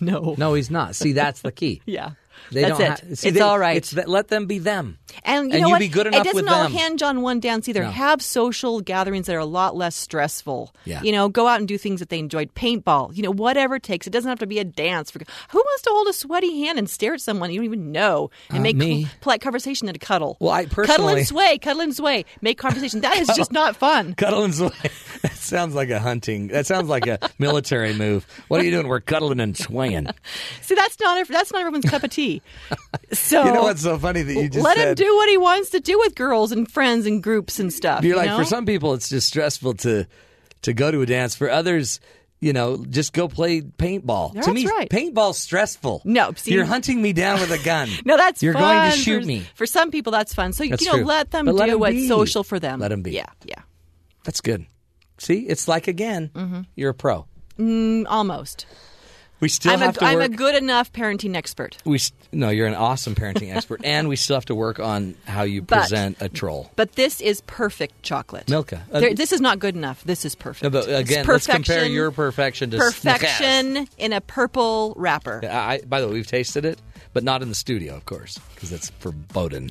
Speaker 14: no,
Speaker 1: no, he's not. See, that's the key.
Speaker 14: Yeah.
Speaker 1: They
Speaker 14: That's
Speaker 1: don't
Speaker 14: it.
Speaker 1: ha- see,
Speaker 14: It's
Speaker 1: they-
Speaker 14: all right.
Speaker 1: It's that, let them be them.
Speaker 14: And you
Speaker 1: And
Speaker 14: know
Speaker 1: you
Speaker 14: what?
Speaker 1: be good enough
Speaker 14: it doesn't
Speaker 1: with
Speaker 14: all
Speaker 1: them.
Speaker 14: hinge on one dance either.
Speaker 1: No.
Speaker 14: Have social gatherings that are a lot less stressful.
Speaker 1: Yeah.
Speaker 14: You know, go out and do things that they enjoyed. Paintball, you know, whatever it takes. It doesn't have to be a dance. For, who wants to hold a sweaty hand and stare at someone you don't even know and
Speaker 1: Uh,
Speaker 14: make
Speaker 1: me.
Speaker 14: cl- polite conversation and cuddle?
Speaker 1: Well, I
Speaker 14: Cuddle
Speaker 1: personally-
Speaker 14: and sway, cuddle and sway. Make conversation. That is just not fun.
Speaker 1: Cuddle and sway. That sounds like a hunting. That sounds like a military move. What are you doing? We're cuddling and swaying.
Speaker 14: See, that's not ev- that's not everyone's cup of tea. So
Speaker 1: you know what's so funny that you just
Speaker 14: let
Speaker 1: said,
Speaker 14: him do what he wants to do with girls and friends and groups and stuff.
Speaker 1: You're
Speaker 14: you
Speaker 1: like
Speaker 14: know?
Speaker 1: for some people it's just stressful to to go to a dance. For others, you know, just go play paintball.
Speaker 14: That's
Speaker 1: to me,
Speaker 14: right.
Speaker 1: paintball's stressful.
Speaker 14: No, see-
Speaker 1: you're hunting me down with a gun.
Speaker 14: No, that's
Speaker 1: you're
Speaker 14: fun
Speaker 1: going to shoot
Speaker 14: for,
Speaker 1: me.
Speaker 14: For some people, that's fun. So
Speaker 1: That's
Speaker 14: you know,
Speaker 1: true.
Speaker 14: let them
Speaker 1: But
Speaker 14: do
Speaker 1: let 'em
Speaker 14: what's
Speaker 1: be.
Speaker 14: social for them.
Speaker 1: Let 'em be.
Speaker 14: Yeah, yeah. Mm-hmm.
Speaker 1: That's good. See, it's like again, you're a pro.
Speaker 14: Mm, almost.
Speaker 1: We still
Speaker 14: I'm,
Speaker 1: have
Speaker 14: a,
Speaker 1: to
Speaker 14: I'm
Speaker 1: work.
Speaker 14: a good enough parenting expert.
Speaker 1: We s- no, you're an awesome parenting expert, and we still have to work on how you
Speaker 14: But-
Speaker 1: present a troll.
Speaker 14: But this is perfect chocolate.
Speaker 1: Milka, uh,
Speaker 14: There- this is not good enough. This is perfect.
Speaker 1: No, but
Speaker 14: It's
Speaker 1: again, let's compare
Speaker 14: perfection-
Speaker 1: your perfection to
Speaker 14: perfection in a purple wrapper.
Speaker 1: Snickers. I, I- by the way, we've tasted it, but not in the studio, of course, because that's verboten.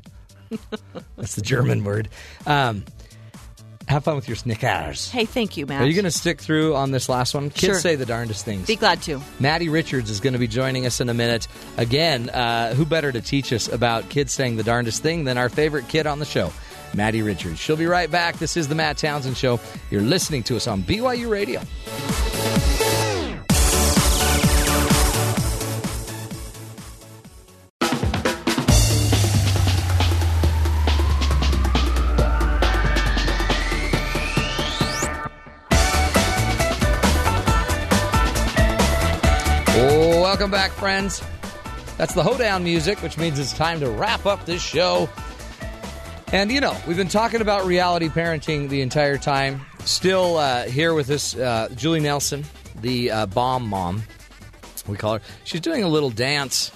Speaker 1: that's the German word. Um, have fun with your Snickers.
Speaker 14: Hey, thank you, Matt.
Speaker 1: Are you going to stick through on this last one? Kids
Speaker 14: Sure.
Speaker 1: say the darndest things.
Speaker 14: be glad to?
Speaker 1: Maddie Richards is going to be joining us in a minute. Again, uh, who better to teach us about kids saying the darndest thing than our favorite kid on the show, Maddie Richards? She'll be right back. This is the Matt Townsend Show. You're listening to us on BYU Radio. Welcome back, friends. That's the hoedown music, which means it's time to wrap up this show. And you know, we've been talking about reality parenting the entire time. Still uh, here with us, uh, Julie Nelson, the uh, bomb mom. We call her. She's doing a little dance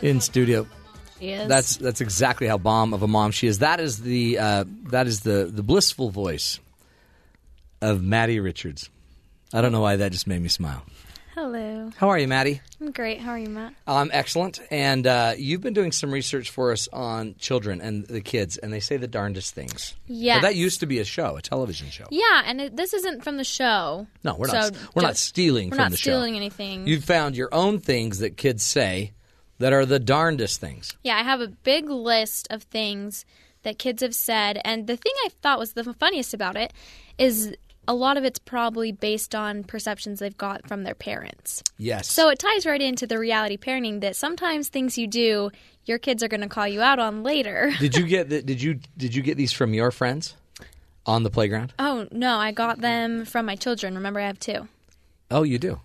Speaker 1: in studio.
Speaker 4: She is.
Speaker 1: That's that's exactly how bomb of a mom she is. That is the uh, that is the the blissful voice of Maddie Richards. I don't know why that just made me smile.
Speaker 4: Hello.
Speaker 1: How are you, Maddie?
Speaker 4: I'm great. How are you, Matt?
Speaker 1: I'm Um, excellent. And uh, you've been doing some research for us on children and the kids, and they say the darndest things.
Speaker 4: Yes.
Speaker 1: Now, that used to be a show, a television show.
Speaker 4: Yeah, and it, this isn't from the
Speaker 1: Oh.
Speaker 4: show.
Speaker 1: No, we're
Speaker 4: so
Speaker 1: not. We're not
Speaker 4: just-
Speaker 1: stealing
Speaker 4: We're
Speaker 1: from
Speaker 4: not
Speaker 1: the
Speaker 4: stealing
Speaker 1: show.
Speaker 4: anything.
Speaker 1: You found your own things that kids say that are the darndest things.
Speaker 4: Yeah, I have a big list of things that kids have said, and the thing I thought was the funniest about it is a lot of it's probably based on perceptions they've got from their parents.
Speaker 1: Yes.
Speaker 4: So it ties right into the reality parenting that sometimes things you do, your kids are going to call you out on later.
Speaker 1: did you get the, did you did you get these from your friends on the playground?
Speaker 4: Oh, no, I got them from my children. Remember, I have two.
Speaker 1: Oh, you do.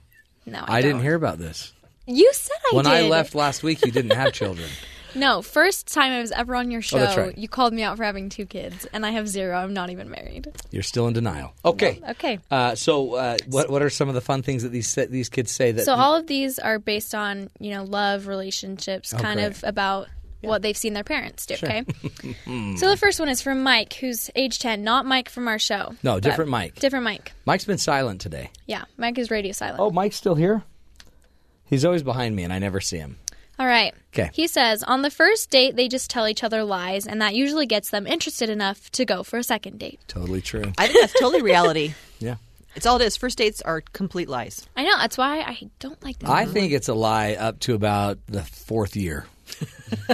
Speaker 4: No, I,
Speaker 1: I,
Speaker 4: don't.
Speaker 1: didn't hear about this.
Speaker 4: You said I
Speaker 1: when
Speaker 4: did.
Speaker 1: I left last week, you didn't have children.
Speaker 4: No, first time I was ever on your show,
Speaker 1: Oh, that's right.
Speaker 4: you called me out for having two kids, and I have zero. I'm not even married.
Speaker 1: You're still in denial. Okay.
Speaker 4: Okay.
Speaker 1: Uh, so, uh, what what are some of the fun things that these sa- these kids say that?
Speaker 4: so all of these are based on you know love relationships
Speaker 1: Oh,
Speaker 4: kind
Speaker 1: great.
Speaker 4: of about what they've seen their parents do
Speaker 1: Sure. Hmm.
Speaker 4: okay so the first one is from mike who's age 10 not mike from our show
Speaker 1: No,
Speaker 4: but-
Speaker 1: different Mike.
Speaker 4: different mike
Speaker 1: Mike's been silent today.
Speaker 4: yeah mike is radio silent
Speaker 1: Oh, Mike's still here. He's always behind me, and I never see him.
Speaker 4: all right
Speaker 1: Okay.
Speaker 4: he says on the first date they just tell each other lies and that usually gets them interested enough to go for a second date
Speaker 1: Totally true.
Speaker 14: I think that's totally reality.
Speaker 1: Yeah.
Speaker 14: It's all it is. First dates are complete lies.
Speaker 4: i know that's why i don't like this
Speaker 1: I think it's a lie up to about the fourth year.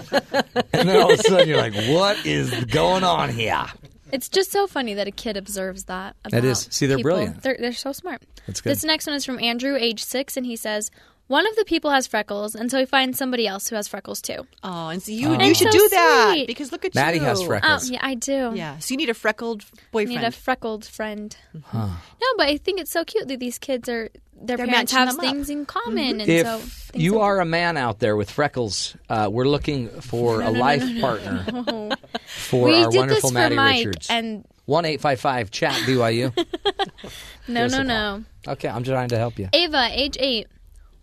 Speaker 1: and then all of a sudden you're like, what is going on here?
Speaker 4: It's just so funny that a kid observes that. About
Speaker 1: That is. See, they're
Speaker 4: people.
Speaker 1: brilliant.
Speaker 4: They're, they're so smart.
Speaker 1: That's good.
Speaker 4: This next one is from Andrew, age six, and he says, "One of the people has freckles, and so he finds somebody else who has freckles too."
Speaker 14: Oh, and so you
Speaker 4: Oh.
Speaker 14: you should
Speaker 4: It's so
Speaker 14: do that
Speaker 4: sweet.
Speaker 14: because look at
Speaker 1: Maddie
Speaker 14: you.
Speaker 1: has freckles.
Speaker 4: Oh, yeah, I do.
Speaker 14: Yeah, so you need a freckled boyfriend.
Speaker 4: Need a freckled friend.
Speaker 1: Huh.
Speaker 4: No, but I think it's so cute that these kids are their
Speaker 14: They're
Speaker 4: parents
Speaker 14: matching
Speaker 4: have
Speaker 14: them up.
Speaker 4: things in common, and
Speaker 1: if
Speaker 4: so things
Speaker 1: you are a man out there with freckles, uh, we're looking for a
Speaker 4: No, no, no,
Speaker 1: life
Speaker 4: no, no,
Speaker 1: partner
Speaker 4: no.
Speaker 1: for
Speaker 4: we
Speaker 1: our
Speaker 4: did
Speaker 1: wonderful
Speaker 4: this for
Speaker 1: Maddie
Speaker 4: Mike,
Speaker 1: Richards.
Speaker 4: and
Speaker 1: One eight five five chat BYU.
Speaker 4: no,
Speaker 1: Give us
Speaker 4: no,
Speaker 1: a
Speaker 4: no.
Speaker 1: okay, I'm trying to help you.
Speaker 4: Ava, age eight.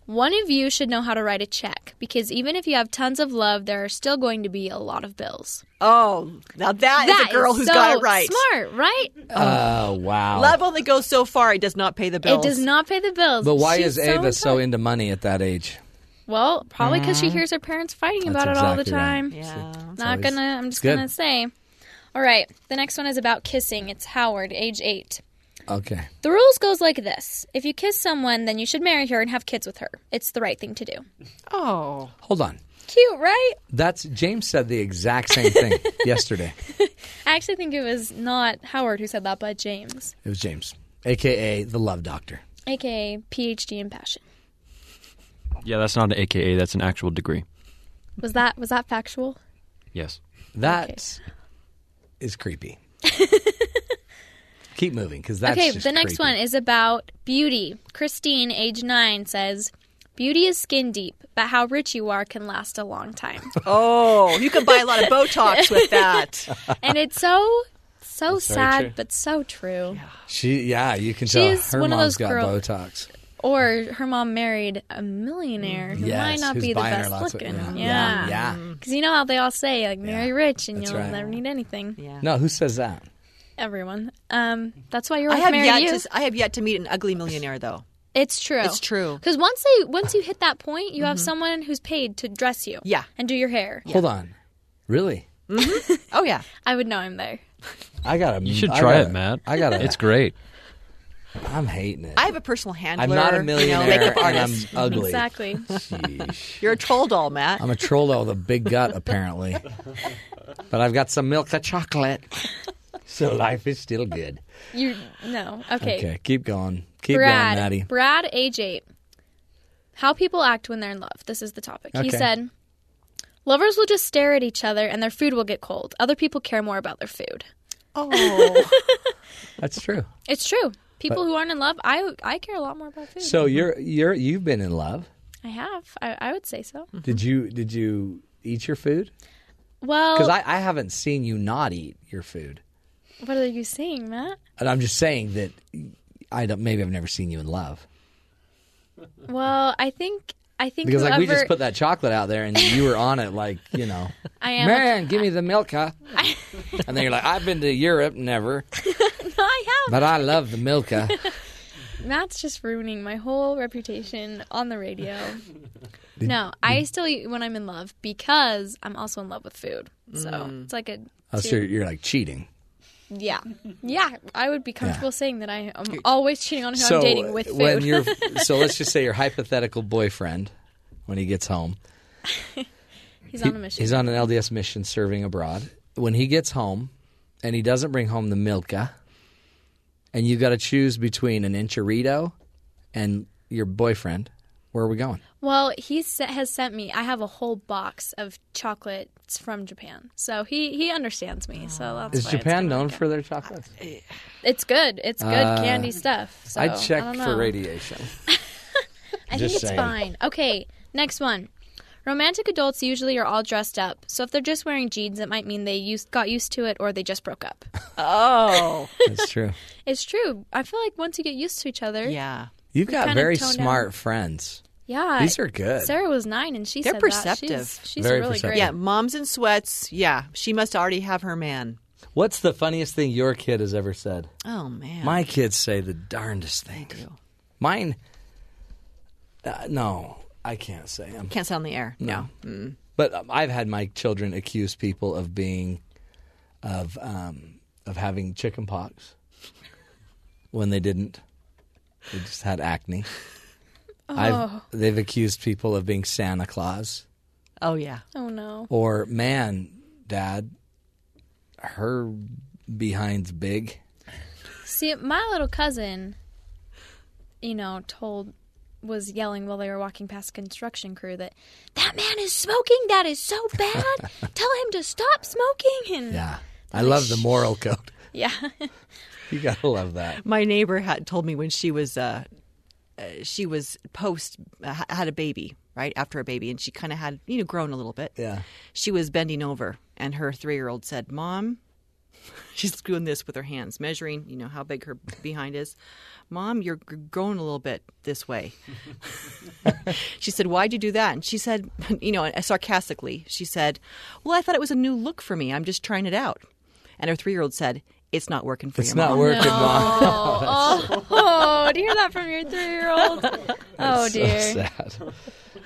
Speaker 4: One of you should know how to write a check because even if you have tons of love, there are still going to be a lot of bills.
Speaker 14: Oh, now that is
Speaker 4: That
Speaker 14: a girl
Speaker 4: is
Speaker 14: who's
Speaker 4: so
Speaker 14: got it right.
Speaker 4: Smart, right?
Speaker 1: Oh wow!
Speaker 14: Love only goes so far. It does not pay the bills.
Speaker 4: It does not pay the bills.
Speaker 1: but why is
Speaker 4: She's
Speaker 1: Ava so into money at that age?
Speaker 4: Well, probably because she hears her parents fighting
Speaker 1: Mm-hmm. That's
Speaker 4: about it all the
Speaker 1: exactly right.
Speaker 4: time.
Speaker 14: Yeah.
Speaker 4: Not
Speaker 1: always-
Speaker 4: gonna. I'm
Speaker 1: it's
Speaker 4: just
Speaker 1: good.
Speaker 4: gonna say. All right. The next one is about kissing. It's Howard, age eight.
Speaker 1: Okay,
Speaker 4: The rules goes like this: If you kiss someone, then you should marry her and have kids with her. It's the right thing to do.
Speaker 14: Oh,
Speaker 1: hold on.
Speaker 4: cute, right?
Speaker 1: That's James said the exact same thing yesterday.
Speaker 4: I actually think it was not Howard who said that, but James,
Speaker 1: It was James, aka the Love Doctor.
Speaker 4: aka PhD in passion.
Speaker 15: Yeah, that's not an AKA. That's an actual degree.
Speaker 4: Was that was that factual?
Speaker 15: Yes.
Speaker 1: That is creepy. Keep moving because that's
Speaker 4: okay,
Speaker 1: just
Speaker 4: the next
Speaker 1: creepy.
Speaker 4: one is about beauty. Christine, age nine, says, Beauty is skin deep, but how rich you are can last a long time.
Speaker 14: Oh, you can buy a lot of Botox with that.
Speaker 4: and it's so, so
Speaker 1: That's very
Speaker 4: sad,
Speaker 1: true.
Speaker 4: but so true.
Speaker 1: She, yeah, you can
Speaker 4: She's
Speaker 1: tell her
Speaker 4: one of
Speaker 1: mom's
Speaker 4: those
Speaker 1: got
Speaker 4: girl-
Speaker 1: Botox.
Speaker 4: Or her mom married a millionaire who
Speaker 1: Yes,
Speaker 4: might not
Speaker 1: who's
Speaker 4: be the
Speaker 1: buying her
Speaker 4: best
Speaker 1: lots of-
Speaker 4: looking.
Speaker 1: yeah,
Speaker 4: yeah.
Speaker 1: yeah, yeah.
Speaker 4: Because you know how they all say, like, marry rich and
Speaker 1: that's
Speaker 4: you'll
Speaker 1: right.
Speaker 4: never need anything.
Speaker 14: Yeah.
Speaker 1: No, who says that?
Speaker 4: Everyone. Um, that's why you're
Speaker 14: I
Speaker 4: with
Speaker 14: have
Speaker 4: Marry
Speaker 14: yet
Speaker 4: You.
Speaker 14: to I have yet to meet an ugly millionaire though.
Speaker 4: It's true.
Speaker 14: It's true. Mm-hmm.
Speaker 4: Because once they once you hit that point, you have someone who's paid to dress you.
Speaker 14: Yeah.
Speaker 4: And do your hair.
Speaker 1: Hold on, really?
Speaker 14: Oh yeah.
Speaker 4: I would know him there.
Speaker 1: I got to.
Speaker 15: You should try it, Matt.
Speaker 1: I got to.
Speaker 15: It's great.
Speaker 1: I'm hating it.
Speaker 14: I have a personal handler.
Speaker 1: I'm not a
Speaker 14: you know,
Speaker 1: millionaire
Speaker 14: makeup
Speaker 1: and I'm
Speaker 14: artist.
Speaker 1: ugly.
Speaker 4: Exactly.
Speaker 14: You're a troll doll, Matt.
Speaker 1: I'm a troll doll with a big gut, apparently. but I've got some milk of chocolate, so life is still good.
Speaker 4: You no. Okay.
Speaker 1: Okay, keep going. Keep
Speaker 4: Brad.
Speaker 1: going, Maddie.
Speaker 4: Brad, age eight. How people act when they're in love. This is the topic. He
Speaker 1: Okay.
Speaker 4: said Lovers will just stare at each other and their food will get cold. Other people care more about their food.
Speaker 14: Oh.
Speaker 1: That's true.
Speaker 4: It's true. People
Speaker 1: But-
Speaker 4: who aren't in love, I I care a lot more about food. Mhm.
Speaker 1: So you're you're you've been in love.
Speaker 4: I have. I, I would say so.
Speaker 14: Mm-hmm.
Speaker 4: Mhm.
Speaker 1: Did you did you eat your food?
Speaker 4: Well,
Speaker 1: Because I, I haven't seen you not eat your food,
Speaker 4: what are you saying, Matt?
Speaker 1: and I'm just saying that I don't. Maybe I've never seen you in love
Speaker 4: Well, I think I think
Speaker 1: because
Speaker 4: whoever
Speaker 1: like we just put that chocolate out there, and you were on it like you know.
Speaker 4: I am
Speaker 1: Man, give me the milk, huh? and then you're like, I've been to Europe, never,
Speaker 4: no, I
Speaker 1: but I love the milk. huh?
Speaker 4: have Matt's just ruining my whole reputation on the radio.
Speaker 1: Did-
Speaker 4: no, I still eat when I'm in love because I'm also in love with food. So
Speaker 1: Mm.
Speaker 4: it's like a
Speaker 1: Oh, so
Speaker 4: two-
Speaker 1: you're, you're like cheating.
Speaker 4: yeah, yeah. I would be comfortable saying that I am always cheating on who
Speaker 1: so
Speaker 4: I'm dating with food.
Speaker 1: when you're so let's just say your hypothetical boyfriend, when he gets home,
Speaker 4: he's
Speaker 1: he-
Speaker 4: on a mission.
Speaker 1: He's on an LDS mission serving abroad. When he gets home, and he doesn't bring home the Milka, and you got to choose between an enchilada and your boyfriend, where are we going?
Speaker 4: Well, he se- has sent me. I have a whole box of chocolates from Japan, so he he understands me. So that's
Speaker 1: Is
Speaker 4: why
Speaker 1: Japan known for their chocolates?
Speaker 4: It's, it's good. It's good
Speaker 1: Uh,
Speaker 4: candy stuff. So
Speaker 1: I'd check
Speaker 4: I don't
Speaker 1: for
Speaker 4: know.
Speaker 1: radiation.
Speaker 4: I think
Speaker 1: Just
Speaker 4: it's
Speaker 1: saying.
Speaker 4: fine. Okay, next one. Romantic adults usually are all dressed up, so if they're just wearing jeans, it might mean they used, got used to it or they just broke up.
Speaker 14: Oh,
Speaker 1: That's true.
Speaker 4: it's true. I feel like once you get used to each other,
Speaker 14: yeah,
Speaker 1: You've
Speaker 4: We
Speaker 1: got
Speaker 4: kinda
Speaker 1: very
Speaker 4: tone down.
Speaker 1: smart friends.
Speaker 4: yeah,
Speaker 1: These are good.
Speaker 4: Sarah was nine, and she
Speaker 14: They're
Speaker 4: said
Speaker 14: perceptive.
Speaker 4: That. She's, she's
Speaker 1: Very
Speaker 4: really
Speaker 1: perceptive.
Speaker 14: yeah. Moms in sweats. Yeah, she must already have her man.
Speaker 1: What's the funniest thing your kid has ever said?
Speaker 14: Oh man,
Speaker 1: My kids say the darndest things. Mine, uh, no, I can't say them.
Speaker 14: can't say on the air.
Speaker 1: No. But um, I've had my children accuse people of being, of um, of having chicken pox when they didn't. They just had acne. I've,
Speaker 4: Oh.
Speaker 1: they've accused people of being Santa Claus.
Speaker 14: Oh yeah.
Speaker 4: great. Oh no.
Speaker 1: Or, man, dad, her behind's big.
Speaker 4: See, my little cousin, you know, told was yelling while they were walking past a construction crew that that man is smoking. That is so bad. Tell him to stop smoking. And
Speaker 1: Yeah. I love the moral code.
Speaker 4: yeah.
Speaker 1: You gotta love that.
Speaker 14: My neighbor had told me when she was uh, uh she was post uh, ha- had a baby right after a baby, and she kind of had you know grown a little bit.
Speaker 1: Yeah.
Speaker 14: She was bending over, and her three year old said, "Mom." She's doing this with her hands, measuring, you know, how big her behind is. Mom, you're g- growing a little bit this way. she said, Why'd you do that? And she said, you know, sarcastically, she said, Well, I thought it was a new look for me. I'm just trying it out. And her three year old said, It's not working for
Speaker 1: It's
Speaker 14: your
Speaker 1: not
Speaker 14: mom.
Speaker 1: working, Mom.
Speaker 4: Oh, oh, do you hear that from your three-year-old? Oh
Speaker 1: That's
Speaker 4: dear.
Speaker 1: So sad.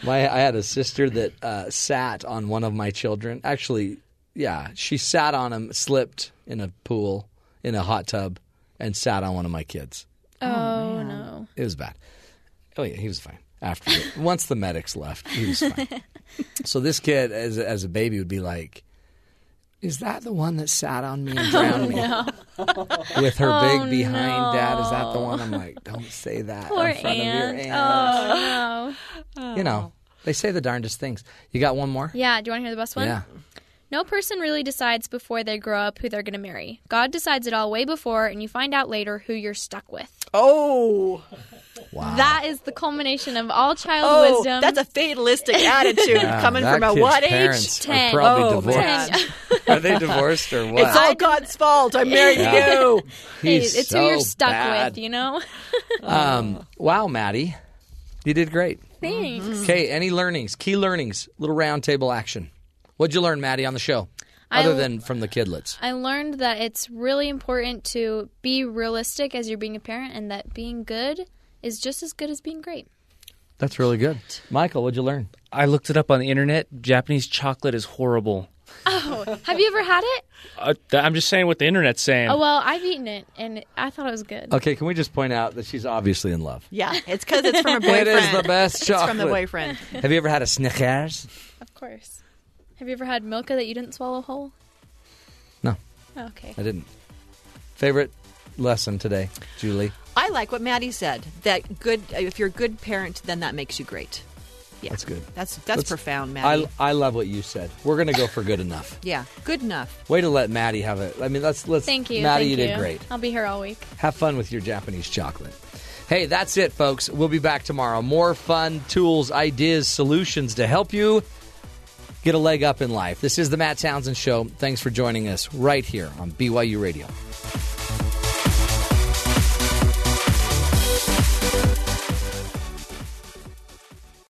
Speaker 1: My, I had a sister that uh, sat on one of my children. Actually, yeah, she sat on him, slipped in a pool, in a hot tub, and sat on one of my kids.
Speaker 4: Oh, no.
Speaker 1: It was bad. Oh yeah, he was fine. After the- once the medics left, he was fine. so this kid, as as a baby, would be like, "Is that the one that sat on me and drowned me with her
Speaker 4: Oh,
Speaker 1: big behind? Dad, is that the one?" I'm
Speaker 4: no.
Speaker 1: like, "Don't say that
Speaker 4: Poor
Speaker 1: in front
Speaker 4: aunt.
Speaker 1: of your aunt."
Speaker 4: Oh no.
Speaker 1: You know, they say the darndest things. You got one more?
Speaker 4: Yeah. Do you want to hear the best one?
Speaker 1: Yeah.
Speaker 4: No person really decides before they grow up who they're going to marry. God decides it all way before, and you find out later who you're stuck with.
Speaker 14: Oh,
Speaker 1: Wow.
Speaker 4: That is the culmination of all child
Speaker 14: Oh,
Speaker 4: wisdom.
Speaker 14: that's a fatalistic attitude
Speaker 1: Yeah,
Speaker 14: coming
Speaker 1: that
Speaker 14: from a
Speaker 1: kid's
Speaker 14: what
Speaker 1: parents
Speaker 14: age?
Speaker 1: are probably
Speaker 14: Oh,
Speaker 1: divorced.
Speaker 14: man.
Speaker 1: Are they divorced or what?
Speaker 14: It's all God's fault. I married
Speaker 1: Yeah.
Speaker 14: you.
Speaker 4: Hey,
Speaker 1: He's
Speaker 4: it's who you're
Speaker 1: so
Speaker 4: stuck
Speaker 1: bad.
Speaker 4: with, you know?
Speaker 1: Um, wow, Maddie, you did great.
Speaker 4: Thanks.
Speaker 1: Okay, any learnings? Key learnings? Little round table action. What'd you learn, Maddie, on the show?
Speaker 4: I
Speaker 1: Other
Speaker 4: l-
Speaker 1: than from the kidlets.
Speaker 4: I learned that it's really important to be realistic as you're being a parent and that being good is just as good as being great.
Speaker 1: That's really good. Michael, what'd you learn?
Speaker 16: I looked it up on the internet. Japanese chocolate is horrible.
Speaker 4: Oh, have you ever had it?
Speaker 16: Uh, th- I'm just saying what the internet's saying.
Speaker 4: Oh, well, I've eaten it and I thought it was good.
Speaker 1: Okay, can we just point out that she's obviously in love?
Speaker 14: Yeah, it's because it's from a boyfriend.
Speaker 1: It is the best
Speaker 14: It's from the
Speaker 1: chocolate.
Speaker 14: boyfriend.
Speaker 1: Have you ever had a Snickers?
Speaker 4: Of course. Have you ever had Milka that you didn't swallow whole? Oh,
Speaker 1: No.
Speaker 4: Okay.
Speaker 1: I didn't. Favorite lesson today, Julie?
Speaker 14: I like what Maddie said. That good. If you're a good parent, then that makes you great. Yeah,
Speaker 1: That's good.
Speaker 14: That's that's
Speaker 1: Let's-
Speaker 14: profound, Maddie.
Speaker 1: I, I love what you said. We're going to go for good enough.
Speaker 14: yeah, good enough.
Speaker 1: Way to let Maddie have it. I mean, let's let's.
Speaker 4: Thank you.
Speaker 1: Maddie.
Speaker 4: thank
Speaker 1: you did great.
Speaker 4: I'll be here all week.
Speaker 1: Have fun with your Japanese chocolate. Hey, that's it, folks. We'll be back tomorrow. More fun tools, ideas, solutions to help you get a leg up in life. This is the Matt Townsend Show. Thanks for joining us right here on BYU Radio.